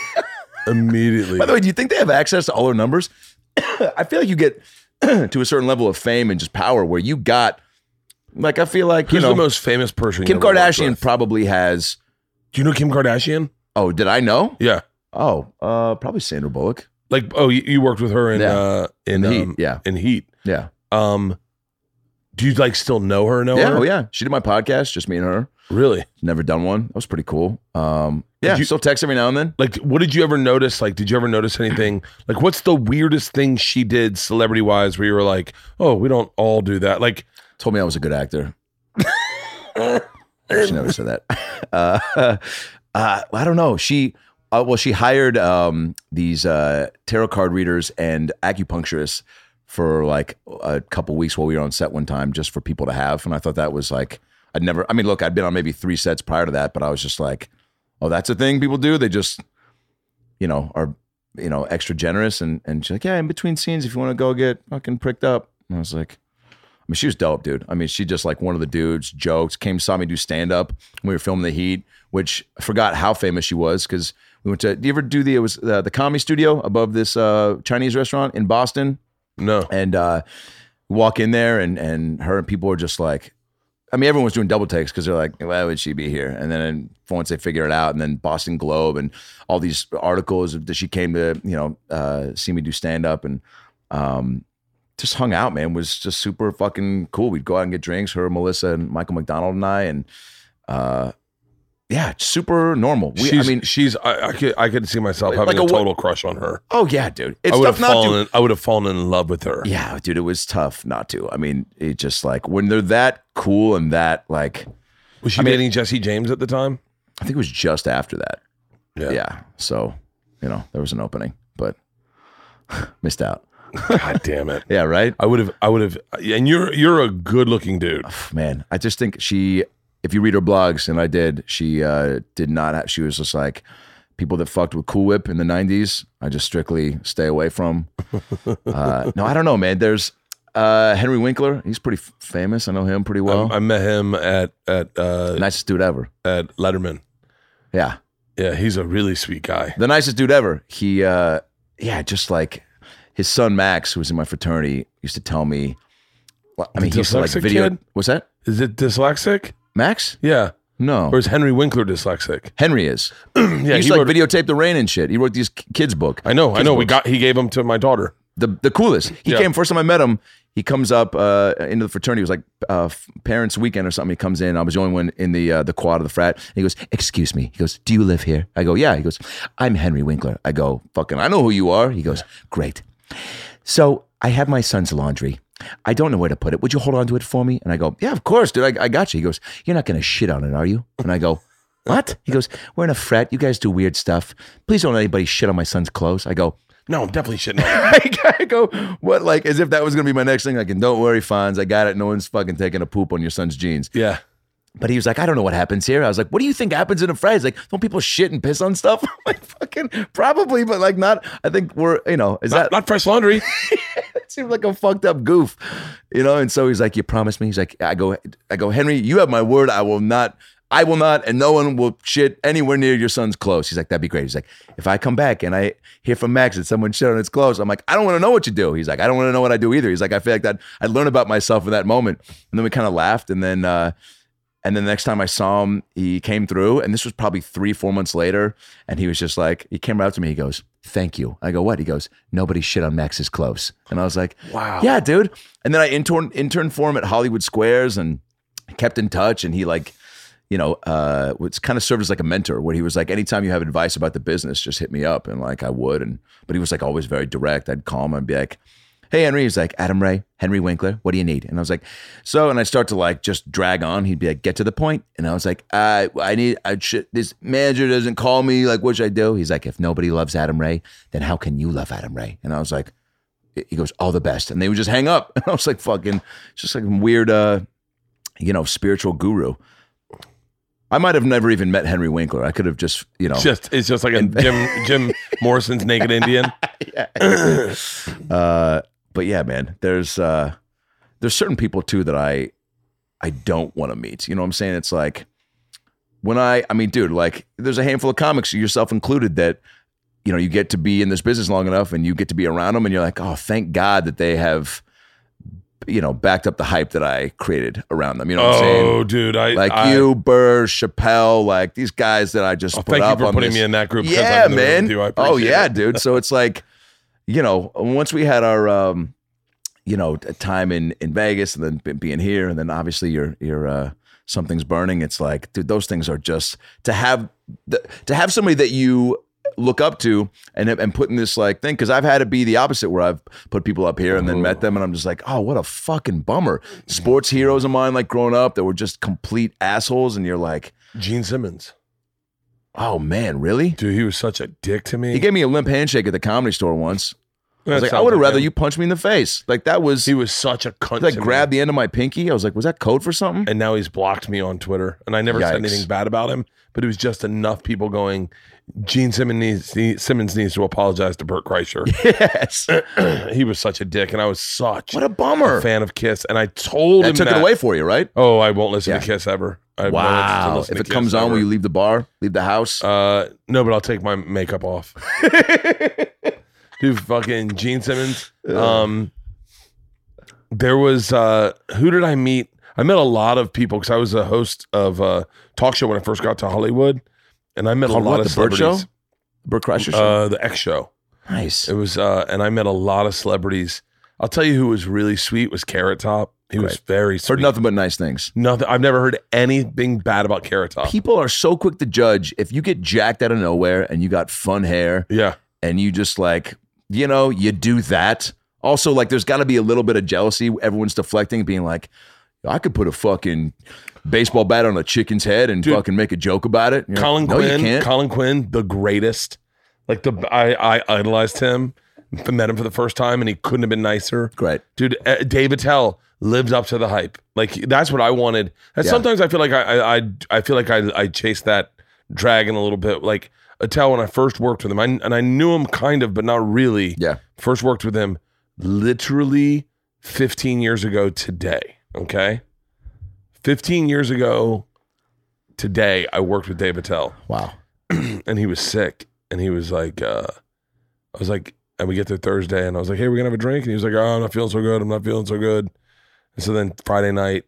immediately.
By the way, do you think they have access to all our numbers? I feel like you get to a certain level of fame and just power where you got, like, I feel like
Who's
you
the
know,
most famous person? you
Kim
ever worked
Kardashian
with?
probably has.
Do you know Kim Kardashian?
Oh, did I know?
Yeah.
Oh, uh, probably Sandra Bullock.
Like oh, you, you worked with her in
Yeah.
uh in,
In Heat,
um,
yeah.
in Heat.
Yeah.
Um, do you like still know her? Know
yeah,
her?
oh yeah. She did my podcast, just me and her.
Really?
Never done one. That was pretty cool. Um, yeah,
Did you-
still text every now and then.
Like, what did you ever notice? Like, did you ever notice anything? Like, what's the weirdest thing she did celebrity wise where you were like, oh, we don't all do that? Like,
Told me I was a good actor. she never said that. Uh, uh, I don't know. She, uh, well, she hired um, these uh, tarot card readers and acupuncturists for like a couple weeks while we were on set one time, just for people to have. And I thought that was like, I'd never. I mean, look, I'd been on maybe three sets prior to that, but I was just like, oh, that's a thing people do. They just, you know, are you know extra generous. And and she's like, yeah, in between scenes, if you want to go get fucking pricked up. And I was like. I mean, she was dope, dude. I mean, she just like one of the dudes, jokes, came, saw me do stand up. We were filming The Heat, which I forgot how famous she was because we went to, do you ever do the, it was uh, the comedy studio above this uh, Chinese restaurant in Boston?
no.
And uh, we walk in there and, and her and people are just like, I mean, everyone's doing double takes because they're like, why would she be here? And then once they figure it out, and then Boston Globe and all these articles that she came to, you know, uh, see me do stand up and um, just hung out, man. Was just super fucking cool. We'd go out and get drinks. Her, Melissa, and Michael McDonald and I, and uh, yeah, super normal. We,
she's,
I mean,
she's, I, I could, I could see myself
Like-
having
like
a
a what-
total crush on her.
oh yeah, dude, it's
I would have
tough not to.
fallen, I would have fallen in love with her.
Yeah, dude, it was tough not to. I mean, it just like when they're that cool and that like,
Was she
I mean-
dating Jesse James at the time?
I think it was just after that.
Yeah.
yeah. So, you know, there was an opening, but missed out.
God damn it.
Yeah, right.
I would have, I would have, and you're, you're a good looking dude.
man, I just think she, if you read her blogs, and I did, she uh, did not have, she was just like, people that fucked with Cool Whip in the 90s, I just strictly stay away from. Uh, no, I don't know, man. There's, Uh, Henry Winkler, he's pretty f- famous. I know him pretty well.
I, I met him at at uh,
nicest dude ever.
at Letterman.
Yeah,
Yeah, he's a really sweet guy.
the nicest dude ever. He, uh, yeah, just like his son Max, who was in my fraternity, used to tell me. well, I
The
mean, he used to like
dyslexic
video.
kid?
What's that?
Is it dyslexic?
Max?
Yeah.
No,
Or is Henry Winkler dyslexic?
Henry is.
Yeah,
he used to like videotape the rain and shit. He wrote these k- kids book.
I know, I
Kids
know. We
books.
got he gave him to my daughter.
the the coolest. He
Yeah.
came first time I met him. He comes up uh, into the fraternity. It was like uh, f- parents' weekend or something. He comes in. I was the only one in the uh, the quad of the frat. And he goes, "Excuse me." He goes, "Do you live here?" I go, "Yeah." He goes, "I'm Henry Winkler." I go, "Fucking, I know who you are." He goes, "Great." So I have my son's laundry. I don't know where to put it. Would you hold on to it for me? And I go, Yeah, of course, dude. I, I got you. He goes, You're not going to shit on it, are you? And I go, What? He goes, We're in a frat. You guys do weird stuff. Please don't let anybody shit on my son's clothes. I go,
No, I'm definitely shitting. on him.
I go, what? Like, as if that was going to be my next thing. Like, and don't worry, Fonz, I got it. No one's fucking taking a poop on your son's jeans.
yeah.
But he was like, I don't know what happens here. I was like, what do you think happens in a frat? He's like, don't people shit and piss on stuff? I'm like, fucking, probably, but like, not. I think we're, you know, is that
Not, not fresh laundry.
it seemed like a fucked up goof, you know? And so he's like, you promised me. He's like, I go, I go, Henry, you have my word. I will not, I will not, and no one will shit anywhere near your son's clothes. He's like, that'd be great. He's like, if I come back and I hear from Max that someone shit on his clothes, I'm like, I don't want to know what you do. He's like, I don't want to know what I do either. He's like, I feel like that I'd learn about myself in that moment. And then we kind of laughed. And then, uh, and then the next time I saw him, he came through, and this was probably three, four months later. And he was just like, he came right up to me. He goes, "Thank you." I go, "What?" He goes, "Nobody shit on Max's clothes." And I was like,
Wow.
yeah, dude." And then I intern interned for him at Hollywood Squares and kept in touch. And he like, you know, uh, it's kind of served as like a mentor where he was like, "Anytime you have advice about the business, just hit me up." And like, I would. And but he was like always very direct. I'd call him and be like, Hey Henry, he's like Adam Ray, Henry Winkler. What do you need? And I was like, so. And I start to like just drag on. He'd be like, get to the point. And I was like, I I need I should, this manager doesn't call me. Like, what should I do? He's like, if nobody loves Adam Ray, then how can you love Adam Ray? And I was like, he goes, all the best. And they would just hang up. And I was like, fucking, just like a weird, uh, you know, spiritual guru. I might have never even met Henry Winkler. I could have just, you know,
Just it's just like a Jim Jim Morrison's Naked Indian.
Uh, but yeah, man, there's uh, there's certain people too that I I don't want to meet. You know what I'm saying? It's like when I I mean, dude, like there's a handful of comics, yourself included, that you know you get to be in this business long enough and you get to be around them, and you're like, oh, thank God that they have you know backed up the hype that I created around them. You know what I'm saying?
Oh, dude, I
Like
I-
you, Burr, Chappelle, like these guys that I just
Oh,
put
thank you
up
for
on
putting
this
me in that group. 'cause
yeah,
I'm in the room
man.
with you. I
oh
appreciate
yeah,
it.
dude. So it's like, you know, once we had our, um, you know, t- time in in Vegas, and then b- being here, and then obviously your your uh, something's burning. It's like, dude, those things are just to have the, to have somebody that you look up to and and put in this like thing because I've had it be the opposite where I've put people up here and then met them and I'm just like oh what a fucking bummer sports heroes of mine like growing up that were just complete assholes and you're like
Gene Simmons.
oh man really
Dude, he was such a dick to me.
he gave me a limp handshake at the comedy store once
That
I was like, I
sounds
would have
like
rather
him.
you punch me in the face. Like that was
He was such a cunt.
like
to me.
grabbed the end of my pinky. I was like, was that code for something?
and now he's blocked me on Twitter. And I never said
Yikes.
anything bad about him, but it was just enough people going, Gene Simmons needs, ne- Simmons needs to apologize to Burt Kreischer.
yes.
he was such a dick, and I was such
What a bummer.
a fan of Kiss. And I told
That
him
took
that,
it away for you, right?
Oh, I won't listen to
Yeah.
Kiss ever. I have no interest in
Wow.
listening
If
to
it
Kiss
comes on,
ever.
will you leave the bar? Leave the house?
Uh, no, but I'll take my makeup off. Dude, fucking Gene Simmons. Um, there was uh, who did I meet? I met a lot of people because I was a host of a talk show when I first got to Hollywood, and I met
Called
a lot
what,
of
the Burt
celebrities.
Show? Burt Kreischer show?
Uh, the X Show.
nice.
It was, uh, and I met a lot of celebrities. I'll tell you who was really sweet was Carrot Top. He was very sweet.
Heard nothing but nice things.
Nothing. I've never heard anything bad about Carrot Top.
People are so quick to judge. If you get jacked out of nowhere and you got fun hair
yeah.
and you just like, you know, you do that. Also, like, there's got to be a little bit of jealousy. Everyone's deflecting, being like, I could put a fucking baseball bat on a chicken's head and fucking make a joke about it. And you're
Colin
like, no,
Quinn.
You can't.
Colin Quinn, the greatest. Like the I, I idolized him, met him for the first time, and he couldn't have been nicer.
Great.
dude. Uh, Dave Attell lived up to the hype. Like that's what I wanted. And
Yeah.
sometimes I feel like I, I I I feel like I I chased that dragon a little bit. Like Attell when I first worked with him, I, and I knew him kind of, but not really.
Yeah.
First worked with him, literally 15 years ago today. Okay. 15 years ago today, I worked with Dave Attell
Wow.
and he was sick. And he was like, uh, I was like, and we get there Thursday and I was like, hey, we're going to have a drink. And he was like, oh, I'm not feeling so good. I'm not feeling so good. And so then Friday night,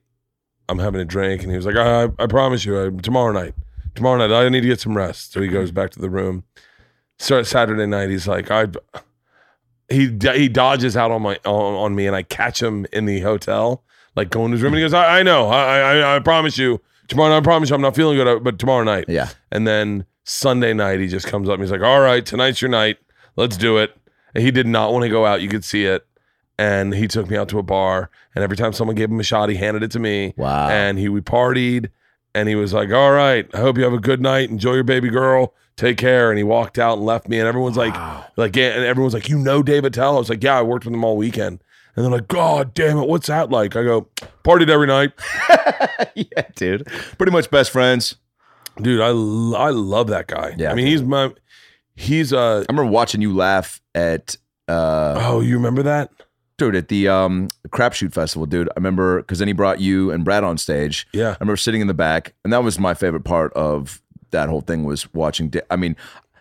I'm having a drink. And he was like, I, I promise you, I, tomorrow night, tomorrow night, I need to get some rest. So he goes back to the room. So Saturday night, he's like, I, he he dodges out on my on, on me, and I catch him in the hotel, like going to his room, and he goes, I, I know, I, I I promise you, tomorrow night, I promise you, I'm not feeling good, but tomorrow night,
Yeah.
and then Sunday night, he just comes up and he's like, All right, tonight's your night. Let's do it. And he did not want to go out. You could see it. And he took me out to a bar. And every time someone gave him a shot, he handed it to me.
Wow.
And he we partied. And he was like, All right, I hope you have a good night. Enjoy your baby girl. Take care. And he walked out and left me. And everyone's like, like, yeah, and everyone's like, you know David Tell? I was like, Yeah, I worked with him all weekend. And they're like, God damn it, what's that like? I go, partied every night.
yeah, dude. Pretty much best friends.
Dude, I, lo- I love that guy.
Yeah,
I mean, he's my he's uh
I remember watching you laugh at uh
Oh, you remember that?
dude at the um crapshoot festival, dude. I remember because then he brought you and Brad on stage.
Yeah.
I remember sitting in the back, and that was my favorite part of that whole thing was watching. Da- I mean,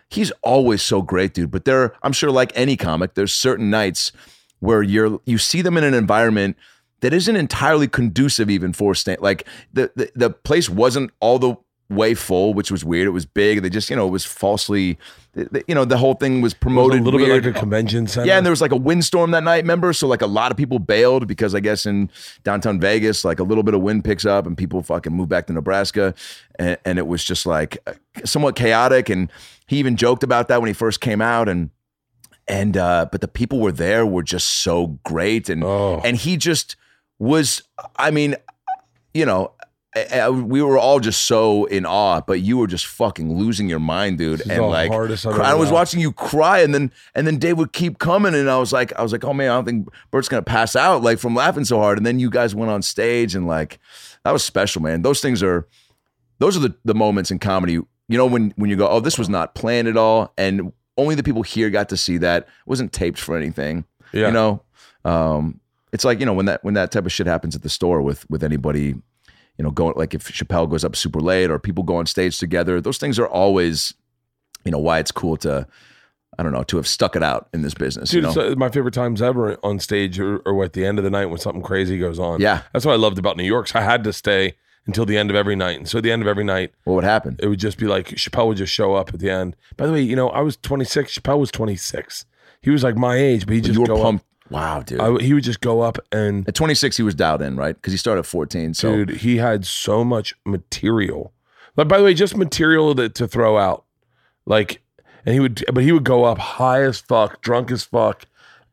he's always so great, dude. But there, I'm sure, like any comic, there's certain nights where you're you see them in an environment that isn't entirely conducive even for stand. Like the the, the place wasn't all the way full, which was weird. It was big. They just you know it was falsely, th- th- you know, the whole thing was
It was
promoted
a little
weird.
bit like a convention center.
Yeah, and there was like a windstorm that night, remember? So like a lot of people bailed because I guess in downtown Vegas, like a little bit of wind picks up and people fucking move back to Nebraska, and, and it was just like uh, somewhat chaotic. And he even joked about that when he first came out, and and uh, but the people were there were just so great, and
Oh.
and he just was. I mean, you know. I- I- We were all just so in awe, but you were just fucking losing your mind, dude.
is
and
the
like,
hardest I've
cry- I
ever
was
laughed.
watching you cry, and then and then Dave would keep coming, and I was like, I was like, oh man, I don't think Bert's gonna pass out like from laughing so hard. And then you guys went on stage, and like that was special, man. Those things are, those are the the moments in comedy. You know when when you go, oh, this was not planned at all, and only the people here got to see that. It wasn't taped for anything.
Yeah.
You know, um, it's like you know when that when that type of shit happens at the store with with anybody. You know, going like if Chappelle goes up super late or people go on stage together, those things are always you know why it's cool to I don't know to have stuck it out in this business.
Dude,
you know,
it's uh, my favorite times ever on stage or, or at the end of the night when something crazy goes on.
Yeah.
That's what I loved about New York. So I had to stay until the end of every night. And so at the end of every night,
what would happen?
it would just be like Chappelle would just show up at the end. By the way, you know, I was 26. Chappelle was 26. He was like my age, but he just
You were
go
pumped. Wow, dude.
Up. I, he would just go up and
at 26, he was dialed in, right? Because he started at 14. So
dude, he had so much material. Like by the way, just material that to throw out. Like, and he would, but he would go up high as fuck, drunk as fuck,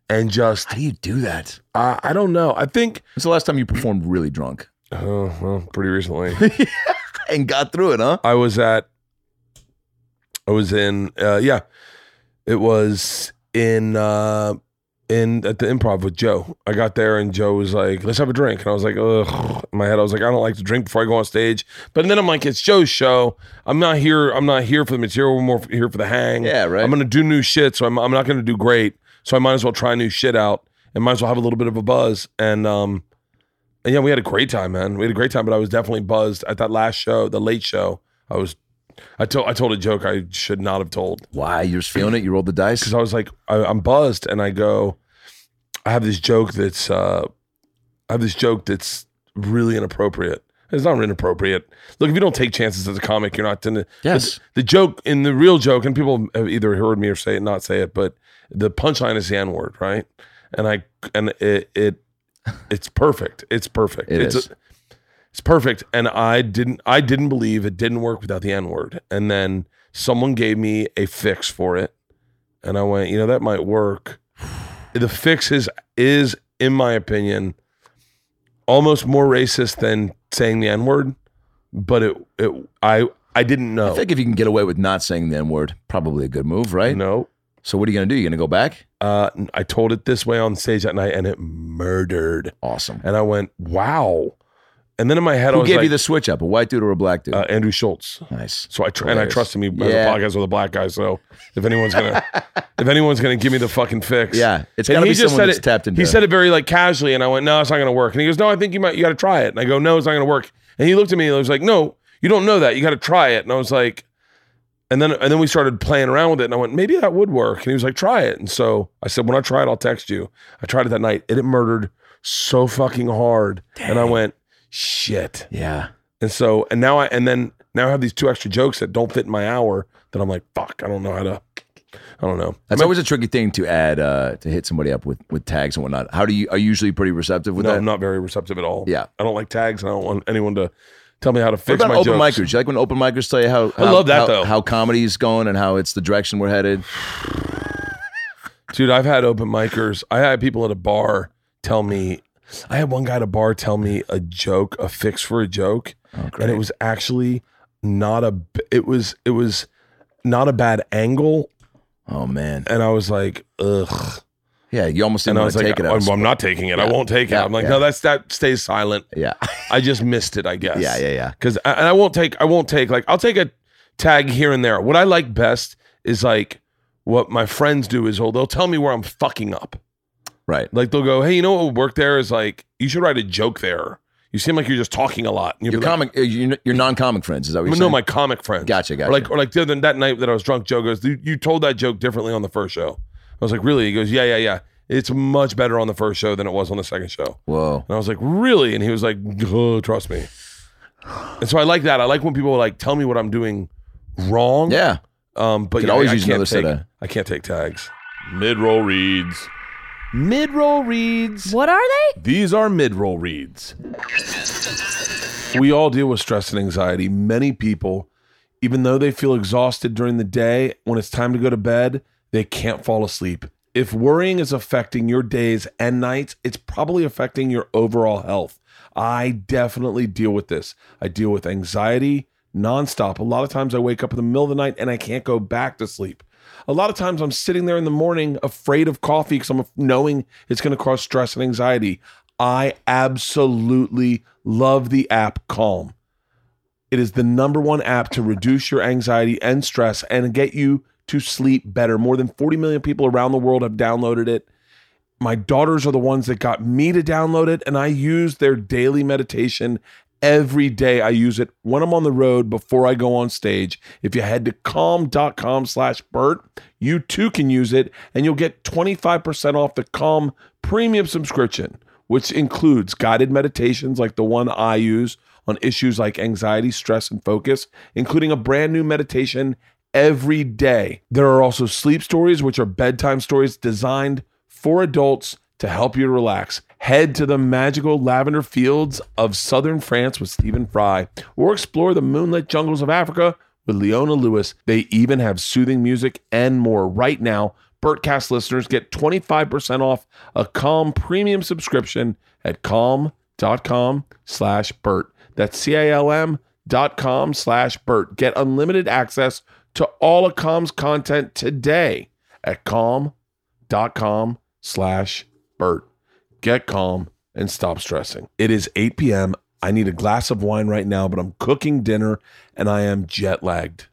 and just
how do you do that?
I, I don't know. I think
When's the last time you performed really drunk
oh, well, pretty recently
and got through it, huh?
I was at I was in uh, yeah, it was in uh, in at the improv with Joe. I got there and Joe was like, "Let's have a drink," and I was like, "Ugh." In my head, I was like, "I don't like to drink before I go on stage," but then I'm like, "It's Joe's show. I'm not here. I'm not here for the material. We're more here for the hang.
Yeah, right.
I'm gonna do new shit, so I'm I'm not gonna do great. So I might as well try new shit out and might as well have a little bit of a buzz and um." And yeah, we had a great time, man. We had a great time, but I was definitely buzzed at that last show, the late show. I was, I told, I told a joke I should not have told
Why? You're just feeling it. You rolled the dice.
because I was like, I, I'm buzzed, and I go, I have this joke that's, uh, I have this joke that's really inappropriate. It's not inappropriate. Look, if you don't take chances as a comic, you're not gonna.
Yes.
The, the joke in the real joke, and people have either heard me or say it, not say it, but the punchline is the N word, right? And I and it it it's perfect. It's perfect.
It
it's
is.
it's perfect. And I didn't I didn't believe it didn't work without the N word. And then someone gave me a fix for it. And I went, you know, that might work. The fix is is, in my opinion, almost more racist than saying the N word. But it it I I didn't know.
I think if you can get away with not saying the N word, probably a good move, right?
no.
So what are you gonna do? You gonna go back?
Uh, I told it this way on stage that night, and it murdered.
Awesome.
And I went, wow. And then in my head, I
Who
was
gave
like,
you the switch up? A white dude or a black dude?
uh, Andrew Schultz.
nice.
So I tr- and I
Hilarious.
trust him. He has
Yeah.
a podcast with a black guy. So if anyone's gonna if anyone's gonna give me the fucking fix,
Yeah, it's
And
gotta
he
be
just said
someone that's
it,
tapped into.
He said it very like casually, and I went, "No, it's not gonna work." And he goes, "No, I think you might. You got to try it." And I go, "No, it's not gonna work." And he looked at me and I was like, "No, you don't know that. You got to try it." And I was like, and then and then we started playing around with it, and I went, "Maybe that would work." And he was like, "Try it." And so I said, "When I try it, I'll text you." I tried it that night, and it murdered so fucking hard, and I went, "Shit."
Yeah.
And so, and now I, and then now I have these two extra jokes that don't fit in my hour that I'm like, fuck, I don't know how to, I don't know.
That's always a tricky thing to add uh, to hit somebody up with with tags and whatnot. How do you are you usually pretty receptive with
No,
that?
I'm not very receptive at all.
Yeah.
I don't like tags and I don't want anyone to tell me how to
What
fix
about
my
open
jokes.
micers? You like when open micers tell you how, how
love that,
how,
though.
how comedy's going and how it's the direction we're headed.
Dude, I've had open micers. I had people at a bar tell me, I had one guy at a bar tell me a joke, a fix for a joke.
Oh,
and it was actually not a, b- it was, it was not a bad angle.
Oh man,
And I was like, ugh.
yeah, you almost
And
didn't
I
want
was
to
like,
take it
I'm,
out.
I'm not taking it. I won't take
Yeah,
it. I'm like,
yeah.
no, that's that stays silent.
Yeah,
I just missed it, I guess.
yeah, yeah, yeah.
Because and I won't take I won't take like I'll take a tag here and there. What I like best is like what my friends do is oh they'll tell me where I'm fucking up.
Right.
Like they'll go, hey, you know what would work there is like you should write a joke there. You seem like you're just talking a lot. And you'll
Your
be like,
comic, uh, your your non-comic friends. Is that what you're
no,
saying?
my comic friends.
Gotcha, gotcha.
Or like, or like the other that night that I was drunk, Joe goes, "You you told that joke differently on the first show." I was like, "Really?" He goes, "Yeah, yeah, yeah. It's much better on the first show than it was on the second show."
Whoa.
And I was like, really? And he was like, "Duh, trust me. And so I like that. I like when people like tell me what I'm doing wrong.
Yeah.
Um, but
Could
yeah,
always
I,
use
can't
another set
take,
of-
I can't take tags. Mid roll reads.
Mid roll reads.
What are they?
These are mid roll reads.
We all deal with stress and anxiety. Many people, even though they feel exhausted during the day, when it's time to go to bed, they can't fall asleep. If worrying is affecting your days and nights, it's probably affecting your overall health. I definitely deal with this. I deal with anxiety nonstop. A lot of times I wake up in the middle of the night and I can't go back to sleep. A lot of times I'm sitting there in the morning afraid of coffee because I'm af- knowing it's going to cause stress and anxiety. I absolutely love the app Calm. It is the number one app to reduce your anxiety and stress and get you to sleep better. More than 40 million people around the world have downloaded it. My daughters are the ones that got me to download it, and I use their daily meditation every day. I use it when I'm on the road before I go on stage. If you head to calm.com slash Bert, you too can use it, and you'll get 25% off the Calm premium subscription, which includes guided meditations like the one I use on issues like anxiety, stress, and focus, including a brand new meditation every day. There are also sleep stories, which are bedtime stories designed for adults to help you relax. Head to the magical lavender fields of southern France with Stephen Fry, or explore the moonlit jungles of Africa with Leona Lewis. They even have soothing music and more. Right now, Burtcast listeners get 25% off a Calm premium subscription at calm.com slash Burt. That's C-A-L-M dot com slash Burt. Get unlimited access to all of Calm's content today at calm.com slash Burt. Get calm and stop stressing. It is 8 p.m. I need a glass of wine right now, but I'm cooking dinner and I am jet lagged.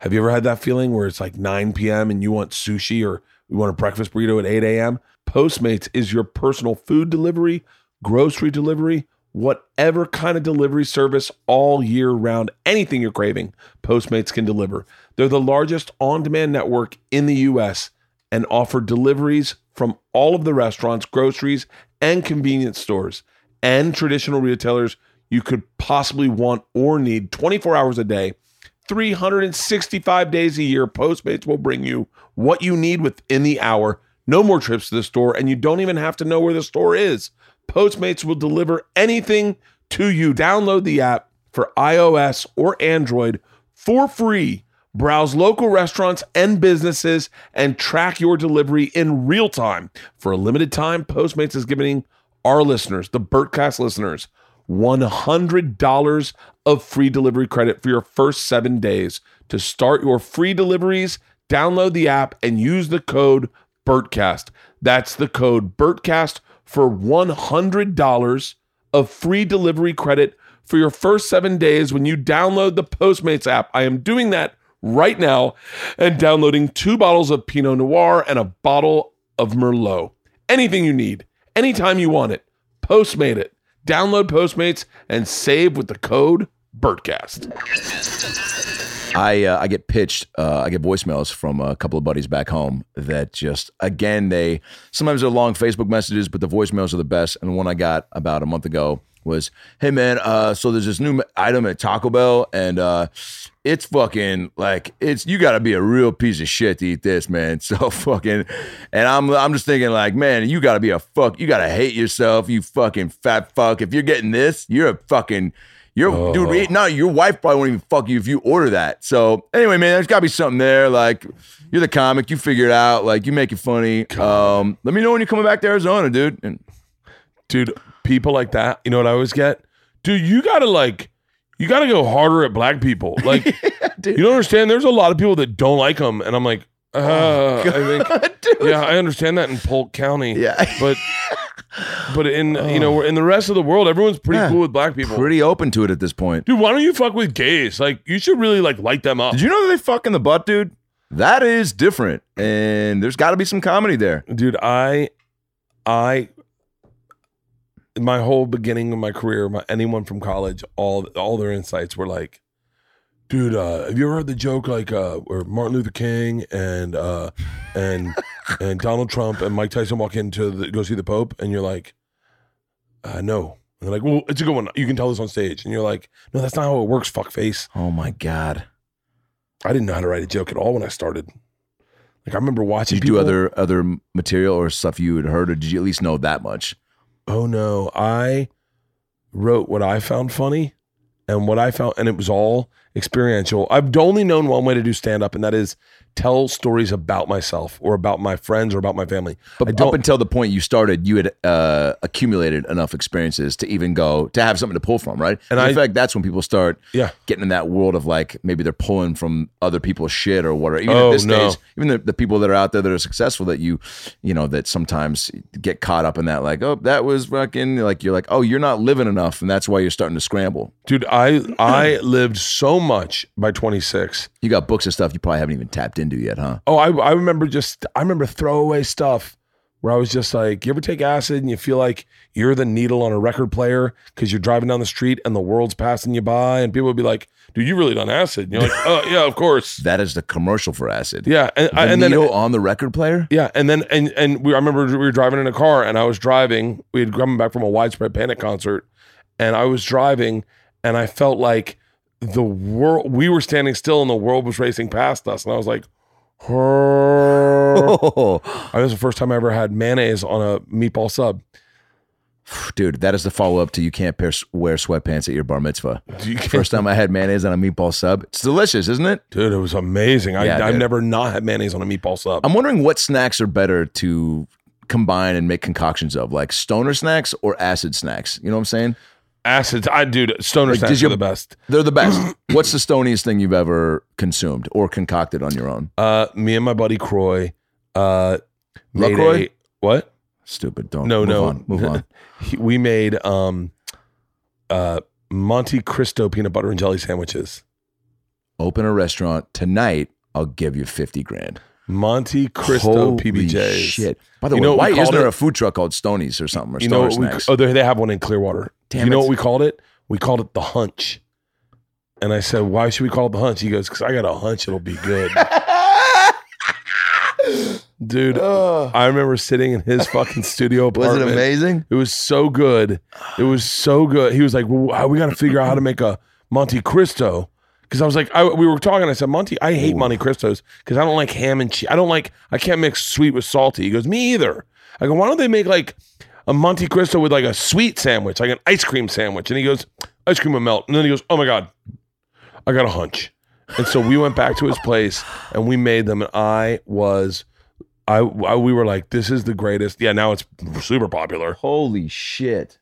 Have you ever had that feeling where it's like 9 p.m. and you want sushi or you want a breakfast burrito at 8 a.m.? Postmates is your personal food delivery, grocery delivery, whatever kind of delivery service all year round. Anything you're craving, Postmates can deliver. They're the largest on demand network in the U.S. and offer deliveries from all of the restaurants, groceries, and convenience stores and traditional retailers you could possibly want or need 24 hours a day. 365 days a year, Postmates will bring you what you need within the hour. No more trips to the store, and you don't even have to know where the store is. Postmates will deliver anything to you. Download the app for iOS or Android for free. Browse local restaurants and businesses and track your delivery in real time. For a limited time, Postmates is giving our listeners, the Burtcast listeners, $100 of free delivery credit for your first seven days. To start your free deliveries, download the app and use the code BERTCAST. That's the code BERTCAST for $100 of free delivery credit for your first seven days when you download the Postmates app. I am doing that right now and downloading two bottles of Pinot Noir and a bottle of Merlot. Anything you need, anytime you want it, Postmate it. Download Postmates and save with the code BERTCAST.
I uh, I get pitched. Uh, I get voicemails from a couple of buddies back home that just again they sometimes they're long Facebook messages, but the voicemails are the best. And the one I got about a month ago was, "Hey man, uh, so there's this new m- item at Taco Bell, and uh, it's fucking like it's you got to be a real piece of shit to eat this, man. So fucking, and I'm I'm just thinking like, man, you got to be a fuck, you got to hate yourself, you fucking fat fuck. If you're getting this, you're a fucking." Your dude, we- no, your wife probably won't even fuck you if you order that. So anyway, man, there's got to be something there. Like you're the comic, you figure it out. Like you make it funny. Um, let me know when you're coming back to Arizona, dude. And
Dude, people like that, you know what I always get? Dude, you gotta like, you gotta go harder at black people. Like, you
dude. Oh
don't understand. There's a lot of people that don't like them. And I'm like, uh, I think, yeah, I understand that in Polk County.
Yeah.
But, but in, you know, we're in the rest of the world, everyone's pretty
Yeah.
cool with black people.
pretty open to it at this point.
Dude, why don't you fuck with gays? Like, you should really like light them up.
Did you know that they fuck in the butt, dude? That is different, and there's got to be some comedy there.
dude i i my whole beginning of my career my, anyone from college all all their insights were like dude uh have you ever heard the joke like uh where martin luther king and uh and and donald trump and mike tyson walk into the go see the pope and you're like uh no and they're like well it's a good one you can tell this on stage and you're like no that's not how it works fuck face
Oh my god!
i didn't know how to write a joke at all when i started like i remember watching
Did you do
people-
other other material or stuff you had heard, or did you at least know that much?
oh no, I wrote what I found funny and what I found, and it was all experiential. I've only known one way to do stand up, and that is tell stories about myself or about my friends or about my family. I
But up
don't-
until the point you started, you had uh, accumulated enough experiences to even go to have something to pull from, right?
And
in
I-
fact, that's when people start
Yeah.
getting in that world of like maybe they're pulling from other people's shit or whatever. Even
Oh,
at this
no.
stage, even the, the people that are out there that are successful that you, you know, that sometimes get caught up in that, like, oh, that was fucking like you're like, oh, you're not living enough, and that's why you're starting to scramble.
Dude, I I lived so much by 26.
You got books and stuff you probably haven't even tapped into yet, huh?
Oh, I I remember just I remember throwaway stuff where I was just like, you ever take acid and you feel like you're the needle on a record player because you're driving down the street and the world's passing you by, and people would be like, "Dude, you really done acid?" And you're like, "Oh yeah, of course."
That is the commercial for acid.
Yeah, and,
The
I and
needle
then
on the record player.
yeah, and then and and we I remember we were driving in a car, and I was driving. We had come back from a widespread panic concert, and I was driving, and I felt like the world. We were standing still, and the world was racing past us, and I was like. "Hurr."
Oh,
I was the first time I ever had mayonnaise on a meatball sub.
Dude, that is the follow up to you can't pair, wear sweatpants at your bar mitzvah.
You can't-
First time I had mayonnaise on a meatball sub. It's delicious, isn't it?
Dude, it was amazing. I,
Yeah,
I've
dude.
never not had mayonnaise on a meatball sub.
I'm wondering what snacks are better to combine and make concoctions of, like stoner snacks or acid snacks. You know what I'm saying?
Acids, I dude, stoner
Like,
snacks
did you-
are the best.
They're the best. What's the stoniest thing you've ever consumed or concocted on your own?
Uh, me and my buddy Croy, uh, made
LaCroix?
a- what?
Stupid. Don't.
No,
move
no.
On, move on.
he- we made um uh Monte Cristo peanut butter and jelly sandwiches.
Open a restaurant tonight. I'll give you 50 grand.
Monte Cristo
Holy
PBJs.
Shit. By the
You
way,
know what
why
we
isn't
called
there
it?
a food truck called Stonies or something or
You know
Stoner
what we,
Snacks?
oh they they have one in Clearwater.
Damn
you know
it.
what we called it? We called it the hunch. And I said, "Why should we call it the hunch?" He goes, "Cause I got a hunch it'll be good." Dude, I remember sitting in his fucking studio
was
uh, apartment.
it amazing?
It was so good. It was so good. He was like, well, how- we got to figure out how to make a Monte Cristo. Because I was like, I, we were talking. I said, Monte, I hate Monte Cristos because I don't like ham and cheese. I don't like, I can't mix sweet with salty. He goes, me either. I go, why don't they make like a Monte Cristo with like a sweet sandwich, like an ice cream sandwich? And he goes, ice cream will melt. And then he goes, oh my God, I got a hunch. And so we went back to his place and we made them. And I was, I, I we were like, this is the greatest. Yeah, now it's super popular.
Holy shit.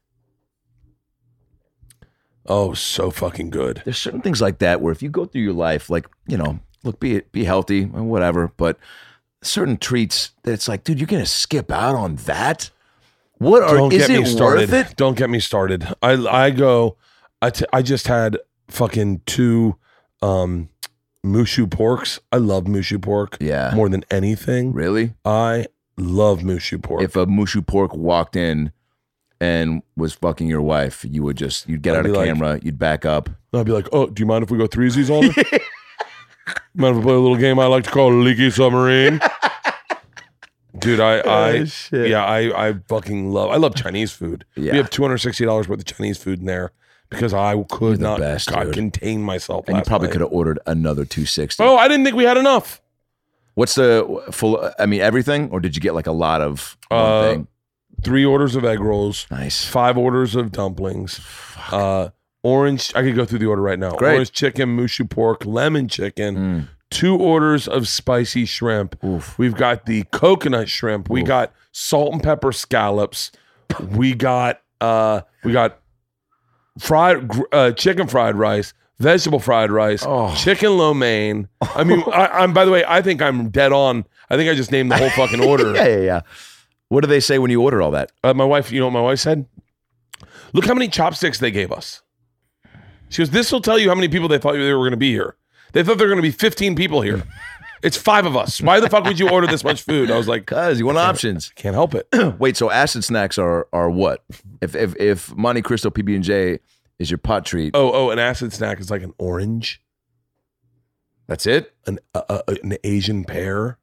Oh, so fucking good.
there's certain things like that where if you go through your life, like you know, look, be be healthy and whatever, but certain treats that it's like, dude, you're gonna skip out on that. What are
Don't
is
get
it
me started.
worth it?
Don't get me started. I I go. I t- I just had fucking two um mushu porks. I love mushu pork
Yeah.
more than anything.
Really?
I love mushu pork.
If a mushu pork walked in and was fucking your wife, you would just you'd get
I'd
out
be
of
like-
camera, you'd back up.
I'd be like, oh, do you mind if we go threesies on it? mind if we play a little game I like to call Leaky Submarine? Dude, I,
Oh,
I, yeah, I, I fucking love. I love Chinese food.
Yeah.
We have two hundred sixty dollars worth of Chinese food in there because I
You're
could
the
not
best,
God,
dude.
contain myself.
And you
last
probably
night.
could have ordered another 260.
Oh, I didn't think we had enough.
What's the full I mean everything or did you get like a lot of one
Uh,
thing?
Three orders of egg rolls,
Nice.
five orders of dumplings, uh, orange. I could go through the order right now.
Great.
Orange chicken, mushu pork, lemon chicken,
Mm.
two orders of spicy shrimp.
Oof.
We've got the coconut shrimp. We
Oof.
got salt and pepper scallops. We got uh we got fried gr- uh, chicken fried rice, vegetable fried rice,
Oh.
chicken lo mein. I mean, I, I'm by the way, I think I'm dead on. I think I just named the whole fucking order.
yeah, yeah, yeah. What do they say when you order all that?
uh, my wife, you know what my wife said? Look how many chopsticks they gave us. She goes, This will tell you how many people they thought they were going to be here. They thought there were going to be 15 people here. It's five of us. Why the fuck would you order this much food? I was like,
Cuz you want options.
Can't help it.
Wait, so acid snacks are are what? If if if Monte Cristo PB&J is your pot treat,
Oh, oh, an acid snack is like an orange,
that's it?
an uh, uh, an Asian pear,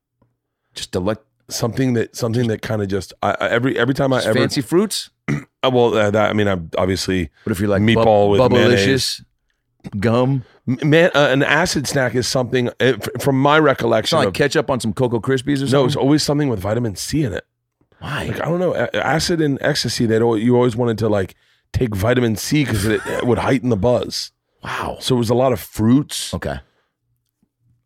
Just delect
something that something that kind of just I, I, every every time I
just
ever
fancy fruits?
uh, well uh, that I mean I obviously
What if you're like
Meatball with
bubblicious gum?
m- man uh, an acid snack is something uh, f- from my
It's
recollection
not like
of,
ketchup on some Cocoa Krispies or
no it's
something.
always something with vitamin C in it.
why?
Like I don't know a- acid and ecstasy that al- you always wanted to like take vitamin C because it, it would heighten the buzz.
Wow.
So it was a lot of fruits.
Okay.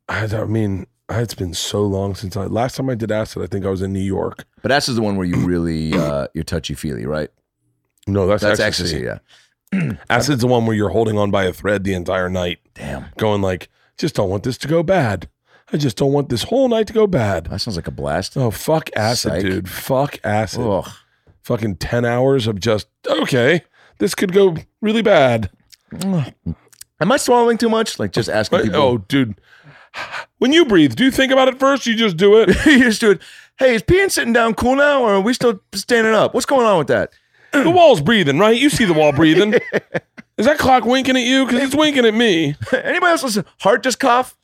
I, I mean it's been so long since I last time I did acid I think I was in New York.
But that's is the one where you really uh you're touchy feely, right?
No, that's,
That's
ecstasy.
ecstasy, yeah.
Acid's the one where you're holding on by a thread the entire night,
Damn.
going like, just don't want this to go bad. I just don't want this whole night to go bad.
That sounds like a blast.
Oh, fuck acid,
Psych.
dude. Fuck acid.
Ugh.
Fucking 10 hours of just, okay, this could go really bad.
Am I swallowing too much? Like just asking
But-
people.
oh, dude. When you breathe, do you think about it first? You just do it.
you just do it. Hey, is peeing sitting down cool now, or are we still standing up? What's going on with that?
the wall's breathing, right? You see the wall breathing. Is that clock winking at you? Because it's winking at me.
Anybody else listen? Heart just cough.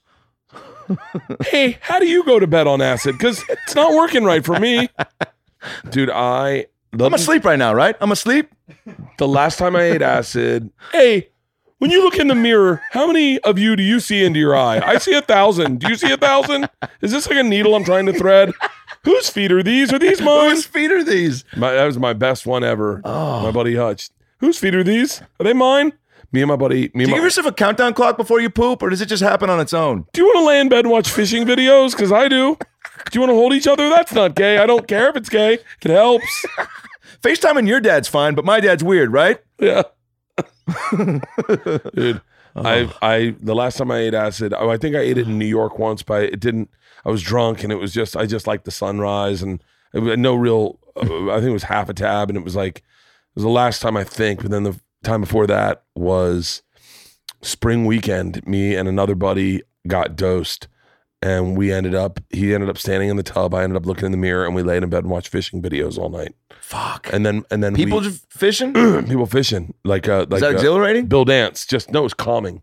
hey, how do you go to bed on acid? Because it's not working right for me. Dude, I
I'm asleep right now, right? I'm asleep.
the last time I ate acid. Hey, when you look in the mirror, how many of you do you see into your eye? I see a thousand. Do you see a thousand? Is this like a needle I'm trying to thread? Whose feet are these? Are these mine?
Whose feet are these?
My, that was my best one ever.
Oh.
My buddy Hutch. Whose feet are these? Are they mine? Me and my buddy. Me and
Do you
my,
give yourself a countdown clock before you poop, or does it just happen on its own?
do you want to lay in bed and watch fishing videos? Because I do. Do you want to hold each other? That's not gay. I don't care if it's gay. It helps.
FaceTime and your dad's fine, but my dad's weird, right?
Yeah. Dude,
Oh.
I I the last time I ate acid, oh, I think I ate it in New York once, but it didn't. I was drunk and it was just I just liked the sunrise and it was no real. uh, I think it was half a tab and it was like it was the last time I think. But then the time before that was spring weekend. Me and another buddy got dosed. And we ended up, he ended up standing in the tub. I ended up looking in the mirror and we laid in bed and watched fishing videos all night.
Fuck.
And then, and then we-
People just fishing? Is
people fishing like uh like
that
uh,
exhilarating?
Bill Dance just no it was calming.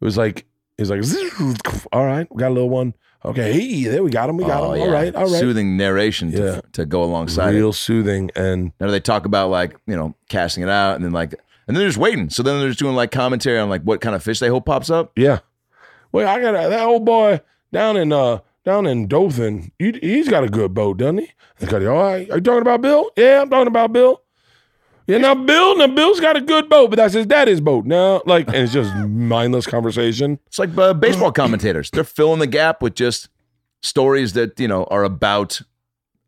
It was like it was like "Zzz, all right, we got a little one. Okay, hey, there we got him. We got
Oh,
him.
yeah.
All right, all right.
Soothing narration to,
Yeah.
to go alongside. it.
Real soothing and
Now do they talk about like you know casting it out and then like and then they're just waiting. So then they're just doing like commentary on like what kind of fish they hope pops up.
yeah. Wait, I got a, that old boy down in uh down in Dothan. You, he's got a good boat, doesn't he? He's got it. All right, are you talking about Bill? Yeah, I'm talking about Bill. Yeah, now Bill, now Bill's got a good boat, but that's his daddy's boat. Now, like, and it's just mindless conversation.
It's like uh, baseball commentators. They're filling the gap with just stories that you know are about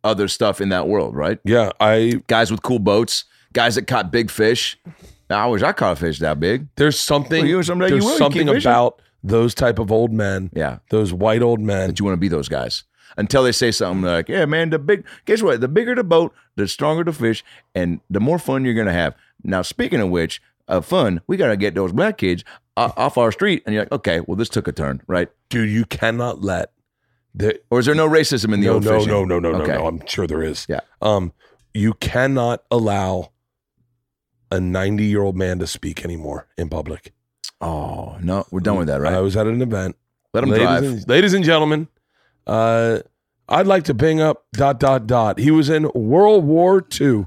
other stuff in that world, right?
Yeah, I
Guys with cool boats, guys that caught big fish. I wish I caught a fish that big.
There's something.
Well, you- someday you
there's
will, you
something
keep fishing.
about those type of old men,
Yeah.
those white old men.
But you want to be those guys until they say something like, "Yeah, man, the big guess what? The bigger the boat, the stronger the fish, and the more fun you're gonna have." Now, speaking of which, uh, fun, we gotta get those black kids o- off our street, and you're like, "Okay, well, this took a turn, right?"
Dude, you cannot let the
Or is there no racism in the
no,
old
no,
fishing?
no, no, no, no,
Okay.
no. I'm sure there is.
Yeah.
Um, you cannot allow a 90 year old man to speak anymore in public.
Oh no, we're done with that, right?
I was at an event.
Let them
Uh, ladies,
drive.
And, ladies and gentlemen, uh, I'd like to bring up dot dot dot. He was in World War II.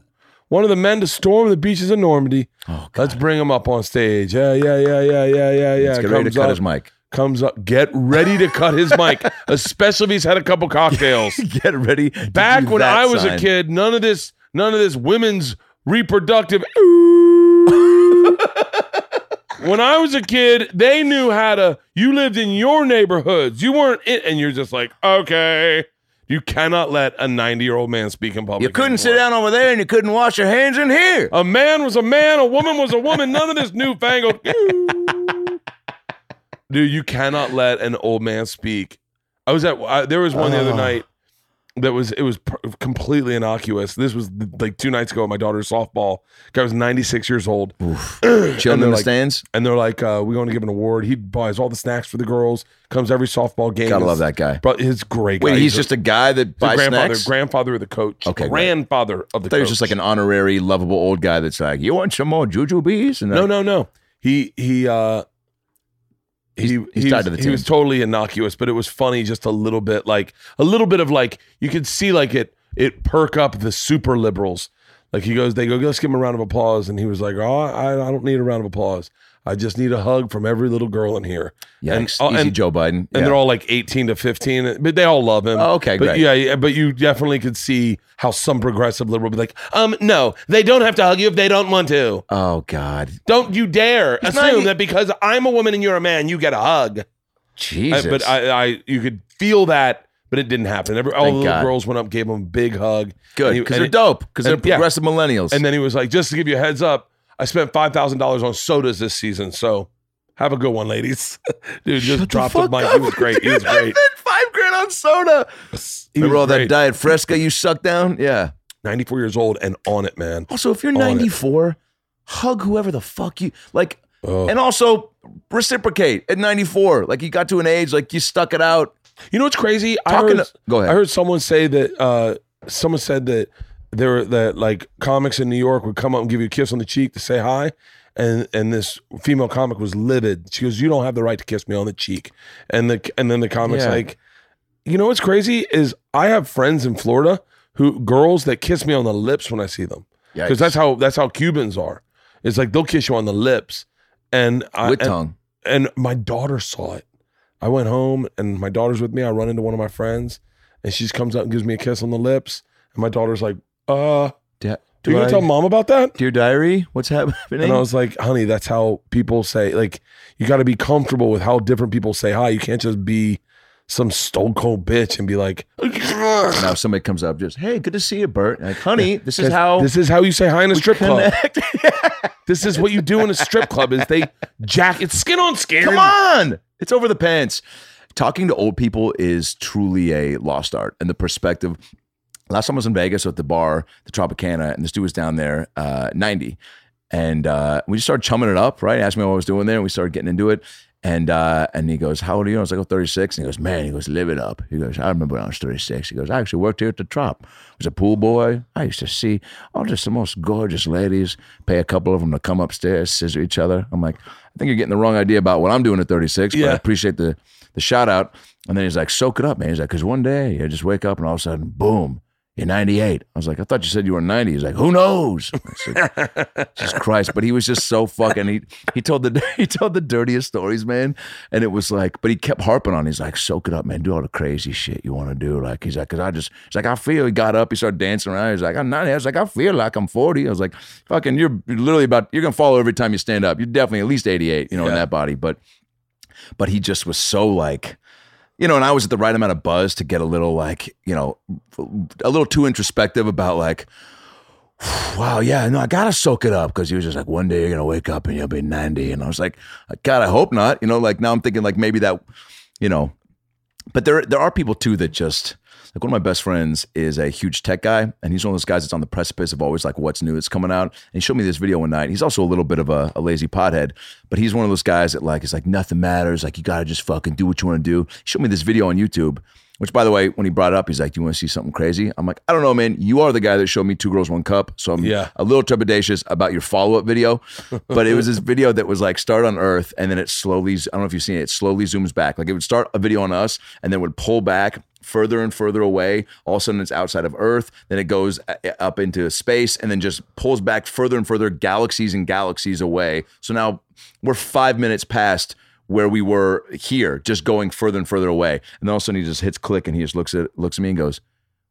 One of the men to storm the beaches of Normandy.
oh, God.
Let's bring him up on stage. Yeah, yeah, yeah, yeah, yeah, yeah, yeah.
Let's get ready to
Comes
cut
up,
his mic.
comes up. Get ready to cut his mic, especially if he's had a couple cocktails.
Get ready. to
Back
do
when
that
I was a
sign.
kid, none of this, none of this women's reproductive. when I was a kid, they knew how to. You lived in your neighborhoods. You weren't it, and you're just like, okay. You cannot let a 90 year old man speak in public.
you couldn't
anymore.
sit down over there, and you couldn't wash your hands in here.
A man was a man, a woman was a woman. None of this newfangled. Dude, you cannot let an old man speak. I was at I, there was one the other
Oh.
night that was it was pr- completely innocuous. This was like two nights ago. at My daughter's softball guy was 96 years old,
Chilling in the
like,
stands.
and they're like, uh, "We going to give an award." He buys all the snacks for the girls. Comes every softball game.
Gotta
It's-
love that guy.
But his great.
Wait,
guy.
he's
a-
just a guy that
the
buys
grandfather,
snacks.
grandfather of the coach.
Okay, great.
grandfather of the.
I thought he was
coach.
just like an honorary, lovable old guy that's like, "You want some more jujubes?" And
No,
like,
no, no. He he uh he,
He's- he's
he
tied
was,
to the
he
team.
was totally innocuous, but it was funny just a little bit like a little bit of like you could see like it it perk up the super liberals. Like he goes, they go, let's give him a round of applause, and he was like, oh, I, I don't need a round of applause. I just need a hug from every little girl in here. And-
Yikes.
oh,
Easy
and-
Joe Biden.
And they're all like eighteen to fifteen, but they all love him.
Oh, okay,
but
great.
yeah, yeah, but you definitely could see how some progressive liberal would be like, um, no, they don't have to hug you if they don't want to.
oh God,
Don't you dare
He's
assume
not-
that because I'm a woman and you're a man, you get a hug. I-
Jesus!
but I, I, you could feel that, but it didn't happen. Every, all the
Thank
little
God.
girls went up, gave him a big hug.
good
and he-
because
and
they're
it-
dope because they're
and- yeah.
progressive millennials.
And then he was like, just to give you a heads up, I spent five thousand dollars on sodas this season, so have a good one, ladies. Dude, just dropped the mic. He was great. He was great.
five grand on soda.
He
Remember
was
all
great.
that diet Fresca you sucked down? Yeah.
Ninety-four years old and on it, man.
Also, if you're
On it.
94, hug whoever the fuck you like,
Oh.
and also reciprocate at 94. Like you got to an age, like you stuck it out.
You know what's crazy? I
Talking
heard,
to- go ahead.
I heard someone say that uh, someone said that there were that like comics in New York would come up and give you a kiss on the cheek to say hi. And and this female comic was livid. She goes, "You don't have the right to kiss me on the cheek." And the and then the comic's
Yeah.
like, "You know what's crazy is I have friends in Florida who girls that kiss me on the lips when I see them
Yeah,
because that's how that's how Cubans are. It's like they'll kiss you on the lips, and I,
with
and-
tongue.
and my daughter saw it. I went home and my daughter's with me. I run into one of my friends and she just comes up and gives me a kiss on the lips. And my daughter's like, uh,
Da-
you
do
gonna
I-
tell mom about that?
Dear diary, what's happening?
And I was like, honey, that's how people say, like, you gotta be comfortable with how different people say hi. You can't just be some stone cold bitch and be like,
now if somebody comes up, just hey, good to see you, Bert. Like, honey, this is how
this is how you say hi in a strip club.
connect.
This is what you do in a strip club is they jack it's skin on skin.
Come on, it's over the pants. Talking to old people is truly a lost art, and the perspective. Last time I was in Vegas at the bar, the Tropicana, and this dude was down there, uh, ninety, and uh, we just started chumming it up. Right, asked me what I was doing there, and we started getting into it. And uh, and he goes, "How old are you?" I was like, "Oh, 36. And he goes, "Man," he goes, "Live it up." He goes, "I remember when I was 36." He goes, "I actually worked here at the Trop. Was a pool boy. I used to see all just the most gorgeous ladies. Pay a couple of them to come upstairs, scissor each other." I'm like, "I think you're getting the wrong idea about what I'm doing at 36." But I
Yeah.
appreciate the the shout out. And then he's like, "Soak it up, man." He's like, "Cause one day you just wake up and all of a sudden, boom." You're 98. I was like, I thought you said you were 90. He's like, who knows? I said, Jesus Christ! But he was just so fucking. He he told the he told the dirtiest stories, man. And it was like, but he kept harping on. it. He's like, soak it up, man. Do all the crazy shit you want to do. Like he's like, cause I just. He's like, I feel. He got up. He started dancing around. He's like, I'm not. I was like, I feel like I'm 40. I was like, fucking. You're you're literally about. You're gonna fall every time you stand up. You're definitely at least 88. You know, in that body. But but he just was so like. You know, and I was at the right amount of buzz to get a little like, you know, a little too introspective about like, wow, yeah, no, I gotta soak it up because he was just like, one day you're gonna wake up and you'll be 90. And I was like, God, I hope not. You know, like now I'm thinking like maybe that, you know, but there there are people too that just like one of my best friends is a huge tech guy, and he's one of those guys that's on the precipice of always like what's new that's coming out. And he showed me this video one night. He's also a little bit of a, a lazy pothead, but he's one of those guys that like it's like nothing matters. Like you gotta just fucking do what you want to do. He showed me this video on YouTube. Which, by the way, when he brought it up, he's like, "Do you want to see something crazy?" I'm like, "I don't know, man. You are the guy that showed me Two Girls One Cup, so I'm
Yeah.
a little trepidatious about your follow up video." But it was this video that was like start on Earth, and then it slowly. I don't know if you've seen it. It slowly zooms back. Like it would start a video on us, and then it would pull back further and further away. All of a sudden, it's outside of Earth. Then it goes a- up into space, and then just pulls back further and further, galaxies and galaxies away. So now we're five minutes past where we were here, just going further and further away. And then all of a sudden he just hits click and he just looks at looks at me and goes,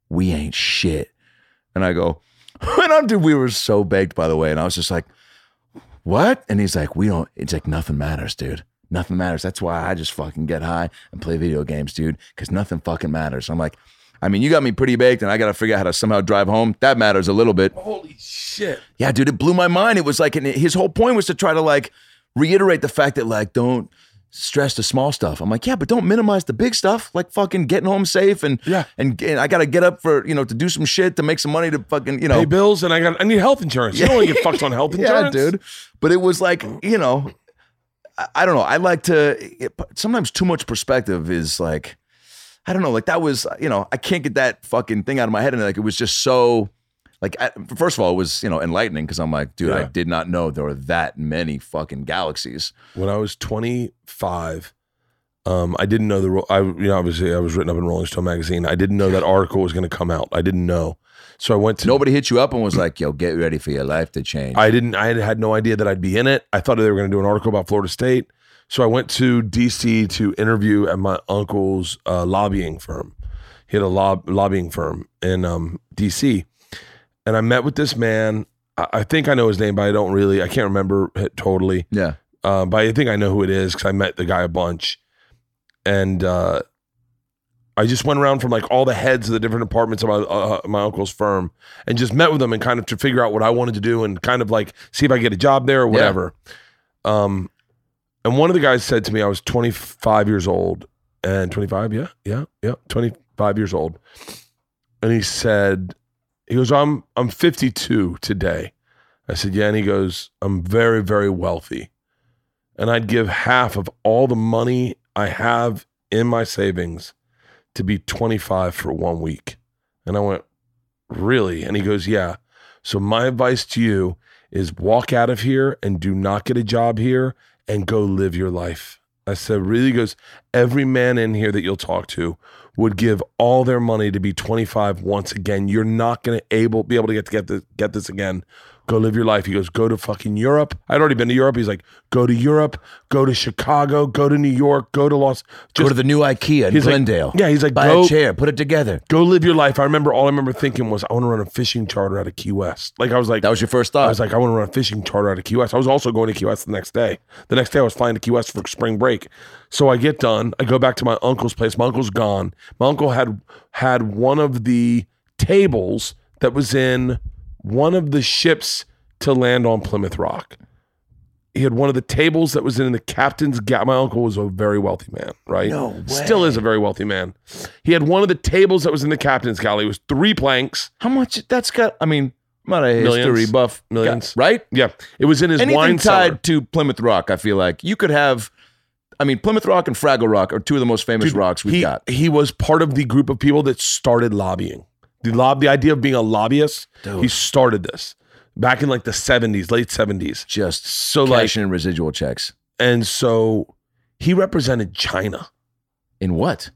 We ain't shit. And I go, and I'm dude, we were so baked, by the way. And I was just like, What? And he's like, We don't it's like nothing matters, dude. Nothing matters. That's why I just fucking get high and play video games, dude, because nothing fucking matters. I'm like, I mean, you got me pretty baked, and I got to figure out how to somehow drive home. That matters a little bit.
Holy shit.
Yeah, dude, it blew my mind. It was like, and his whole point was to try to like reiterate the fact that like don't stress the small stuff. I'm like, yeah, but don't minimize the big stuff, like fucking getting home safe and
Yeah.
and, and I gotta get up for you know to do some shit to make some money to fucking you know
Pay bills and I got I need health insurance. You don't want to get fucked on health insurance.
yeah, dude. But it was like, you know, I, I don't know. I like to it, sometimes too much perspective is like, I don't know. Like that was, you know, I can't get that fucking thing out of my head, and like it was just so. Like I, first of all, it was you know enlightening because I'm like, dude, I
Yeah.
did not know there were that many fucking galaxies.
when I was 25, um, I didn't know the ro- I you know obviously I was written up in Rolling Stone magazine. I didn't know that article was going to come out. I didn't know, so I went to
Nobody hit you up and was like, yo, get ready for your life to change.
I didn't. I had, had no idea that I'd be in it. I thought they were going to do an article about Florida State, so I went to DC to interview at my uncle's uh, lobbying firm. He had a lob- lobbying firm in um, DC, and I met with this man. I, I think I know his name, but I don't really. I can't remember it totally.
yeah,
uh, but I think I know who it is because I met the guy a bunch, and uh, I just went around from like all the heads of the different departments of my uh, my uncle's firm and just met with them and kind of to figure out what I wanted to do and kind of like see if I could get a job there or whatever. Um, and one of the guys said to me, I was 25 years old and 25, yeah, yeah, yeah, 25 years old, and he said, he goes, I'm I'm 52 today. I said, yeah, and he goes, I'm very very wealthy and I'd give half of all the money I have in my savings to be 25 for one week. And I went, Really? And he goes, Yeah. So my advice to you is walk out of here and do not get a job here and go live your life. I said, Really? He goes, Every man in here that you'll talk to would give all their money to be 25 once again. You're not going to able be able to get to get this, get this again. Go live your life. He goes, go to fucking Europe. I'd already been to Europe. He's like, go to Europe, go to Chicago, go to New York, go to Los.
go to the new IKEA in
He's like-
Glendale.
yeah, he's like,
buy
go-
a chair, put it together.
go live your life. I remember all I remember thinking was I want to run a fishing charter out of Key West. Like I was like
That was your first
I
thought.
was like I want to run a fishing charter out of Key West. I was also going to Key West the next day. The next day I was flying to Key West for spring break. So I get done. I go back to my uncle's place. My uncle's gone. My uncle had had one of the tables that was in one of the ships to land on Plymouth Rock he had one of the tables that was in the captain's galley. My uncle was a very wealthy man, right? No way. Still is a very wealthy man. He had one of the tables that was in the captain's galley. It was three planks.
How much? That's got. I mean, I'm not a
Millions.
history buff, guy,
Millions.
right?
Yeah, it was in his
anything
wine
tied
cellar.
to Plymouth Rock, I feel like you could have. I mean, Plymouth Rock and Fraggle Rock are two of the most famous
Dude,
rocks we've
he,
got.
He was part of the group of people that started lobbying. The lob, the idea of being a lobbyist,
Oh.
he started this back in like the seventies, late seventies.
Just
So,
so
like-
cashing in residual checks.
And so he represented China.
In what?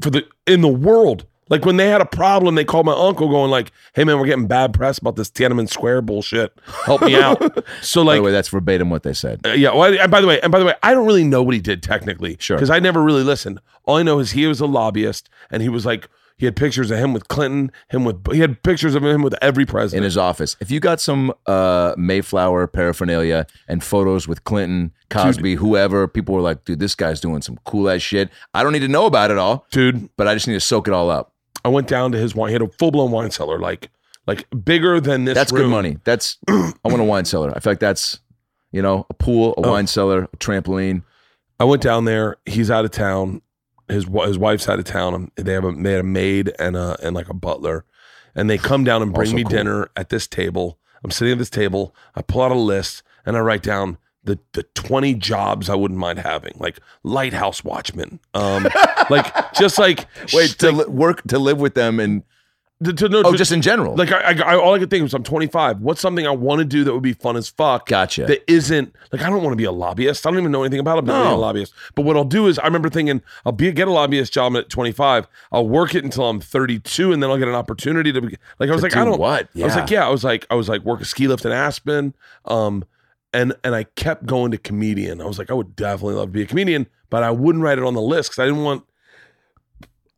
for the in the world. Like when they had a problem, they called my uncle, going like, "Hey man, we're getting bad press about this Tiananmen Square bullshit. Help me out." so
By
like,
the way, that's verbatim what they said.
uh, yeah. Well, and by the way, and by the way, I don't really know what he did technically,
Sure.
because I never really listened. All I know is he was a lobbyist, and he was like, he had pictures of him with Clinton, him with he had pictures of him with every
In
president.
his office, if you got some uh, Mayflower paraphernalia and photos with Clinton, Cosby, whoever, people were like, "Dude, this guy's doing some cool ass shit." I don't need to know about it all,
Dude,
but I just need to soak it all up.
I went down to his wine. He had a full blown wine cellar, like like bigger than this.
That's good
room.
money. That's I want a wine cellar. I feel like that's you know a pool,
Oh.
a wine cellar, a trampoline.
I went down there. He's out of town. His wi- his wife's out of town. Um, They have a they had a maid and a and like a butler, and they come down and bring
Also
me
cool.
dinner at this table. I'm sitting at this table. I pull out a list and I write down the the 20 jobs I wouldn't mind having, like lighthouse watchman, um, like just like
Wait
sh-
to
like,
li- work to live with them and
to, to, no,
oh,
to-
just in general.
like I, I, I all I could think was I'm 25. What's something I want to do that would be fun as fuck?
Gotcha.
That isn't like I don't want to be a lobbyist. I don't even know anything about it. But being a
No.
lobbyist. But what I'll do is I remember thinking I'll be get a lobbyist job at 25. I'll work it until I'm 32, and then I'll get an opportunity to be, like I was like
do
I don't
what?
I was
Yeah.
like yeah. I was like I was like work a ski lift in Aspen. Um, and and I kept going to comedian. I was like I would definitely love to be a comedian, but I wouldn't write it on the list because I didn't want.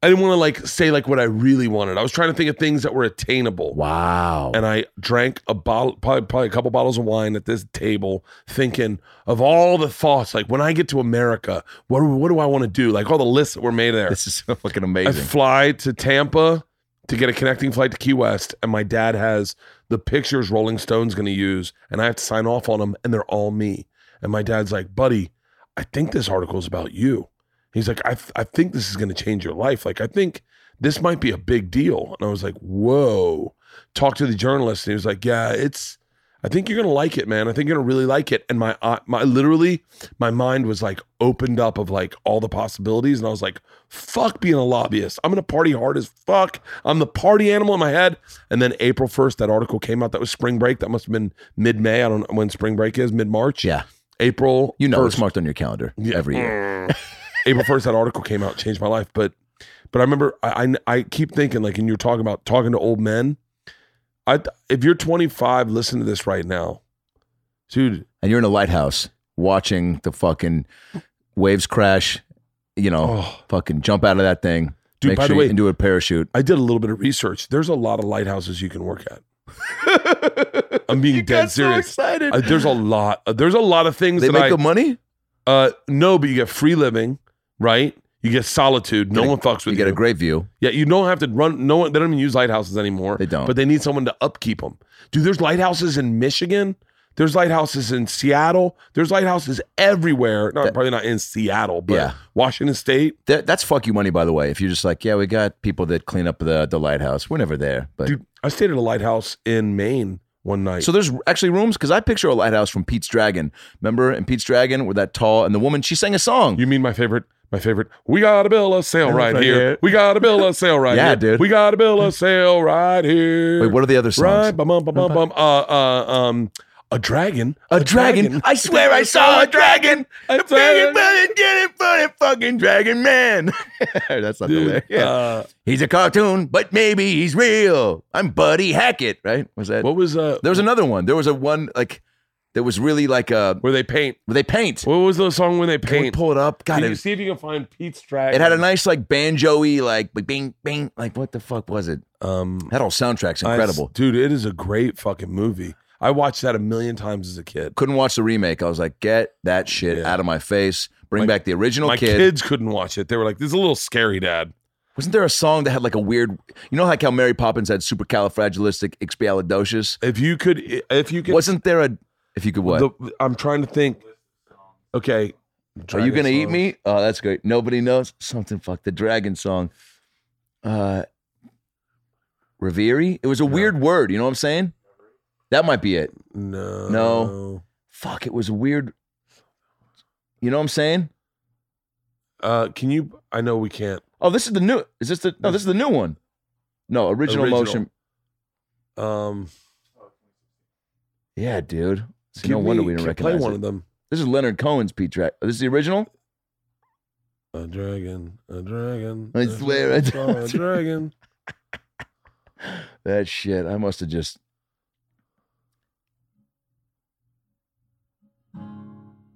I didn't want to like say like what I really wanted. I was trying to think of things that were attainable
wow.
and I drank a bottle, probably, probably a couple bottles of wine at this table, thinking of all the thoughts. Like when I get to America, what do- what do I want to do? Like all the lists that were made there.
this is fucking
I
amazing.
fly to Tampa to get a connecting flight to Key West, and my dad has the pictures Rolling Stone's going to use, and I have to sign off on them, and they're all me. And my dad's like, buddy, I think this article is about you. He's like, I, th- I think this is going to change your life. Like, I think this might be a big deal. And I was like, whoa. Talk to the journalist, and he was like, yeah, it's. I think you're gonna like it, man. I think you're gonna really like it. And my, eye- my literally, my mind was like opened up of like all the possibilities, and I was like, fuck being a lobbyist. I'm gonna party hard as fuck. I'm the party animal in my head. And then April 1st, that article came out. That was spring break. That must have been mid May. I don't know when spring break is, mid March.
yeah,
April.
you know it's
1st.
marked on your calendar every year.
April first, that article came out, changed my life. But but I remember I I, I keep thinking like, and you're talking about talking to old men. I if you're 25, listen to this right now, dude.
and you're in a lighthouse watching the fucking waves crash, you know,
Oh,
fucking jump out of that thing.
Dude,
make
by the
sure
way-
you can do a parachute.
I did a little bit of research. There's a lot of lighthouses you can work at. I'm being dead serious.
excited.
Uh, there's a lot. uh, there's a lot of things
they
that
make
I
good money.
uh, no, but you get free living, right? You get solitude. No
Get a-
one fucks with you.
You get a great view.
Yeah, you don't have to run. No one, they don't even use lighthouses anymore.
They don't.
But they need someone to upkeep them. Dude, there's lighthouses in Michigan. There's lighthouses in Seattle. There's lighthouses everywhere. Not probably not in Seattle, but
Yeah.
Washington State.
That, that's fuck you money, by the way. If you're just like, yeah, we got people that clean up the, the lighthouse. We're never there, but
Dude, I stayed at a lighthouse in Maine one night.
so there's actually rooms because I picture a lighthouse from Pete's Dragon. Remember in Pete's Dragon with that tall and the woman she sang a song.
you mean my favorite? My favorite. We got a bill of sale right
Right
here.
here.
We got a bill of sale right
Yeah,
here.
dude.
We got a bill of sale right here.
Wait, what are the other songs?
Right, bum, bum, bum, bum, bum. Uh, uh, um, a dragon.
A dragon. I swear I saw a dragon.
A
A
dragon.
dragon, but get it, but it fucking dragon man. That's not the way.
Dude,
Yeah.
uh,
he's a cartoon, but maybe he's real. I'm Buddy Hackett, right? Was that?
What was uh?
there was another one. There was a one like that was really like a
where they paint?
where they paint.
What was the song when they
Can we
paint?
pull it up. God,
Can you
it,
see if you can find Pete's Dragon.
it had a nice like banjoey like bing bing like what the fuck was it?
um
That whole soundtrack's
I-
incredible.
dude. It is a great fucking movie. I watched that a million times as a kid.
Couldn't watch the remake. I was like, get that shit
Yeah.
out of my face. Bring
My-
back the original
My
kid.
kids couldn't watch it. They were like, "This is a little scary, Dad."
Wasn't there a song that had like a weird, you know, like how Mary Poppins had supercalifragilistic expialidocious?
If you could, if you could,
Wasn't there a, if you could what?
the, I'm trying to think. Okay,
Are you
Dragon
going to eat
songs.
me? Oh, that's great. Nobody knows. Something fuck the dragon song. Uh, Reveri? It was a weird word. You know what I'm saying? That might be it.
No,
No. Fuck, it was weird. You know what I'm saying?
Uh, can you? I know we can't.
Oh, this is the new, is this the, no, this is the new one. No, original,
Original.
motion.
Um,
Yeah, dude. See,
give
no wonder
me-
we didn't
play
recognize
one
it.
of them.
This is Leonard Cohen's Pete track. This is the original?
A dragon, a dragon.
I
a
swear I
dragon,
don't-
saw a dragon.
That shit. I must have just.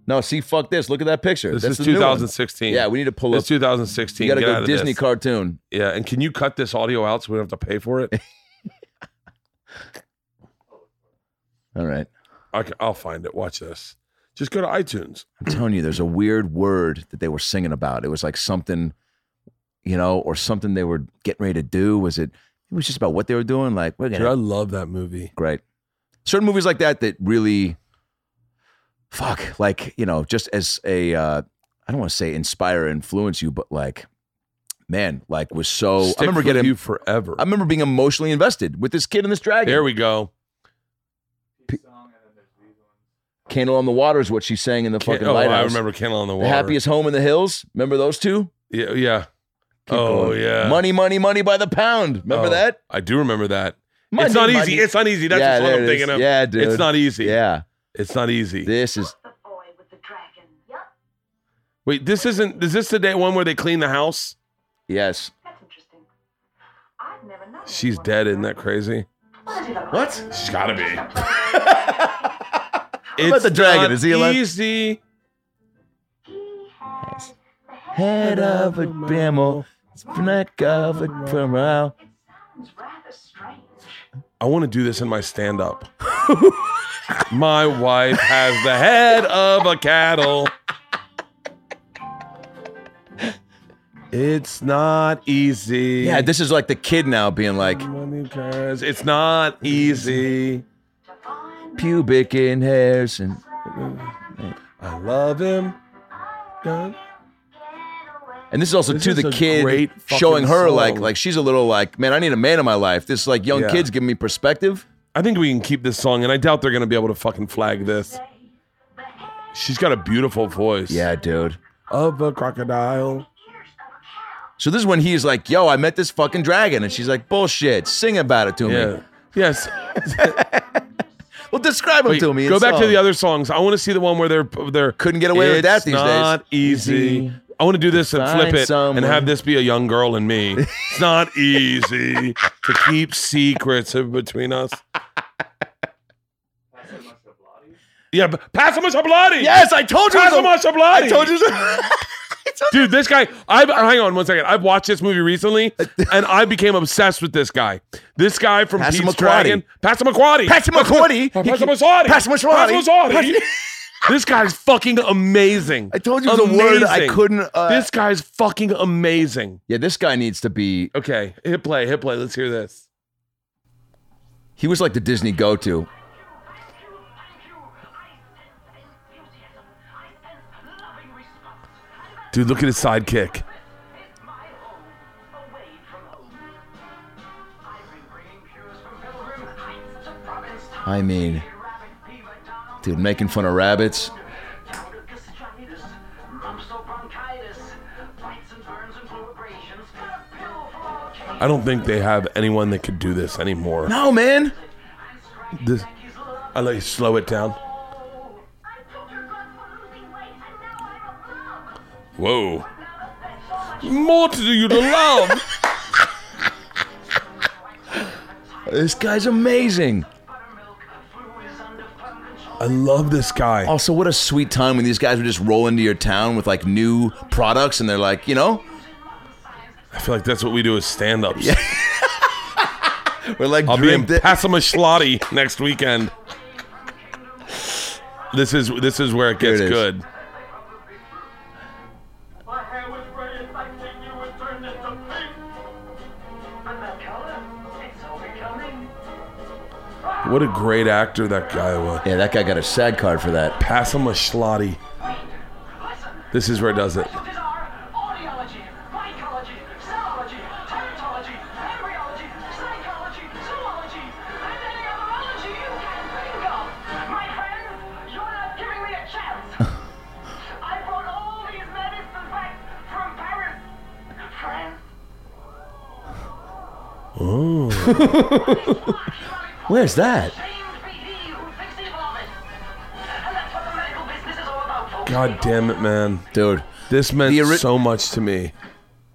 No, see, fuck this. Look at that picture.
This
That's
is
the new one.
2016.
Yeah, we need to pull up.
it's 2016.
You got to
Get out
go
of
Disney
this.
cartoon.
Yeah, and can you cut this audio out so we don't have to pay for it?
All right.
I can, I'll find it. Watch this. Just go to iTunes.
I'm telling you, there's a weird word that they were singing about. It was like something, you know, or something they were getting ready to do. Was it It was just about what they were doing. Like, we're
Dude, I
gonna
love that movie.
great. Certain movies like that that really, fuck, like you know, just as a, uh, I don't want to say inspire or influence you, but like, man, like was so.
Stick
Oh, I remember
with
getting,
you forever.
I remember being emotionally invested with this kid and this dragon.
there we go.
Candle on the Water is what she's sang in the
Can-
fucking
oh,
lighthouse.
I remember Candle on the
The
Water.
happiest home in the hills. Remember those two?
Yeah. yeah.
Keep
oh
going.
yeah.
Money, money, money by the pound. Remember
Oh,
that?
I do remember that.
Money,
it's not
money.
easy. It's not easy. That's
yeah,
just what
there
I'm
it
thinking
is.
of.
Yeah, dude.
It's not easy.
Yeah,
It's not easy.
this is.
The boy with the dragon. Yup,
Wait, this isn't. Is this the day one where they clean the house?
Yes.
that's interesting. I've never known.
She's
anyone
dead.
who-
Isn't that crazy?
What?
She's gotta be.
about the dragon?
not
Is he alive?
Easy.
Head of a bramble, neck of a bramble.
Sounds rather strange.
I want to do this in my stand up. my wife has the head of a cattle. It's not easy.
Yeah, this is like the kid now being like
Money cars. It's not easy.
pubic in hairs and
I love him. God.
and this is also
This
to
is
the
a
kid
great fucking
showing her like
song.
like she's a little like man I need a man in my life. This like young
Yeah.
kids giving me perspective.
I think we can keep this song, and I doubt they're going to be able to fucking flag this. She's got a beautiful voice.
Yeah, dude.
Of a crocodile.
So this is when he's like, "Yo, I met this fucking dragon," and she's like, "Bullshit, sing about it to
Yeah.
me.
Yes.
Well, describe him
Wait,
to me." in
go back to
song."
the other songs. I want to see the one where they're they're
Couldn't get away with that
It's
these days.
Not easy.
Easy.
I want to do this and
Find
flip it
someone.
and have this be a young girl and me. It's not easy to keep secrets in between us. Yeah, but Passimo Shablati.
Yes, I told you. it was a-
Passimo Shablati.
I told you. it was a-
Dude, this guy, I've hang on one second. I've watched this movie recently and I became obsessed with this guy. This guy from
Passimo
Pete's
Quaddy.
Dragon. Passimo Quaddy.
Patsy McCourty.
Pass him a sorry.
Pass him a sorry.
Pass him a sorry. This guy's fucking amazing.
I told you it was a word I
Amazing.
couldn't, uh,
this guy's fucking amazing.
Yeah, this guy needs to be.
Okay, hit play, hit play. Let's hear this.
He was like the Disney go-to.
Dude, look at his sidekick.
I mean, dude, making fun of rabbits.
I don't think they have anyone that could do this anymore.
No, man.
This, I let you slow it down. Whoa. More to you to love.
This guy's amazing.
I love this guy.
Also, what a sweet time when these guys would just roll into your town with like new products, and they're like, you know,
I feel like that's what we do as stand ups.
we're like,
I'll be in
drink thi-
Passamaquoddy next weekend. This is this is where it
Here
gets
it is.
good.
My hair was gray if I think you would turn it to pink.
I'm that color. It's so becoming.
What a great actor that guy was.
yeah, that guy got a sad card for that.
Passamaquoddy.
Listen.
This is where it does it.
These are audiology, mycology, sonology, teratology, embryology, psychology, zoology, and any other ology you can think of. My friend, you're not giving me a chance. I brought all these medicines back from Paris. France.
Where's that?
Shamed be he who thinks evil of it. And that's what the medical business is all about, folks.
God damn it, man.
Dude,
This meant
The ori-
so much to me.
Dad,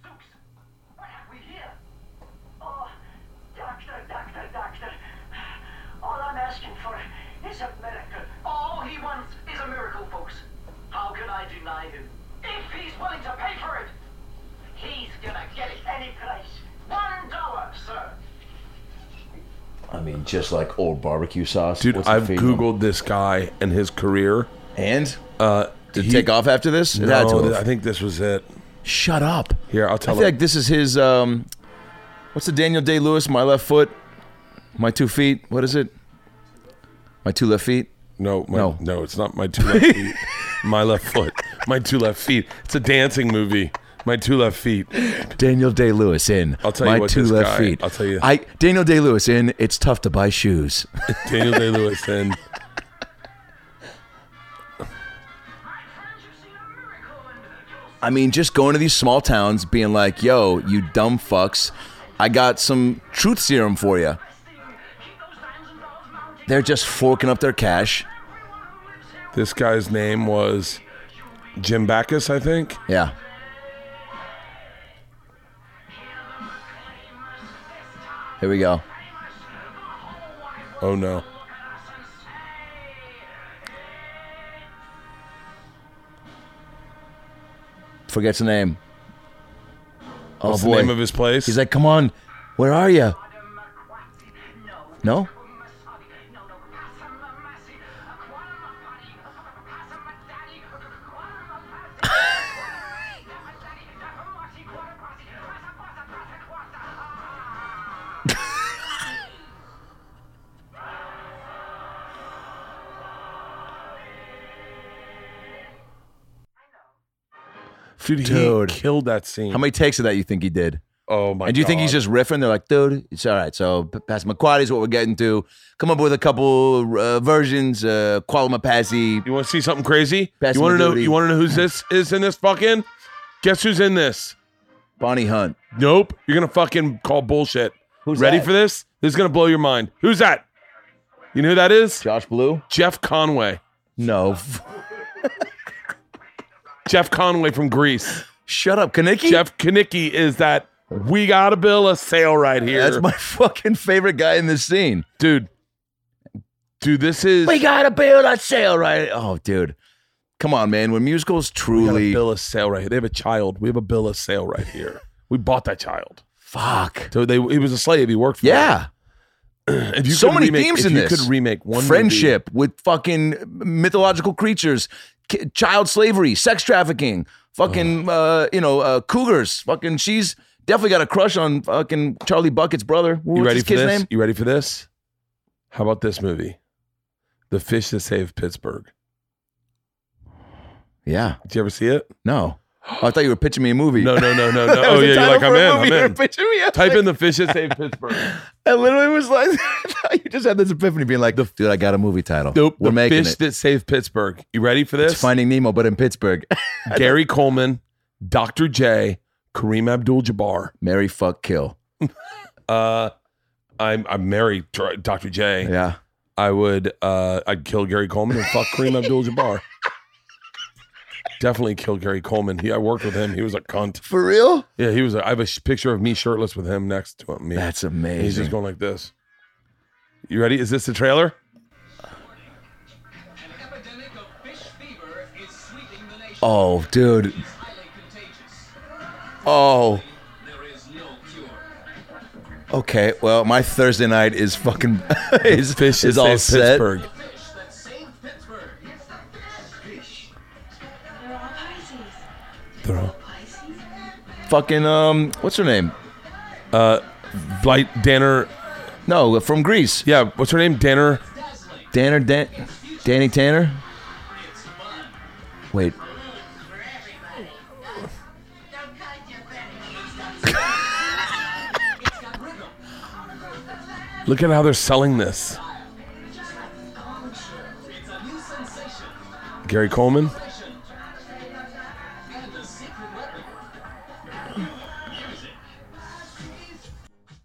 Stooks, what have we here? Oh, doctor, doctor, doctor. All I'm asking for is a miracle. All he wants is a miracle, folks. How can I deny him? If he's willing to pay for it, he's gonna get it any price. One dollar, sir.
I mean, just like old barbecue sauce.
Dude,
What's the
I've
fee?
Googled this guy and his career.
and
Uh
to
he-
take off after this. It had
No,
to
th-
have.
I think this was it.
Shut up.
Here, I'll
I
tell
feel
him.
like this is his um What's the Daniel Day Lewis? My left foot, my two feet. What is it? My two left feet.
No, my,
No.
no, it's not my two left feet. my left foot. My two left feet. It's a dancing movie. My two left feet.
Daniel Day Lewis in.
I'll tell you
my
what,
two
this
left
guy-
feet.
I'll tell you.
I Daniel Day Lewis in. It's tough to buy shoes.
Daniel Day Lewis and
My friends, you've seen a miracle, and you'll
I mean, just going to these small towns, being like, "Yo, you dumb fucks, I got some truth serum for you."
see. Keep those dimes and dollars mounting.
They're just forking up their cash.
Everyone who lives here
this guy's name was Jim Backus, I think.
Yeah. Here we go.
Oh no.
Forgets the name. Oh
What's
boy.
the name of his place?
He's like, "Come on, where are you?" No.
dude, he
Dude.
killed that scene.
How many takes of that you think he did?
oh my
And do you think he's
God.
just riffing? They're like, dude, it's all right. So P- Pass McQuaddy is what we're getting to. Come up with a couple uh, versions. Uh, Qualamapazzi.
You want to see something crazy?
Pass
you want to
me
know?
duty.
You want to know who's this is in this fucking? Guess who's in this?
Bonnie Hunt.
Nope. You're gonna fucking call bullshit.
Who's
Ready
that?
for this? This is gonna blow your mind. Who's that? You know who that is?
Josh Blue?
Jeff Conway.
No.
Jeff Conway from Greece.
Shut up, Kanicki.
Jeff Kanicki is that. We got to bill a sale right here.
That's my fucking favorite guy in this scene.
dude. Dude, this is
We gotta build a sale, right? Oh, dude. Come on, man. When musicals
we got a
truly
bill of sale right here. They have a child. We have a bill of sale right here. We bought that child.
fuck.
So they he was a slave. He worked for them.
Yeah.
If you
So
could
many
remake,
themes
if
in
you
this.
could remake one movie-
Friendship with fucking mythological creatures, ki- child slavery, sex trafficking, fucking uh, you know, uh, cougars, fucking she's definitely got a crush on fucking Charlie Bucket's brother. What's
you ready
his
for
kid's
this?
name?
You ready for this? How about this movie? The Fish That Saved Pittsburgh.
Yeah.
Did you ever see it?
No. Oh, I thought you were pitching me a movie.
No, no, no, no,
That
no. oh
was the
yeah, you're
title
like
for
I'm
a
in.
movie
I'm
you were
in.
pitching me. I was
Type
like-
in the Fish That Saved Pittsburgh.
I literally was like, you just had this epiphany being like, dude, I got a movie title.
Nope.
We're
the
making
Fish
it.
That Saved Pittsburgh. You ready for this?
It's Finding Nemo, but in Pittsburgh.
Gary Coleman, Dr. J, Kareem Abdul-Jabbar.
Mary fuck kill.
Uh, I'm I'm married to Dr. J.
Yeah.
I would uh I'd kill Gary Coleman and fuck Kareem Abdul-Jabbar. Definitely kill Gary Coleman. He, I worked with him. He was a cunt.
For real?
Yeah, he was. A, I have a sh- picture of me shirtless with him next to me.
That's
And He's just
amazing.
going like this. You ready? Is this the trailer?
An epidemic of fish fever is sweeping the nation.
Oh, dude.
It's highly contagious.
Oh.
There is no cure.
Okay. Well, my Thursday night is fucking is,
Fish
is
is
all
all
set.
Pittsburgh.
Fish that saved Pittsburgh. It's the fish. Fish.
They're all Pisces.
They're all-
Pisces?
Fucking um what's her name?
Blight Danner.
No, from Greece.
Yeah, what's her name? Danner.
Dazzling.
Danner Dan- Danny Tanner?
It's fun.
Wait.
For everybody. Don't cut your back.
It's got rhythm.
Look at how they're selling this.
It's a new sensation.
Gary Coleman.
Fashion. And a secret weapon. Music.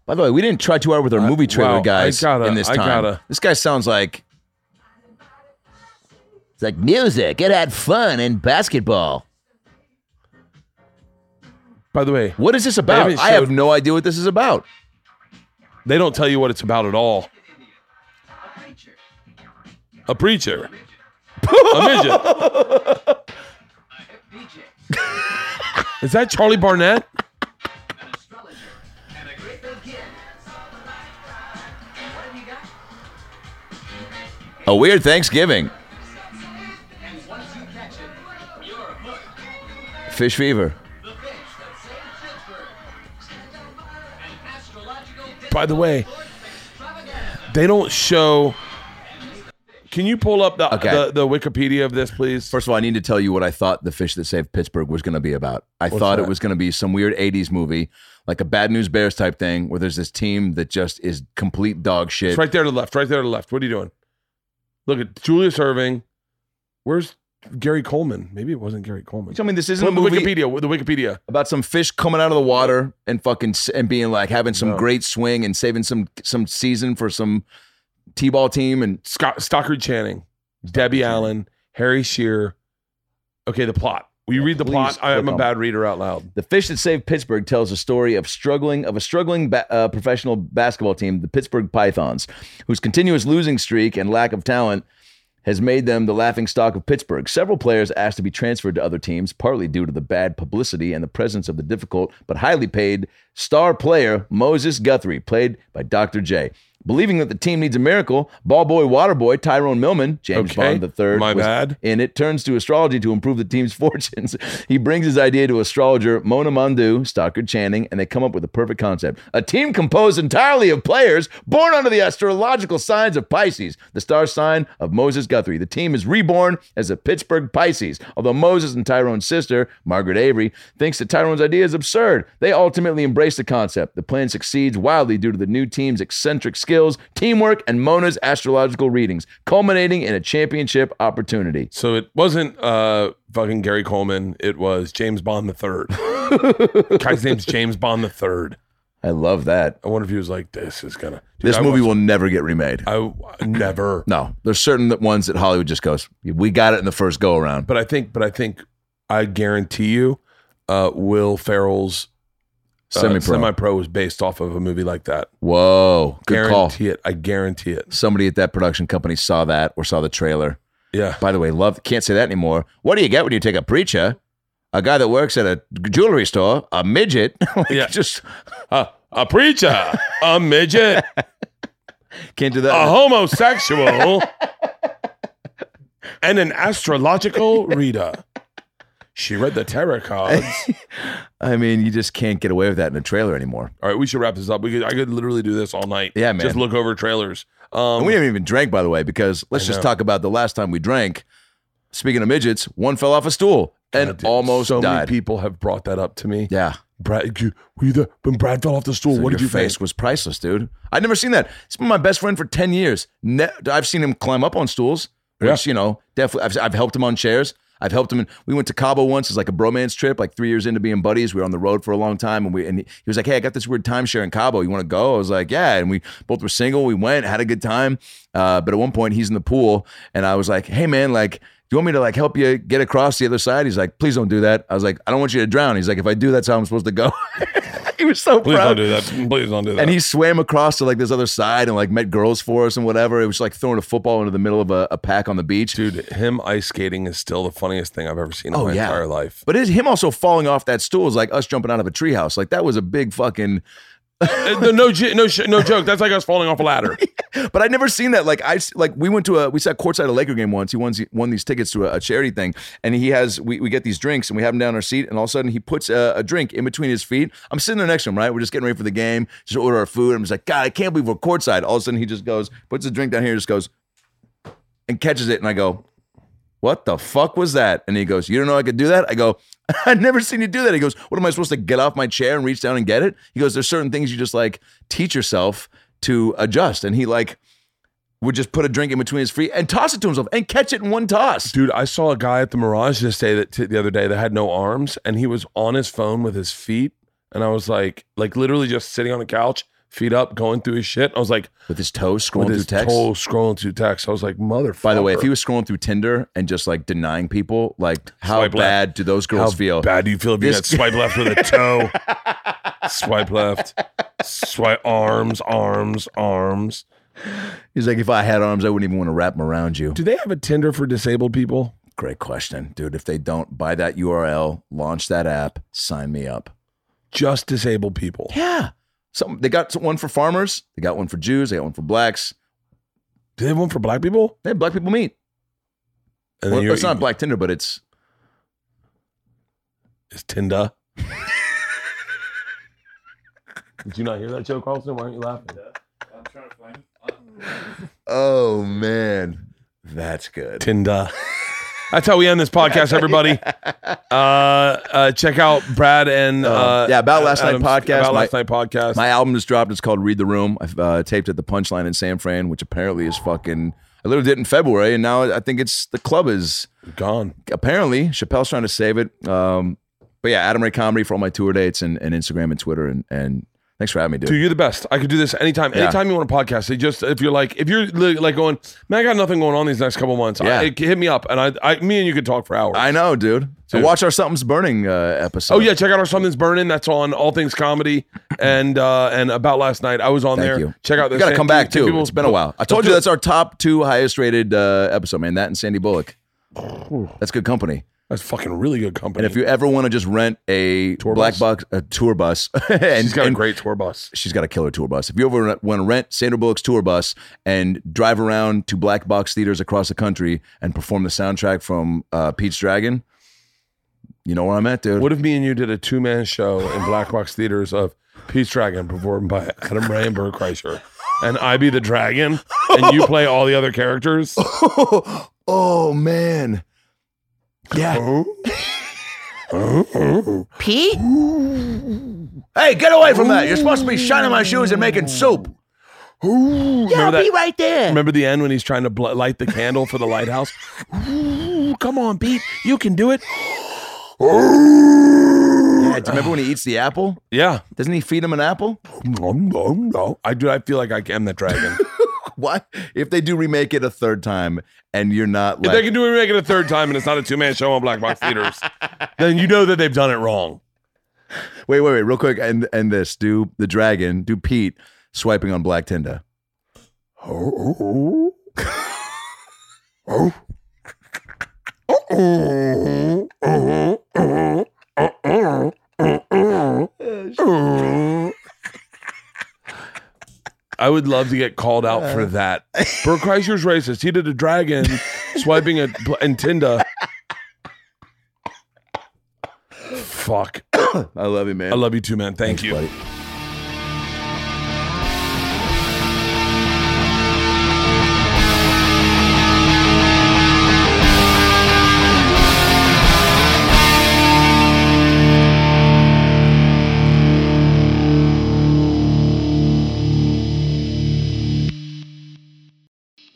By the way, we didn't try too hard with our movie trailer
Uh, wow, I
guys
gotta-
in this
I
time.
gotta-
This guy sounds like it's like music. It had fun and basketball.
By the way,
What is this about?
haven't
I have
showed-
no idea what this is about.
they don't tell you what it's about at all.
A preacher.
A preacher. A midget.
A hip DJ.
Is that Charlie Barnett?
An astrologer. And a great big kid. What have you got?
A weird Thanksgiving.
And once you catch it, you're hooked.
Fish fever.
The fish that saved Pittsburgh. An
By the way, they don't show. Can you pull up the,
Okay.
the, the Wikipedia of this, please?
First of all, I need to tell you what I thought the fish that saved Pittsburgh was going to be about. I thought it was going to be some weird '80s movie, like a Bad News Bears type thing, where there's this team that just is complete dog shit.
It's right there to the left. Right there to the left. What are you doing? Look at Julius Irving. Where's Gary Coleman? Maybe it wasn't Gary Coleman.
Tell me this isn't
Put
a
the
movie
Wikipedia. The Wikipedia.
about some fish coming out of the water and fucking s- and being like having some
No.
great swing and saving some some season for some t-ball team and
Scott Stockard Channing, Debbie Allen, Harry Shearer. Okay, the plot. Will you read the
please
plot? I am
click
a
on-
bad reader out loud.
The Fish That Saved Pittsburgh tells a story of struggling of a struggling ba- uh, professional basketball team, the Pittsburgh Pythons, whose continuous losing streak and lack of talent has made them the laughing stock of Pittsburgh. Several players asked to be transferred to other teams, partly due to the bad publicity and the presence of the difficult but highly paid star player Moses Guthrie, played by Dr. J. Believing that the team needs a miracle, ball boy, water boy Tyrone Millman, James
Okay,
Bond III,
my
was
bad.
and it turns to astrology to improve the team's fortunes. he brings his idea to astrologer Mona Mandu, Stockard Channing, and they come up with the perfect concept. A team composed entirely of players born under the astrological signs of Pisces, the star sign of Moses Guthrie. The team is reborn as the Pittsburgh Pisces, although Moses and Tyrone's sister, Margaret Avery, thinks that Tyrone's idea is absurd. They ultimately embrace the concept. The plan succeeds wildly due to the new team's eccentric skills, teamwork, and Mona's astrological readings, culminating in a championship opportunity.
So it wasn't uh, fucking Gary Coleman. It was James Bond the Third. Guy's name's James Bond the Third.
I love that.
I wonder if he was like, "This is gonna." Dude,
This
I
movie
watched-
will never get remade.
I never.
no, there's certain that ones that Hollywood just goes, we got it in the first go around.
But I think. But I think. I guarantee you, uh, Will Ferrell's uh,
Semi pro.
semi-pro was based off of a movie like that.
Whoa, good call.
guarantee it. I guarantee it.
Somebody at that production company saw that or saw the trailer.
Yeah.
By the way, love can't say that anymore. What do you get when you take a preacher, a guy that works at a jewelry store, a midget? Like,
Yeah.
just
A- a preacher, a midget,
can't do
a
that.
homosexual, and an astrological reader. She read the tarot cards.
I mean, you just can't get away with that in a trailer anymore.
All right, we should wrap this up. We could, I could literally do this all night.
Yeah, man.
Just look over trailers.
And
Um,
we haven't even drank, by the way, because let's
I
just
know.
talk about the last time we drank. Speaking of midgets, one fell off a stool and
God, dude,
almost
so many
died.
people have brought that up to me.
yeah.
Brad, you, were you there when Brad fell off the stool?
So
what
your
did you
face
face?
was priceless, dude. I'd never seen that. It's been my best friend for ten years. Ne- I've seen him climb up on stools, which you know, definitely. I've, I've helped him on chairs. I've helped him. In, we went to Cabo once. It's like a bromance trip. Like three years into being buddies, we were on the road for a long time, and we and he he was like, "Hey, I got this weird timeshare in Cabo. You want to go?" I was like, "Yeah." And we both were single. We went, had a good time. Uh, but at one point, he's in the pool, and I was like, "Hey, man, like." Do you want me to like help you get across the other side? He's like, please don't do that. I was like, I don't want you to drown. He's like, if I do, that's how I'm supposed to go. he was so
Please
proud.
don't do that. Please don't do that.
And he swam across to like this other side and like met girls for us and whatever. It was like throwing a football into the middle of a, a pack on the beach.
dude, him ice skating is still the funniest thing I've ever seen in
Oh,
my
yeah.
entire life.
But it, him also falling off that stool is like us jumping out of a treehouse. Like that was a big fucking.
Uh, no, no, j- no, sh- no joke. That's like us falling off a ladder.
But I'd never seen that. Like I s- like we went to a we sat courtside at a Laker game once. He won won these tickets to a, a charity thing, and he has we, we get these drinks and we have him down our seat, and all of a sudden he puts a, a drink in between his feet. I'm sitting there next to him, right? We're just getting ready for the game, just order our food. I'm just like, God, I can't believe we're courtside. All of a sudden he just goes, puts a drink down here, and just goes, and catches it, and I go, what the fuck was that? And he goes, You don't know I could do that? I go, I've never seen you do that. He goes, What am I supposed to get off my chair and reach down and get it? He goes, There's certain things you just like teach yourself to adjust. And he like would just put a drink in between his feet and toss it to himself and catch it in one toss.
Dude, I saw a guy at the Mirage this day that t- the other day that had no arms, and he was on his phone with his feet, and I was like, like literally just sitting on the couch, feet up, going through his shit. I was like,
With his toes
with
scrolling through
his
text.
toe scrolling through text. I was like, motherfucker.
By the way, if he was scrolling through Tinder and just like denying people, like how
Swipe left.
bad do those girls
How
feel?
bad do you feel if you got
This-
swipe left with a toe? swipe left, swipe arms, arms, arms.
He's like, if I had arms, I wouldn't even want to wrap them around you.
Do they have a Tinder for disabled people?
Great question, dude. If they don't buy that URL, launch that app, sign me up.
Just disabled people.
Yeah. Some they got one for farmers, they got one for Jews, they got one for blacks.
Do they have one for black people?
They have black people meet.
And
Well,
you're-
it's not black Tinder, but it's
It's Tinder. Did you not hear that joke, Austin? Why aren't you laughing?
I'm trying to find.
Oh man, that's good.
Tinder. That's how we end this podcast, everybody. Uh, uh, check out Brad and uh,
yeah, About Last Night podcast,
About
my-
last night podcast.
My album just dropped. It's called Read the Room. I've uh, taped at the Punchline in San Fran, which apparently is fucking. I literally did it in February, and now I think it's the club is
Gone.
apparently Chappelle's trying to save it. Um, but yeah, Adam Ray Comedy for all my tour dates and, and Instagram and Twitter and and thanks for having me, dude.
Dude, you're the best. I could do this anytime.
Yeah.
Anytime you want a podcast, they just if you're like if you're li- like going, man, I got nothing going on these next couple months.
Yeah.
I, it, hit me up, and I, I, me and you could talk for hours.
I know, dude. So
Dude.
watch our Something's Burning uh, episode.
Oh yeah, check out our something's burning. That's on All Things Comedy and uh and about last night. I was on
Thank
there.
you.
Check out. the
You gotta
San-
come back
San
too.
People's-
It's been a while. I told you that's our top two highest rated uh, episode, man. That and Sandy Bullock. That's good company.
That's fucking really good company.
And if you ever want to just rent a
Tour
black
bus?
box, a tour bus, and
she's got a
and-
great tour bus.
she's got a killer tour bus. If you ever want to rent Sandra Bullock's tour bus and drive around to black box theaters across the country and perform the soundtrack from uh, Pete's Dragon, you know where I'm at, dude.
What if me and you did a two man show in Black Box Theaters of Peace Dragon performed by Adam Ray and Bert Kreischer, and I be the dragon, and you play all the other characters?
oh man, yeah.
Pete?
Hey, get away from that! You're supposed to be shining my shoes and making soup.
remember that?
right there.
Remember the end when he's trying to bl- light the candle for the lighthouse? Ooh, come on, Pete, you can do it.
Yeah, do you remember when he eats the apple?
Yeah,
Doesn't he feed him an apple?
I do. I feel like I am the dragon.
Why? If they do remake it a third time and you're not
If they
like,
can do it, make it a third time, and it's not a two man show on Black Box Theaters, then you know that they've done it wrong.
wait, wait, wait, real quick, and and this, do the dragon, do Pete swiping on Black Tinder.
I would love to get called out
Uh.
for that. Bert Kreischer's racist. He did a dragon swiping a bl- and Tinder. Fuck.
I love you, man.
I love you too, man. Thank you.